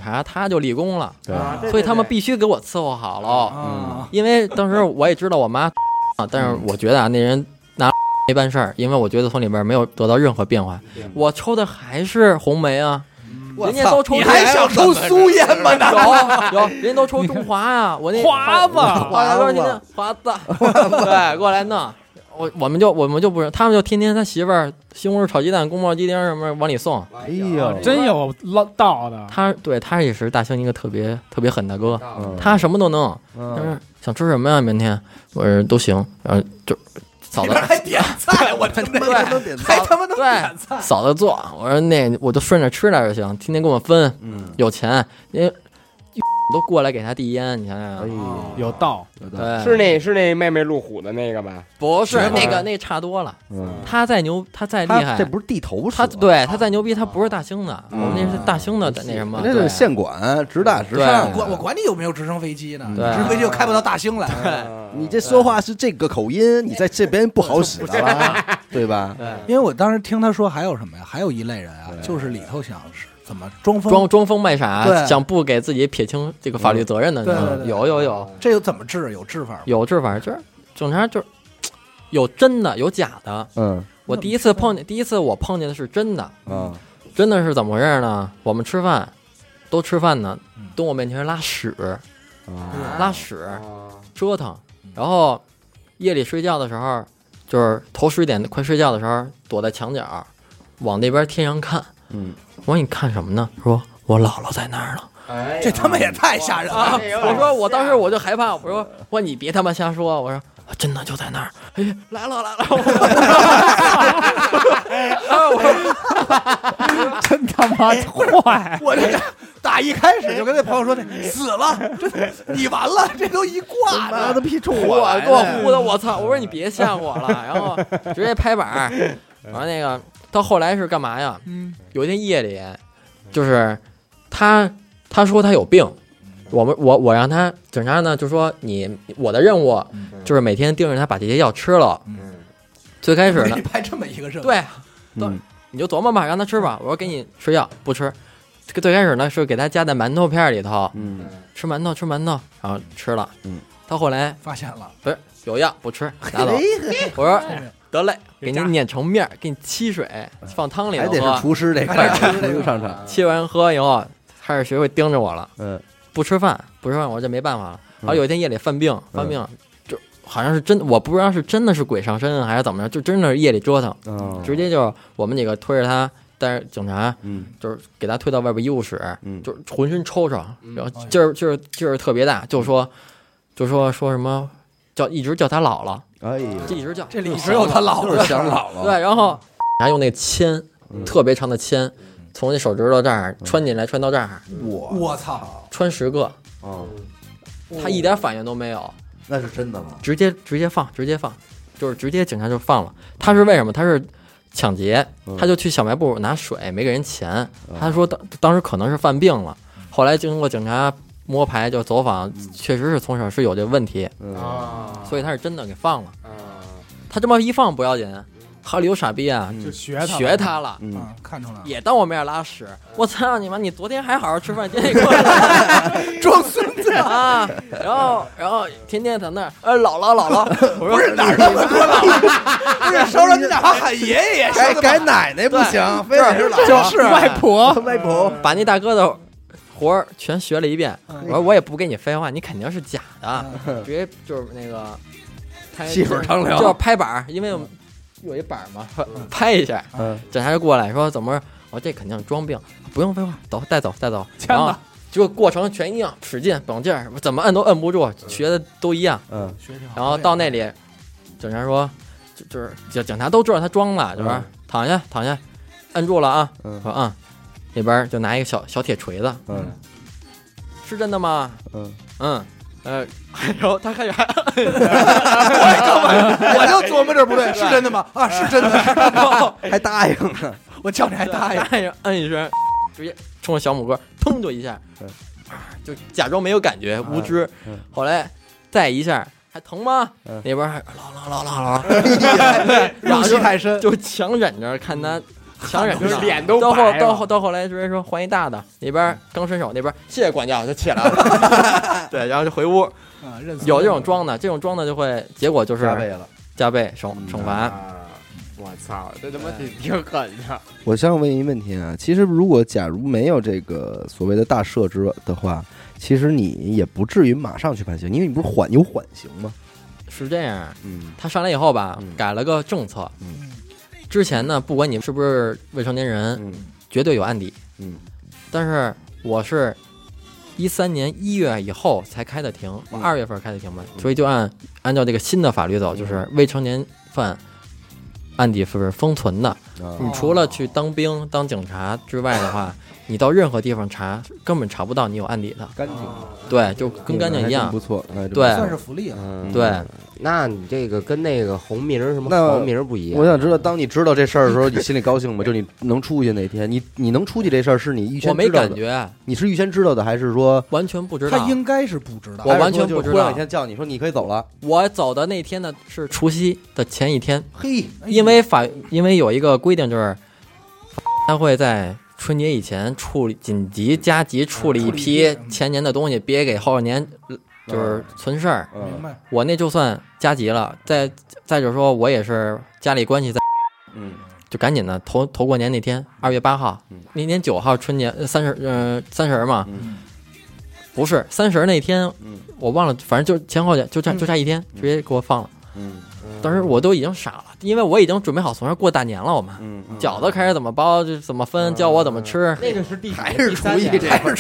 察他就立功了，
对，
啊对
所以他们
对
必须给我伺候好喽。
啊，
因为当时我也知道我妈啊，但是我觉得啊，那人拿没办事儿，因为我觉得从里边没有得到任何变化。我抽的还是红梅啊，
嗯
人家都抽
你还想抽苏烟吗？
有有，人家都抽中华呀、我那
华子
华子，你那华子，对，过来弄。我我们就我们就不是，他们就天天他媳妇儿西红柿炒鸡蛋、宫保鸡丁什么往里送。
哎呦，
真有捞到的。
他对他也是大兴一个特别特别狠的哥，
嗯
他什么都能。
嗯
他说想吃什么呀？明天我说都行，然后就嫂子
还点菜，我真的
还
嗯
能点菜
还他妈能点
对
菜，
嫂子做，我说那我就顺着吃点就行，天天跟我分，
嗯，
有钱，因为都过来给他递烟，你想想
哎，呦，
有道，
有道理，
对，
是那是那妹妹路虎的那个吧？
不
是
是
吗
那个那差多了，
嗯，
他再牛他再厉
他
害
这，不是地头蛇
他，对他再牛逼，他不是大兴的，我
嗯
们那是大兴的那什么，
那
对啊
是县管，直打直
对
我
上，啊
管我管你有没有直升飞机呢，
对
直升飞机又开不到大兴来。
啊
你这说话是这个口音，你在这边不好使的啦，对吧？
因为我当时听他说还有什么呀？还有一类人啊，就是里头想是怎么装疯，
装装疯卖傻，
对
想不给自己撇清这个法律责任的
对对，对
嗯有有有
这又怎么治？啊有治法吗？
有这玩意儿，就是警察就是有真的有假的。
嗯
我第一次碰见，第一次我碰见的是真的，
啊，
真的是怎么回事呢？我们吃饭，都吃饭呢
嗯，
蹲我面前拉屎，
啊
拉屎折腾，然后夜里睡觉的时候，就是头十一点快睡觉的时候，躲在墙角，往那边天上看。
嗯，
我说你看什么呢？说我姥姥在那儿呢。
这他妈也太吓人了！
我说我当时我就害怕，我说我说你别他妈瞎说，我说。啊真的就在那儿，哎，来了来了！
真他妈坏！
我这打一开始就跟那朋友说那死了，真的你完了，这都一挂
妈
的
的，屁冲我
我
来
给我
的，
呼的，我操！我说你别吓我了，然后直接拍板儿。 然后那个到后来是干嘛呀？
嗯，
有一天夜里，就是他他说他有病，
嗯
我们我我让他警察呢就说你我的任务就是每天盯着他把这些药吃了。
嗯
最开始
给
呢
你，拍这么一个任务，
对，
嗯
你就琢磨吧，让他吃吧。我说给你吃药不吃，这个最开始呢是给他夹在馒头片儿里头，
嗯
吃馒头吃馒头，然后吃了。
嗯，
到后来
发现了，
不是有药不吃，拿走。我说
哎
得嘞，给您碾成面儿，给你沏水，放汤里
嗯还
头
得是
喝。
厨师这块儿，
嗯
厨师上场，
沏完喝以后，开始学会盯着我了，
嗯
不吃饭，不吃饭，我就没办法了。然后
嗯
有一天夜里犯病，犯病就好像是真，我不知道是真的是鬼上身还是怎么着，就真的是夜里折腾，
嗯，
直接就是我们几个推着他，带着警察，
嗯
就是给他推到外边医务室，
嗯，哦
就是浑身抽抽，然后
哎呦
劲儿劲儿劲儿特别大，就说就说说什么叫一直叫他姥姥，
哎呦，
就一直叫
这里只有他姥
就是
姥，
想姥姥，
对，然后还哦用那个铅
嗯，
特别长的铅，从那手指头这儿穿进来，穿到这儿，
我
我操！
穿十个，
啊，
他一点反应都没有，
那是真的吗？
直接直接放，直接放，就是直接警察就放了。他是为什么？他是抢劫
嗯，
他就去小卖部拿水，没给人钱。他说当当时可能是犯病了，后来经过警察摸排就走访，确实是从小是有这问题，
嗯，
啊，
所以他是真的给放了。
啊
他这么一放不要紧，哈里有傻逼啊，
就学他，
学他了。
嗯，
嗯，看出来了，
也当我面拉屎，我操你妈！你昨天还好好吃饭，今天给我拉，
装孙子
啊！然后，然后天天在那儿，呃，姥姥姥姥， 我说
不是哪儿那么多姥姥，不是稍让你哪怕喊爷爷也
改
行
改奶奶不行，非得是姥
就是外婆，
姥外婆，
把那大哥的活儿全学了一遍。
嗯
我说我也不跟你废话，你肯定是假的，直接就是那个 拍
细水长流
就是拍板儿，因为我们有一板儿嘛， 拍一下，
嗯
警察就过来说怎么？我说这肯定是装病，不用废话，走带走带走。
签
然后
吧
结果过程全一样，使劲绑劲儿，怎么摁都摁不住，学的都一样。
嗯，
学挺好
然后到那里，警察说，就就是警警察都知道他装了，就是、
嗯
躺下躺下，摁住了啊，
嗯
说啊、那边就拿一个小小铁锤子，
嗯
是真的吗？
嗯，
嗯，呃，然后他开始还
我就琢磨这不对，是真的吗？啊，是真的，
还答应呢，
我叫你还答应。
按一摁一声，直接冲着小拇哥腾就一下
嗯，
就假装没有感觉无知
嗯嗯。
后来再一下，还疼吗？
嗯
那边还啦啦啦啦啦，
入
然后
戏
就
太深，
就强忍着看他。强忍
就是
着，
脸都
嗯到后
白了
到后到后来，直接说换一大的，那边刚伸手，那边谢谢管教就起来了， 对，然后就回屋。
啊认
有这种装的，这种装的就会结果就是啊
加倍了。
加倍嗯惩惩罚。
嗯啊我操，这他妈挺挺狠的。
我想问一个问题啊，其实如果假如没有这个所谓的大赦之的话，其实你也不至于马上去判刑，因为你不是缓有缓刑吗？
是这样，
嗯
他上来以后吧，
嗯
改了个政策。
嗯
之前呢，不管你是不是未成年人，
嗯
绝对有案底。
嗯，
但是我是一三年一月以后才开的庭，我
嗯
二月份开的庭嘛，
嗯
所以就按按照这个新的法律
嗯
走，就是未成年犯案底是封存的。你
啊，
除了去当兵、当警察之外的话，你到任何地方查，根本查不到你有案底的。
干净，
对，就跟干警
啊
一
还真
样
不。错，那还真不
对
错
哦算是福利了。
嗯
对，
那你这个跟那个红名儿什么
那
黄名儿不一样。
我想知道，当你知道这事儿的时候，你心里高兴吗？就你能出去那天，你你能出去这事儿是你预先
我没
知道的
感，觉，
你是预先知道的，还是说
完全不知
他
道。
应该是不知道
我，完全不知道
过两天叫你说你可以走了，
我走的那天呢是除夕的前一天，
嘿，
哎
因为法因为有一个规定就是，他会在春节以前处理紧急加急处理一批前年的东西，别给后年呃
啊
就是存事儿。
明
嗯
白？
我那就算加急了，再再者说我也是家里关系在，
嗯
就赶紧的头头过年那天，二月八号
嗯，
那年九号春节三十呃三十儿嘛，
嗯
不是三十儿那天
嗯
我忘了，反正就前后脚就差就差一天，直接给我放了。
嗯
当时我都已经傻了，因为我已经准备好从这儿过大年了。我们
嗯嗯，
饺子开始怎么包，这怎么分，教我怎么吃。
那个是第
还是
第
厨
三
艺
年
这块儿，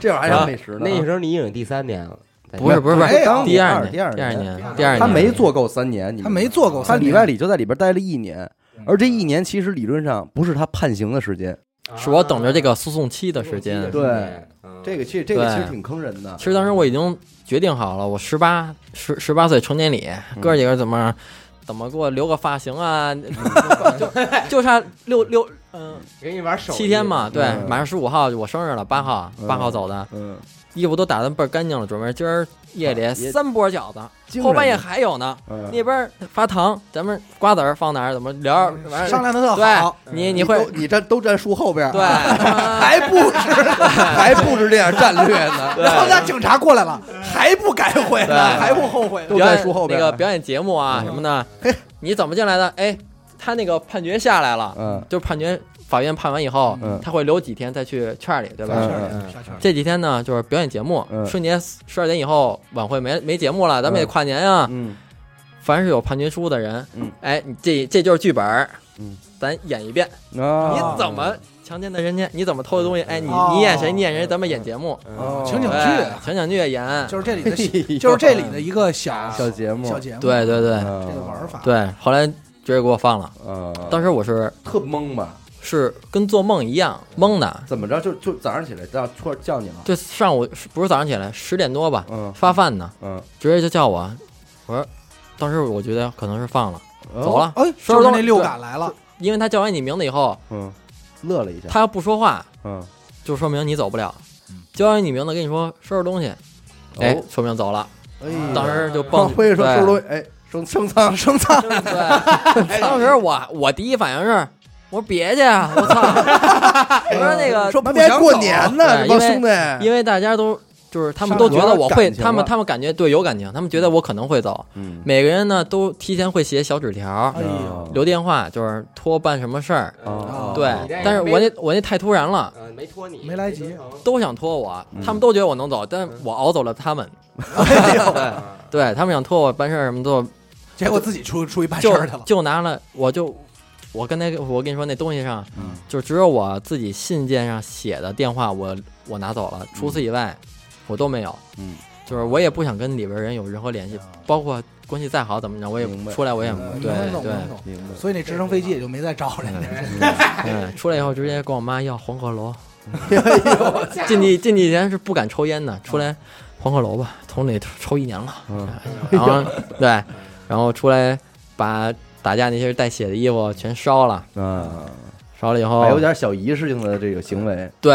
这会儿还是美食呢。
那时候你已经第三年了，在
不是不是不
没
是，
有
第
二
二
哎第二
第二
年
年，第二年
他没做够三年，你嗯
他没做够
他
三
里
年
外里就在里边待了一年，而这一年其实理论上不是他判刑的时间，
是我等着这
啊
个诉讼期的时间。
对，
嗯
这个其实这个
对
其实挺坑人的
其。实当时我已经决定好了，我十八十十八岁成年礼，
嗯
哥几个怎么怎么给我留个发型啊，
嗯
就 就差六六嗯
给你玩手艺
七天嘛，对
嗯，
马上十五号我生日了，八号八号走的，
嗯，
衣服都打扮倍儿干净了，准备今儿夜里
啊也
三波
惊
饺子，
人
后半夜还有呢。
嗯
那边发糖，咱们瓜子儿放哪儿？怎么聊
嗯
儿？完
商量的特好，
啊对，你你会
都你站都站树后边儿，
对，还
还不是还不是这样战略呢，
然后让警察过来了，还不改悔
对
呢，还不后悔。
都
表
在
演
树后边
那
儿。嗯
个表演节目啊什 么的。你怎么进来的？哎，他那个判决下来了，
嗯
就是判决法院判完以后
嗯，
他会留几天再去圈儿里，对吧
嗯？
下圈儿
这几天呢，就是表演节目
嗯。
春节十二点以后晚会没没节目了，咱们也
嗯
跨年呀。
嗯
凡是有判决书的人
嗯，
哎，你这这就是剧本儿
嗯，
咱演一遍。
啊，嗯
你怎么强奸的人家？你怎么偷的东西？哎，你
哦
你演谁？你演谁？咱们演节目，
哦
情景剧
对情景剧演，
啊就是这里的
嘿呦，
就是这里的一个小
小节目
小节目，
对对啊对
这个玩法，
对。后来直接给我放了，
呃，
当时我是
特懵吧？
是跟做梦一样懵的，
怎么着？就就早上起来叫突然叫你了，
就上午不是早上起来十点多吧，
嗯
发饭呢，
嗯，
直接就叫我，我说当时我觉得可能是放了，走了，
哎，就
收拾
是
东
那
西
六感来了，
因为他叫完你名字以后，
嗯，乐了一下，
他要不说话，
嗯，
就说明你走不了。叫完你名字，跟你说收拾东西，哎，
哦，
说明走了。
哎呀
当时就
往
蹦，
辉说
对
收拾东西，哎，升 升仓升仓，
对，
哎
当时我我第一反应是，我说别去啊， 我操！我说那个，
说不啊还过年呢，这帮
对因为
兄弟，
因为大家都就是他们都觉得我
上头有感
会，
情
他们
了
他们感觉对有感情，他们觉得我可能会走。
嗯，
每个人呢都提前会写小纸条
哎，
啊
呦，
留电话，就是托办什么事儿。
嗯
哦
对
你这，
但是我那我那太突然了。
呃没拖你，
没来及
没拖成
都想拖我，
嗯
他们都觉得我能走，但我熬走了他们。
啊
对他们想拖我办事儿什么都，
结果自己出出去办事
就
儿去了，
就拿了，我就我跟那个我跟你说那东西上，
嗯
就只有我自己信件上写的电话我我拿走了，除此以外、我都没有。
嗯，
就是我也不想跟里边人有任何联系，包括关系再好怎么着，我也
明白
出来我也
嗯
对
能懂
对
能懂
明白。
所以那直升飞机也就没再找人家。
嗯，出来以后直接跟我妈要黄鹤 楼。
哎
进去进去以前是不敢抽烟的，出来黄鹤楼吧，桶里抽一年了。
嗯
然后对，然后出来把打架那些带血的衣服全烧了，
啊，
烧了以后
还有点小仪式性的这个行为，
对，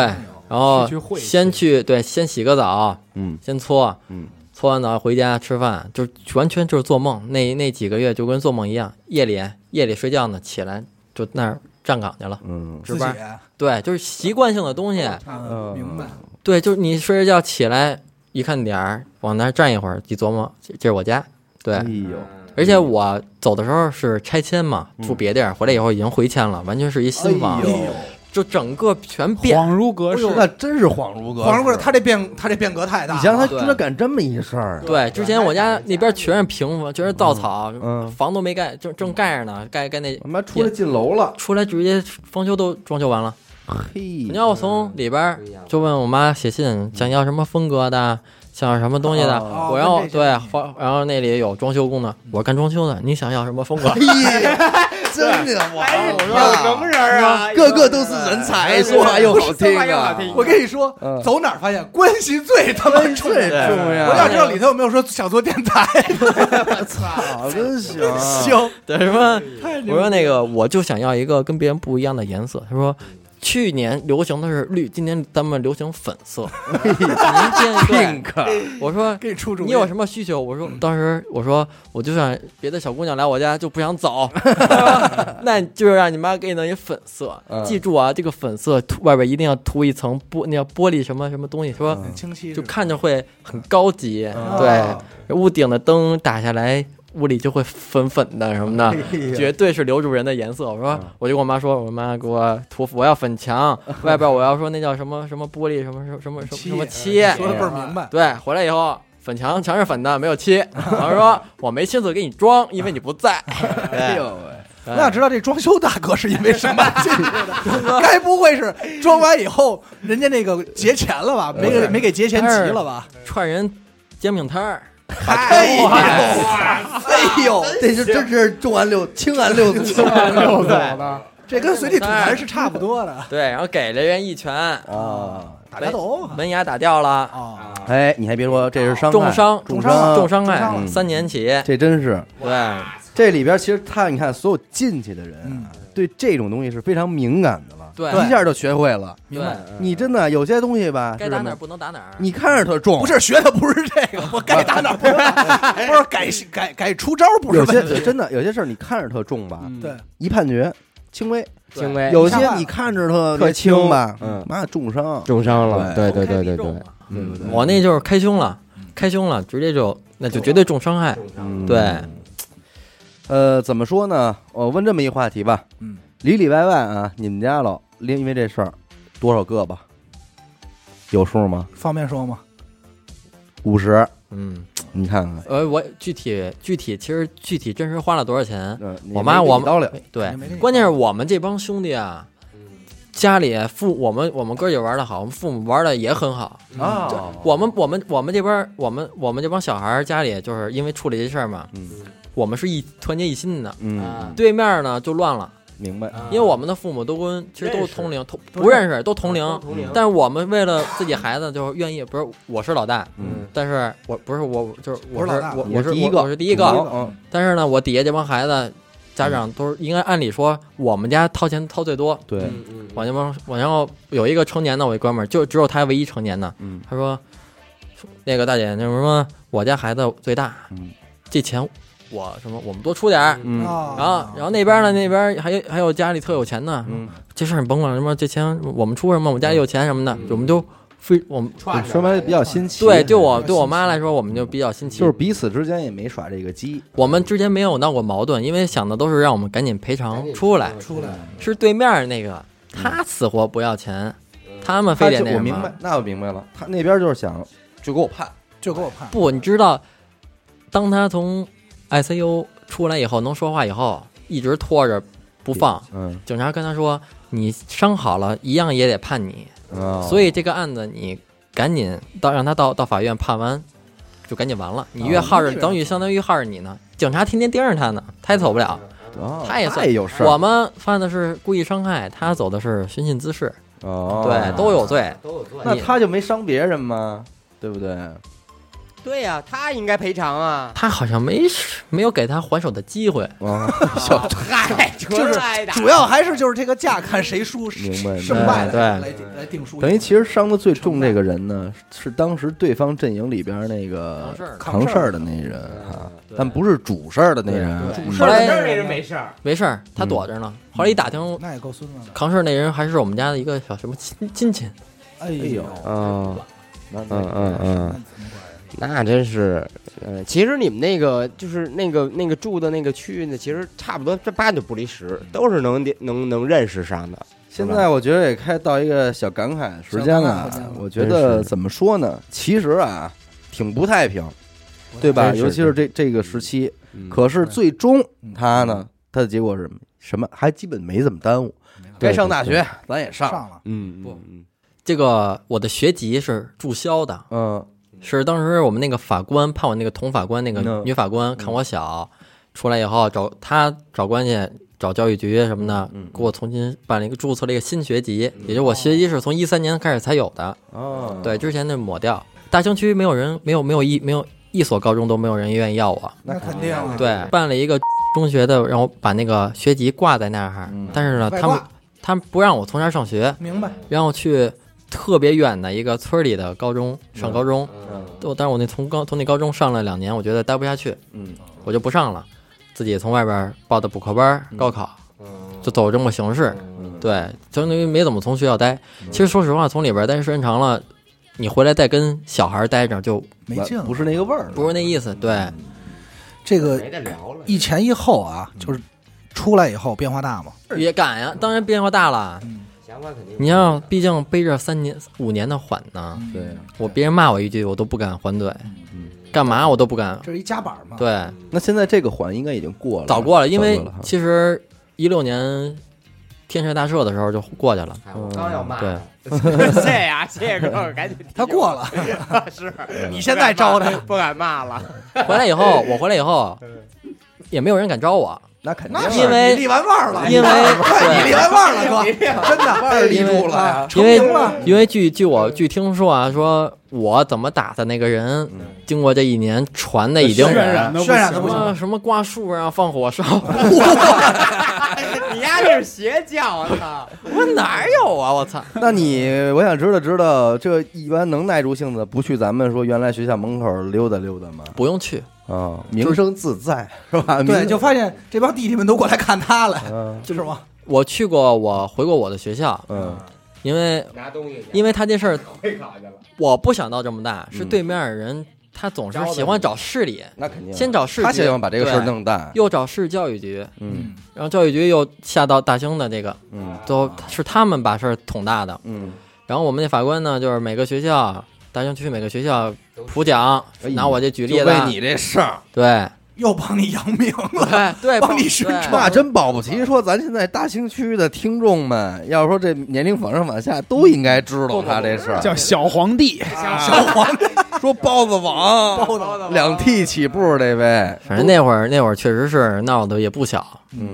然后
是去会
先去对先洗个澡，
嗯
先搓，
嗯，
搓完澡回家吃饭，就完全就是做梦。那那几个月就跟做梦一样，夜里夜里睡觉呢，起来就那儿站岗去了。
嗯
值
自己
班，嗯对，就是习惯性的东西。
啊，明白。
对，就是你睡着觉起来一看点儿，往那儿站一会儿，一琢磨，这这是我家。对
哎，呦，
而且
嗯
我走的时候是拆迁嘛，住别地儿，回来以后已经回迁了，完全是一新房，
哎呦
就整个全变。
恍如隔世，
那真是恍如隔世
黄哥，他这变他这变革太大了。
你想想他
对
居然干这么一事儿，啊
对，之前我家那边全是平房，全是稻草，
嗯
房都没盖，正正盖着呢，盖盖那
他妈出来进楼了，
出来直接装修都装修完了。
嘿，
你要从里边儿就问我妈写信，想要什么风格的，想要什么东西的，
哦
我然后
跟这
对，房然后那里有装修工的，我是干装修的，你想要什么风
哎
格？
真的，我
哎有能人儿啊，
个个都是人
哎
才，说话又好听
哎说话又
啊
好！听
我跟你说
嗯，
走哪儿发现关系最他妈重
最重要
我想知道里头有没有说想做电台。
操，真行 啊，
行，
对，什么？我说那个，我就想要一个跟别人不一样的颜色。他说，
嗯
去年流行的是绿，今年咱们流行粉 色。
嘿
您见对，
，pink，嗯
我说
给你出主意。
你有什么需求？我说当时我说我就想别的小姑娘来我家就不 想走，那就是让你妈给你弄一粉色
嗯。
记住啊，这个粉色涂外边一定要涂一层玻，那叫玻璃什么什么东西。
嗯
说
很嗯清晰是
就
吧，
看着会很高级，
哎
哦
对，屋顶的灯打下来，屋里就会粉粉的什么的，绝对是留主人的颜色。我说，我就跟我妈说，我妈给我涂，我要粉墙，外边我要说那叫什么什么玻璃，什么什么什么什么什么漆，
说的倍儿明白。
对，回来以后。粉墙墙是粉的，没有漆。然后说我没亲自给你装，因为你不在。
哎呦喂，
对
我想知道这装修大哥是因为什么进去的？ 该不会是装完以后人家那个结钱了吧？没给没给结钱急了吧？
串人煎饼摊儿，
哎呦，哎呦，
这是这是重案六轻案六组
溜走了。
这跟随地吐痰是差不多的，
对，然后给了人一拳，
啊！
打架斗殴
门牙打掉了，
啊！
哎，你还别说，这是伤害
重伤
重
伤
重
重
伤害
伤
三年起。
这真是
对，
这里边其实他，你看所有进去的人啊，对这种东西是非常敏感的了，
对
一下就学会了。
明
白
你真的有些东西吧，
该
是
打
什
哪
么
儿不能打哪儿。
你看着它重，
不是学的不是这个，我该打哪儿不打，不是改改改出招不是
有
问
些
题。
真的有些事儿，你看着它重吧，
嗯
对，
一判决轻微；
轻
哎
微
有些你看着它
特轻
轻吧，
嗯
妈重伤。
重伤了，对对对对
重开必中
对
嘛，
嗯
对嗯不对
嗯我那就是开胸了，开胸了，直接就那就绝对重伤害。
嗯
对，
呃，怎么说呢？我问这么一话题吧，
嗯，
里里外外啊，你们家老因为这事儿多少个吧？有数吗？
方便说吗？
五十，
嗯，
你看看，
呃，我具体具体其实具体真实花了多少钱，
嗯，你
我妈
没给
我
你叨
哎
了，
对
没给，你
关键是我们这帮兄弟啊，家里父我们我们哥几个玩的好，我们父母玩的也很好。
哦
啊，
我们我们我们这边儿我们我们这帮小孩儿家里就是因为处理这事儿嘛，
嗯
我们是一团结一心的。
啊
嗯，
对面儿呢就乱了，
明白，
嗯
因为我们的父母都跟其实都
认
是
识
同龄，同
都
不
认
认识都同龄，
同龄
但是我们为了自己孩子，就是愿意，不是我是老大，
嗯，
但是我不是我就是我
不是老大
我
你
我是
第一个，
我我是第一
主
个，
流
啊
嗯，
但是呢，我底下这帮孩子家长都是应该按理说我们家掏钱掏最多，
对，
嗯
我那帮我然后有一个成年的我一哥们儿，就只有他唯一成年的，
嗯
他说那个大姐那什么，我家孩子最大，
嗯
这钱我什么我们多出点儿。
嗯
啊
然后，然后那边呢？那边还有还有家里特有钱的，
嗯，
这事儿你甭管什么，这钱我们出什么，我们家里有钱什么的，我们就非我们
说白了
哎
比较新嗯奇，
对对我对我妈来说，我们就比较新奇，
就是彼此之间也没耍这个鸡，
我们之间没有闹过矛盾，因为想的都是让我们赶紧赔偿出
嗯
来，
出来
是对面那个他死活不要钱，他
嗯
们
他
非
就
得那
我
什
明白
么，，
那我明白了，他那边就是想就给我判，
就给我判。
不，你知道，当他从 ICU 出来以后能说话以后，一直拖着。不放。
嗯
警察跟他说：“你伤好了，一样也得判你。
啊，
所以这个案子你赶紧到让他到到法院判完，就赶紧完了。你越耗着，等于相当于耗着你呢。警察天天盯着他呢，他也走不了。
哦
他也算
也有事儿，
我们犯的是故意伤害，他走的是寻衅滋事，
哦，
对，都有罪。
都有罪
那
你
他就没伤别人吗？对 不对？
对呀、他应该赔偿啊。
他好像没没有给他还手的机会。
啊，
嗨，
就
就是啊
主要还是就是这个架看谁输
明白明白
胜败来
对
来定来定输赢。
等于其实伤的最重这个人呢，是当时对方阵营里边那个
扛事儿
扛事儿的那人啊，
嗯
但不是主事儿的那人。
主事
后
儿
来
的那人
事儿，
没事儿，他躲着呢。嗯后来一打听，
那也够孙子的。
扛事儿那人还是我们家的一个小什么亲亲戚。
哎
哎呦，
嗯
嗯
嗯嗯嗯，那真是，呃，其实你们那个就是那个那个住的那个区域呢，其实差不多这八九不离十，都是能能能认识上的。
现在我觉得也快到一个小感慨时间了
小感慨时间了。
我觉得怎么说呢？其实啊，挺不太平，对吧？
真是
尤其是这这个时期。
嗯
可是最终
嗯
他呢，他的结果是什么什么？还基本没怎么耽误。该上大学，咱也上。
上了，
嗯，
不
嗯，
这个我的学籍是注销的，
嗯，
是当时我们那个法官判我那个童法官那个
嗯
女法官看我小，出来以后找她找关系找教育局什么
嗯
的，给我重新办了一个注册了一个新学籍，也就是我学籍是从一三年开始才有的，
哦，
对，之前那抹掉。大兴区没有人，没有没有一没有一所高中都没有人愿意要
嗯
我，
那肯定啊。
对，办了一个中学的，让我把那个学籍挂在那儿，
嗯
但是呢，
外
啊他们
挂
他们不让我从这儿上学，
明白。
让我去特别远的一个村里的高中
嗯
上高中，我但是我那从高从那高中上了两年，我觉得待不下去，
嗯，
我就不上了，自己从外边报的补课班、高考，就走这么个形式，
嗯
对，相当于没怎么从学校待。其实说实话，从里边待时间长了，你回来再跟小孩待着就
没劲了，
不是那个味儿了。
不是那意思，对，
这个
没得聊了。
一前一后啊，就是出来以后变化大嘛。嗯
也敢呀，当然变化大了。
想法肯定
你要毕竟背着三年五年的缓呢，
嗯
对，
我别人骂我一句，我都不敢还嘴，干嘛我都不敢。
这是一夹板嘛。，
对，
那现在这个环应该已经过了，
早过了，因为
早过了哈啊
其实一六年天山大社的时候就过去了。
哎
嗯
我刚要骂，
对，
谢谢 啊，谢谢哥们儿，赶紧。
他过，了，
是
你现在招他，
不敢骂了。
回来以后，我回来以后
嗯
也没有人敢招我，
那肯定啊
那是
因为
你立完腕儿了，
因为
哎你立完腕儿了，哥，真的
因为啊
呀
因
成
为
名了。
因为据据我据听说啊，说我怎么打的那个人，
嗯
经过这一年传的已经
渲染的
渲染得
什
不行
么什么挂树上放火烧，
你丫这是邪教，我操！
我哪有啊！我操！
那你，我想知道知道，这一般能耐住性子不去咱们说原来学校门口溜达溜达吗？
不用去，
啊，名声自在 是吧？
对，
名
就发现这帮弟弟们都过来看他了，
嗯
是吗？
我去过，我回过我的学校，
嗯
因为
拿东西
因为他这事儿
会考去了。
我不想到这么大，是
嗯
对面的人他总是喜欢找市里，
那肯定
先找市
他希望
局，
把这个事儿
对
弄大，
又找市教育局，
嗯
然后教育局又下到大兴的这个，
嗯
都是他们把事儿捅大的。
嗯，
然后我们那法官呢，就是每个学校，大兴区每个学校普讲
哎，
拿我这举例
就
子，啊
为你这事儿，
对
嗯又帮你扬名了，
对对，
帮你宣传
那真保不齐说咱现在大兴区的听众们，要说这年龄往上往下都应该知道他这事
嗯
儿，
叫小皇帝，
小黄
说包子王，
包
包子王
两 T 起步这位，
反正那会儿那会儿确实是闹得也不小，
嗯，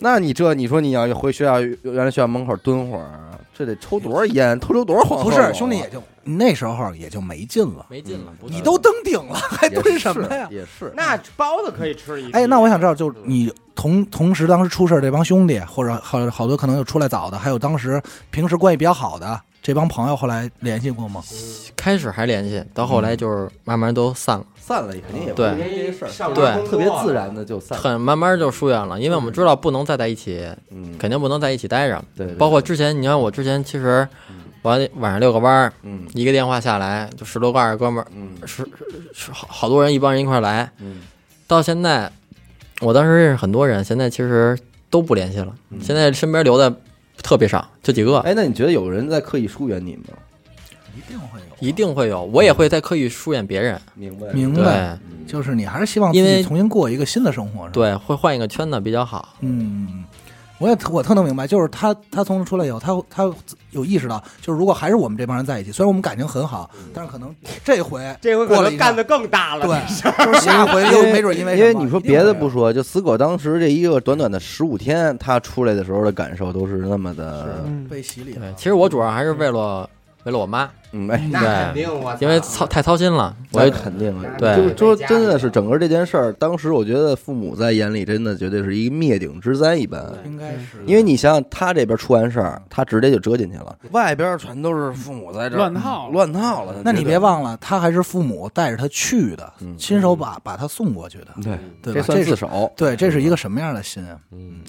那你这你说你要回学校原来学校门口蹲会儿，这得抽多少烟，偷抽多少黄？
不是兄弟，也就那时候啊也就没劲了，
没劲了，不
你都登顶了，还
也
蹲
是
什么呀？
也是，
那包子可以吃一。
哎，那我想知道，就是你同同时当时出事儿这帮兄弟，或者好好多可能有出来早的，还有当时平时关系比较好的这帮朋友，后来联系过吗？
开始还联系，到后来就是慢慢都散了，
散了也肯定也不
对
因为这事儿，
对
特别自然的就散了。
很慢慢就疏远了，因为我们知道不能再在一起，
嗯，
肯定不能在一起待着。
对对
包括之前，你看我之前其实完晚上遛个弯儿，
嗯
一个电话下来就十多个二十哥们儿，
嗯
是是好好多人一帮人一块儿来。
嗯
到现在，我当时认识很多人，现在其实都不联系了，
嗯
现在身边留的特别少，就几个。
啊哎哎，那你觉得有人在刻意疏远你吗？
一定会有，啊
一定会有，我也会在刻意疏远别人，
明白嗯
明白
对。
就是你还是希望自
因
己
为
重新过一个新的生活，是吧？
对，会换一个圈子比较好。
嗯，我也特我特能明白，就是他他从出来以后，他他有意识到，就是如果还是我们这帮人在一起，虽然我们感情很好，但是可能这回
这回
过
可
了
能
一
干
趟
的更大了。
对，就是下回又哎没准因为
因为
什么
你说别的不，说，就死狗当时这一个短短的十五天，他出来的时候的感受都是那么的，
一定会
嗯
被洗礼
对
了，。
其实我主要还是为了为了我妈，
嗯，哎，
那
对
肯定，我操
因为
啊
操太操心了，我
我也
也
肯定啊，
对
就是说真的是整个这件事儿，当时我觉得父母在眼里真的绝对是一个灭顶之灾一般。
应该是
因为你想想，他这边出完事儿，他直接就折进去了，嗯外边全都是父母在这儿
乱套了
乱套了。
那你别
了。
忘了，他还是父母带着他去的，
嗯
亲手把把他送过去的，
对，
对吧？
这算
这
自
是
首。
对，这是一个什么样的心啊？
嗯，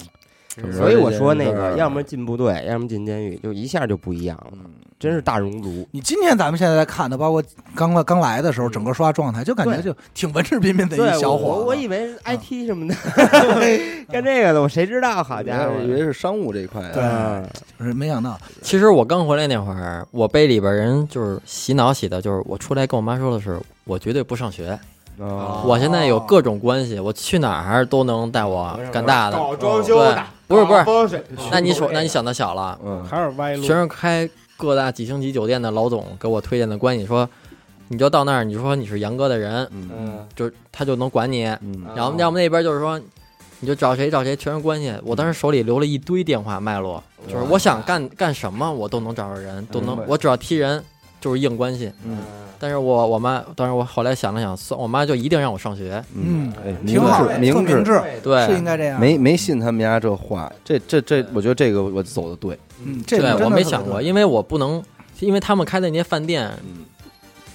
这是
所以我说那
这
个，
个
要么进部队，要么进监狱，就一下就不一样了，真是大熔炉。
你今天咱们现在在看的，包括刚刚刚来的时候，整个刷状态，就感觉
对
就挺文质彬彬的
对，
一小
我
伙
我
子。
我以为是 IT 什么的，干这个的，我谁知道？好家伙，
以为是商务这一块啊。
嗯
就是没想到，
其实我刚回来那会儿，我被里边人就是洗脑洗的，就是我出来跟我妈说的是，我绝对不上学，
哦
啊，
哦我现在有各种关系，我去哪儿都能带我干大的。
搞装修的
对，不是不是
搞风水
那你说，那你想的小了，
嗯，
还是歪路
学。生开各大几星级酒店的老总给我推荐的关系，说你就到那儿，你就说你是杨哥的人，
嗯
嗯
就是他就能管你。
嗯，
然后要么那边就是说，你就找谁找谁，全是关系。我当时手里留了一堆电话脉络，就是我想干干什么，我都能找着人，都
明白
能，我只要踢人就是硬关系。
嗯
但是我我妈，当时我后来想了想，算我妈就一定让我上学，
嗯
嗯，
哎
挺好的，
明
特
智
明
智，
智，是应
对。
该这样。
没没信他们家这话，这这这，我觉得这个我走的对，
嗯，这
对，
个
我没想过，因
为
为我不能，因为他们开的那些饭店
嗯，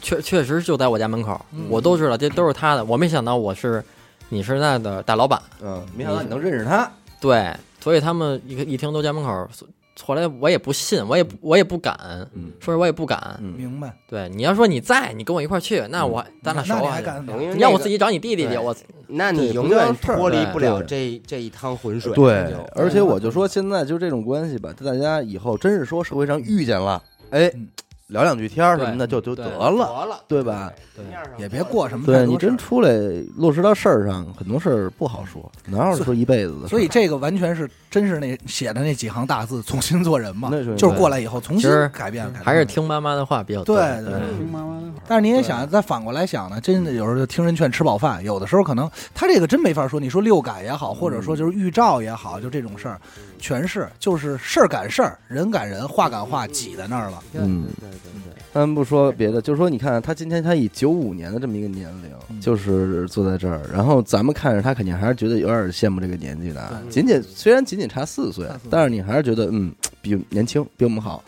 确确实就在我家门口
嗯，
我都知道，这都是他的。我没想到我是，你是那的大老板，
嗯，没想到你能认识他，
对，所以他们一一听都家门口，所后来我也不信，我也不我也不敢，
嗯
说实话我也不敢。
嗯，
明白，
对，你要说你在，你跟我一块儿去，那我咱俩熟
嗯那你
啊
还。干
等于
你让
那
我
个
自己找你弟弟去，
对
我
那
对
你永
不叫
远
事儿
脱离
对
不了这这一趟浑水。
对
就，嗯
而且我就说现在就这种关系吧，大家以后真是说社会上遇见了，哎
嗯，
聊两句天儿什么的就就
对
得了，
得了，
对吧？
对
面上
也别过什么太多
对你真
事
出来落实到事儿上，很多事儿不好说，哪有说一辈子的事
儿
儿？
所以这个完全是真是那写的那几行大字，重新做人嘛
那是，
就是过来以后重
其
新
实
改变，改变
还是听妈妈的话比较
对
多
对对
听妈妈的话，
但是你也想，再反过来想呢，真的有时候就听人劝吃饱饭，有的时候可能他这个真没法说。你说六感也好，或者说就是预兆也好，就这种事儿，全是就是事儿赶事儿，人赶人，话赶话，挤在那儿了。
对
嗯
对对对对，
咱们不说别的，就说你看他今天他以九五年的这么一个年龄，
嗯
就是坐在这儿，然后咱们看着他，肯定还是觉得有点羡慕这个年纪的啊。
对
仅仅虽然仅仅差四岁啊
差四岁，
但是你还是觉得嗯，比年轻，比我们好。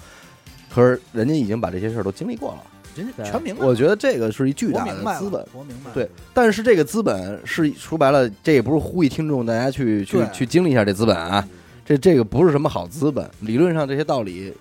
可是人家已经把这些事儿都经历过了，
人家全明白了，
哎我觉得这个是一巨
我
大
明白了
的资本。
我明白了。
对，但是这个资本是说白了，这也不是呼吁听众大家去去
对嗯
去经历一下这资本啊，这这个不是什么好资本。理论上这些道理，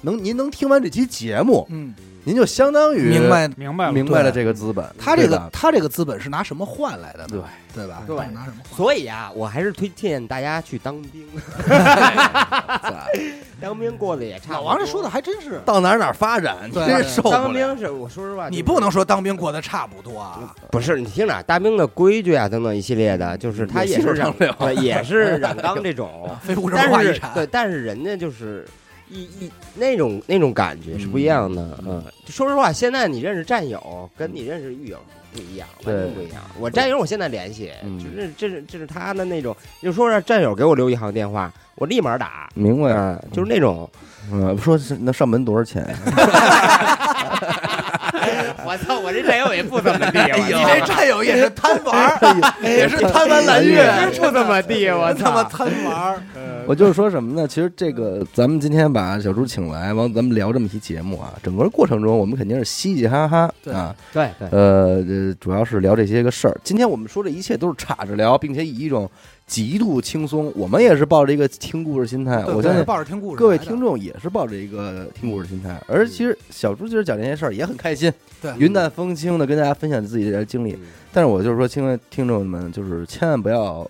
能您能听完这期节目，
嗯，
您就相当于
明白。
明白了，
明白了这个资本，
他这
对
个
吧
他这个资本是拿什么换来的呢？
对
对吧？
对
到底拿什么换？
所以啊，我还是推荐大家去当兵， 当兵过得也差不多。
老王这说的还真是，
到哪儿哪儿发展，你
对
真是受不了。
当兵是我说实话，
你
就是
不能说当兵过得差不多啊。，
不是你听着啊，大兵的规矩啊等等一系列的，就是他嗯也是染，对也 是染缸这种
非物质文化
但
遗
是
产，
对，但是人家就是一一那种那种感觉是不一样的。嗯，说实话，现在你认识战友，跟你认识狱友不一样，完全不一样。我战友我现在联系，
嗯
就是这是这是他的那种，就说让战友给我留银行电话，我立马打。
明白啊，
嗯，就是那种，
嗯，说是那上门多少钱？
我操！我这战友也不怎么地，
你这战友也是贪玩儿，也是贪玩蓝月，
不怎么地，我
他妈
操！
贪玩儿。
我就是说什么呢？其实这个，咱们今天把小朱请来，完咱们聊这么一期节目啊，整个过程中我们肯定是嘻嘻哈哈
对
啊，
对对，
呃，这主要是聊这些个事儿。今天我们说这一切都是岔着聊，并且以一种极度轻松，我们也是抱着一个听故事心态。我相
现在
信
抱着听故事，
各位听，众也是抱着一个听故事心态，而其实小朱今儿讲这些事儿也很开心，
对
云淡风轻的跟大家分享自己的
嗯
经历。但是我就是说，听听众们，就是千万不要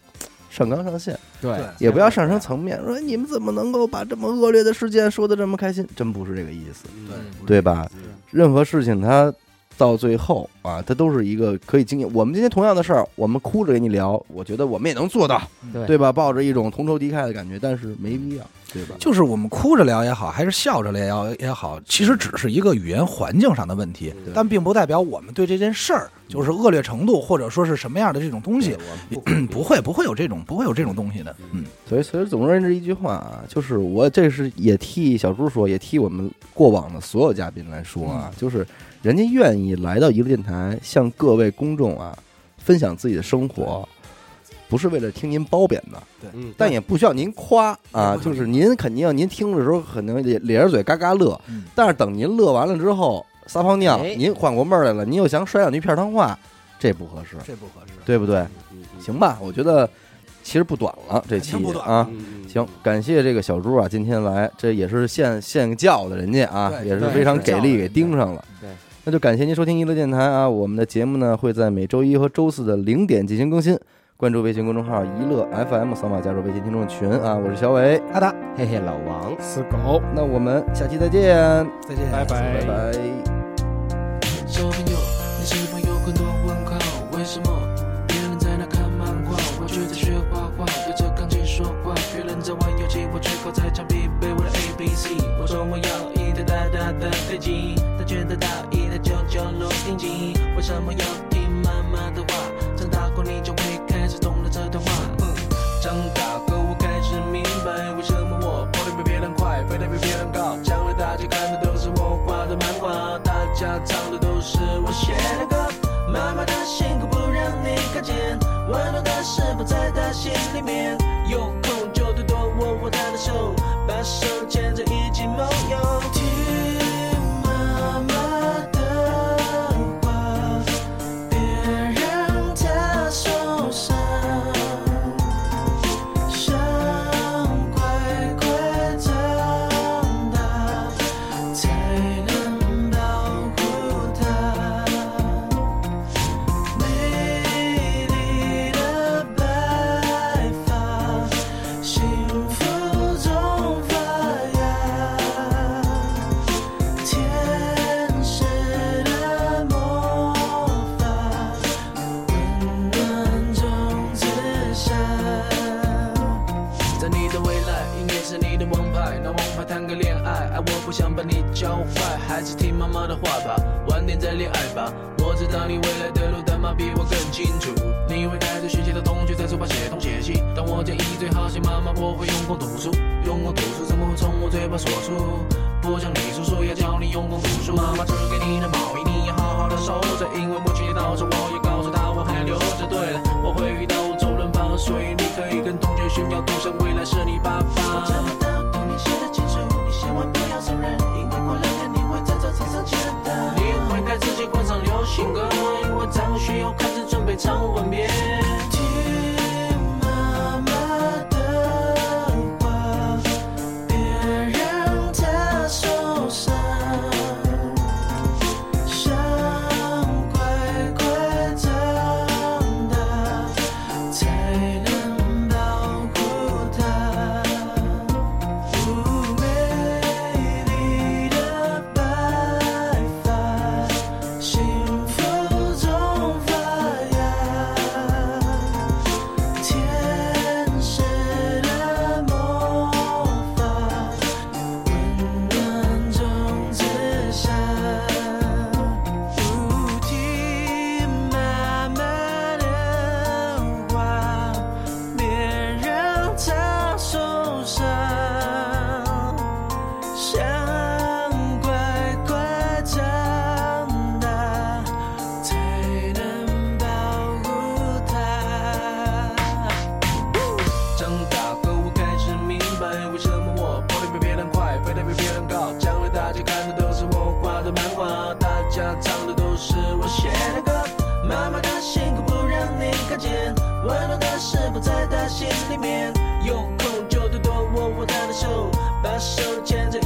上纲上线，
对
对
也不要上升层面，说你们怎么能够把这么恶劣的事件说的这么开心？真不是这个意思，
嗯
对
对吧？任何事情它到最后啊，它都是一个可以经验。我们今天同样的事儿，我们哭着给你聊，我觉得我们也能做到，
对
对吧？抱着一种同仇敌忾的感觉，但是没必要，对吧？
就是我们哭着聊也好，还是笑着聊也好，其实只是一个语言环境上的问题，但并不代表我们对这件事儿就是恶劣程度，或者说是什么样的这种东西， 不会不会有这种不会有这种东西的。嗯，
所以，所以总而言之一句话啊，就是我这是也替小猪说，也替我们过往的所有嘉宾来说啊，就是人家愿意来到一个电台，向各位公众啊分享自己的生活，不是为了听您褒贬的，
嗯，
但也不需要您夸啊，
对
就是您肯定您听的时候可能咧咧着嘴嘎嘎乐，
嗯
但是等您乐完了之后撒泡尿，
哎
您缓过味儿来了，您又想甩两句片儿汤话，这不合适，
这不合适。
对不对？
嗯
行吧，我觉得其实不短了，这期
肯定不短
啊。
嗯
行，感谢这个小猪啊，今天来，这也是现现叫的人家啊，
对
也是
对
非常
是
给力，给盯上了。
对，
那就感谢您收听娱乐电台啊，我们的节目呢会在每周一和周四的零点进行更新，关注微信公众号“娱乐 FM”，扫码加入微信听众群啊，我是小伟，
阿达，
嘿嘿，老王。
死狗，
那我们下期再见，
再见。
拜拜
拜拜。
小朋友，你是否有很多问号？为什么别人在那看漫画，我却在学画画，对着钢琴说话？别人在玩游戏，我却靠在墙壁背我的 A B C。我说我要一台大大的飞机，他觉得大一台九九录音机。为什么要听妈妈的话？长大后你就会开始懂得这段话。嗯，长大后我开始明白，为什么我跑得比别人快，飞得比别人高。将来大家看的都是我画的漫画，大家唱的都是我写的歌。妈妈的辛苦不让你看见，温暖的是否在她心里面？有空就多多握握她的手，把手牵着一起梦游。听妈妈的话，别让她受伤。想快快长大，才能保护她。美丽的白发，幸福中发芽。天使的魔法。温暖中自杀。在你的未来，音乐是你的王牌，拿王牌谈个恋爱。哎，我不想把你教坏，还是听妈妈的话吧，晚点再恋爱吧。我知道你未来的路，但妈比我更清楚。你会带着学习的同学在书包写东写西，但我建议最好写妈妈，我会用功读书，用功读书怎么会从我嘴巴说出？不像你叔叔要教你用功读书，妈妈织给你的毛衣你要好好的收着，因为母亲节到时我也告诉她我还留着。对了，我会遇到周润发，所以你可以跟同学炫耀，独生未来是你爸爸。我找不到童年写的情书，你千万不要送人，因为过两天你会站在场上见到。你会带自己观赏流行歌，因为张学友开始准备唱吻别。听妈妈的话。别让她受伤，想快快长大，才能保护她。美丽的白发，幸福中发芽。天使的魔法，温暖中自杀。不听妈妈的话，别让她受伤。想乖乖长大，才能保护她。长大后我开始明白，为什么我跑得比别人快，飞得比别人高。将来大家看的都是我画的漫画，大家唱的都是我写的歌。妈妈的辛苦不让你看见，温暖的是否在她心里面？有空就多多握握她的手，把手牵着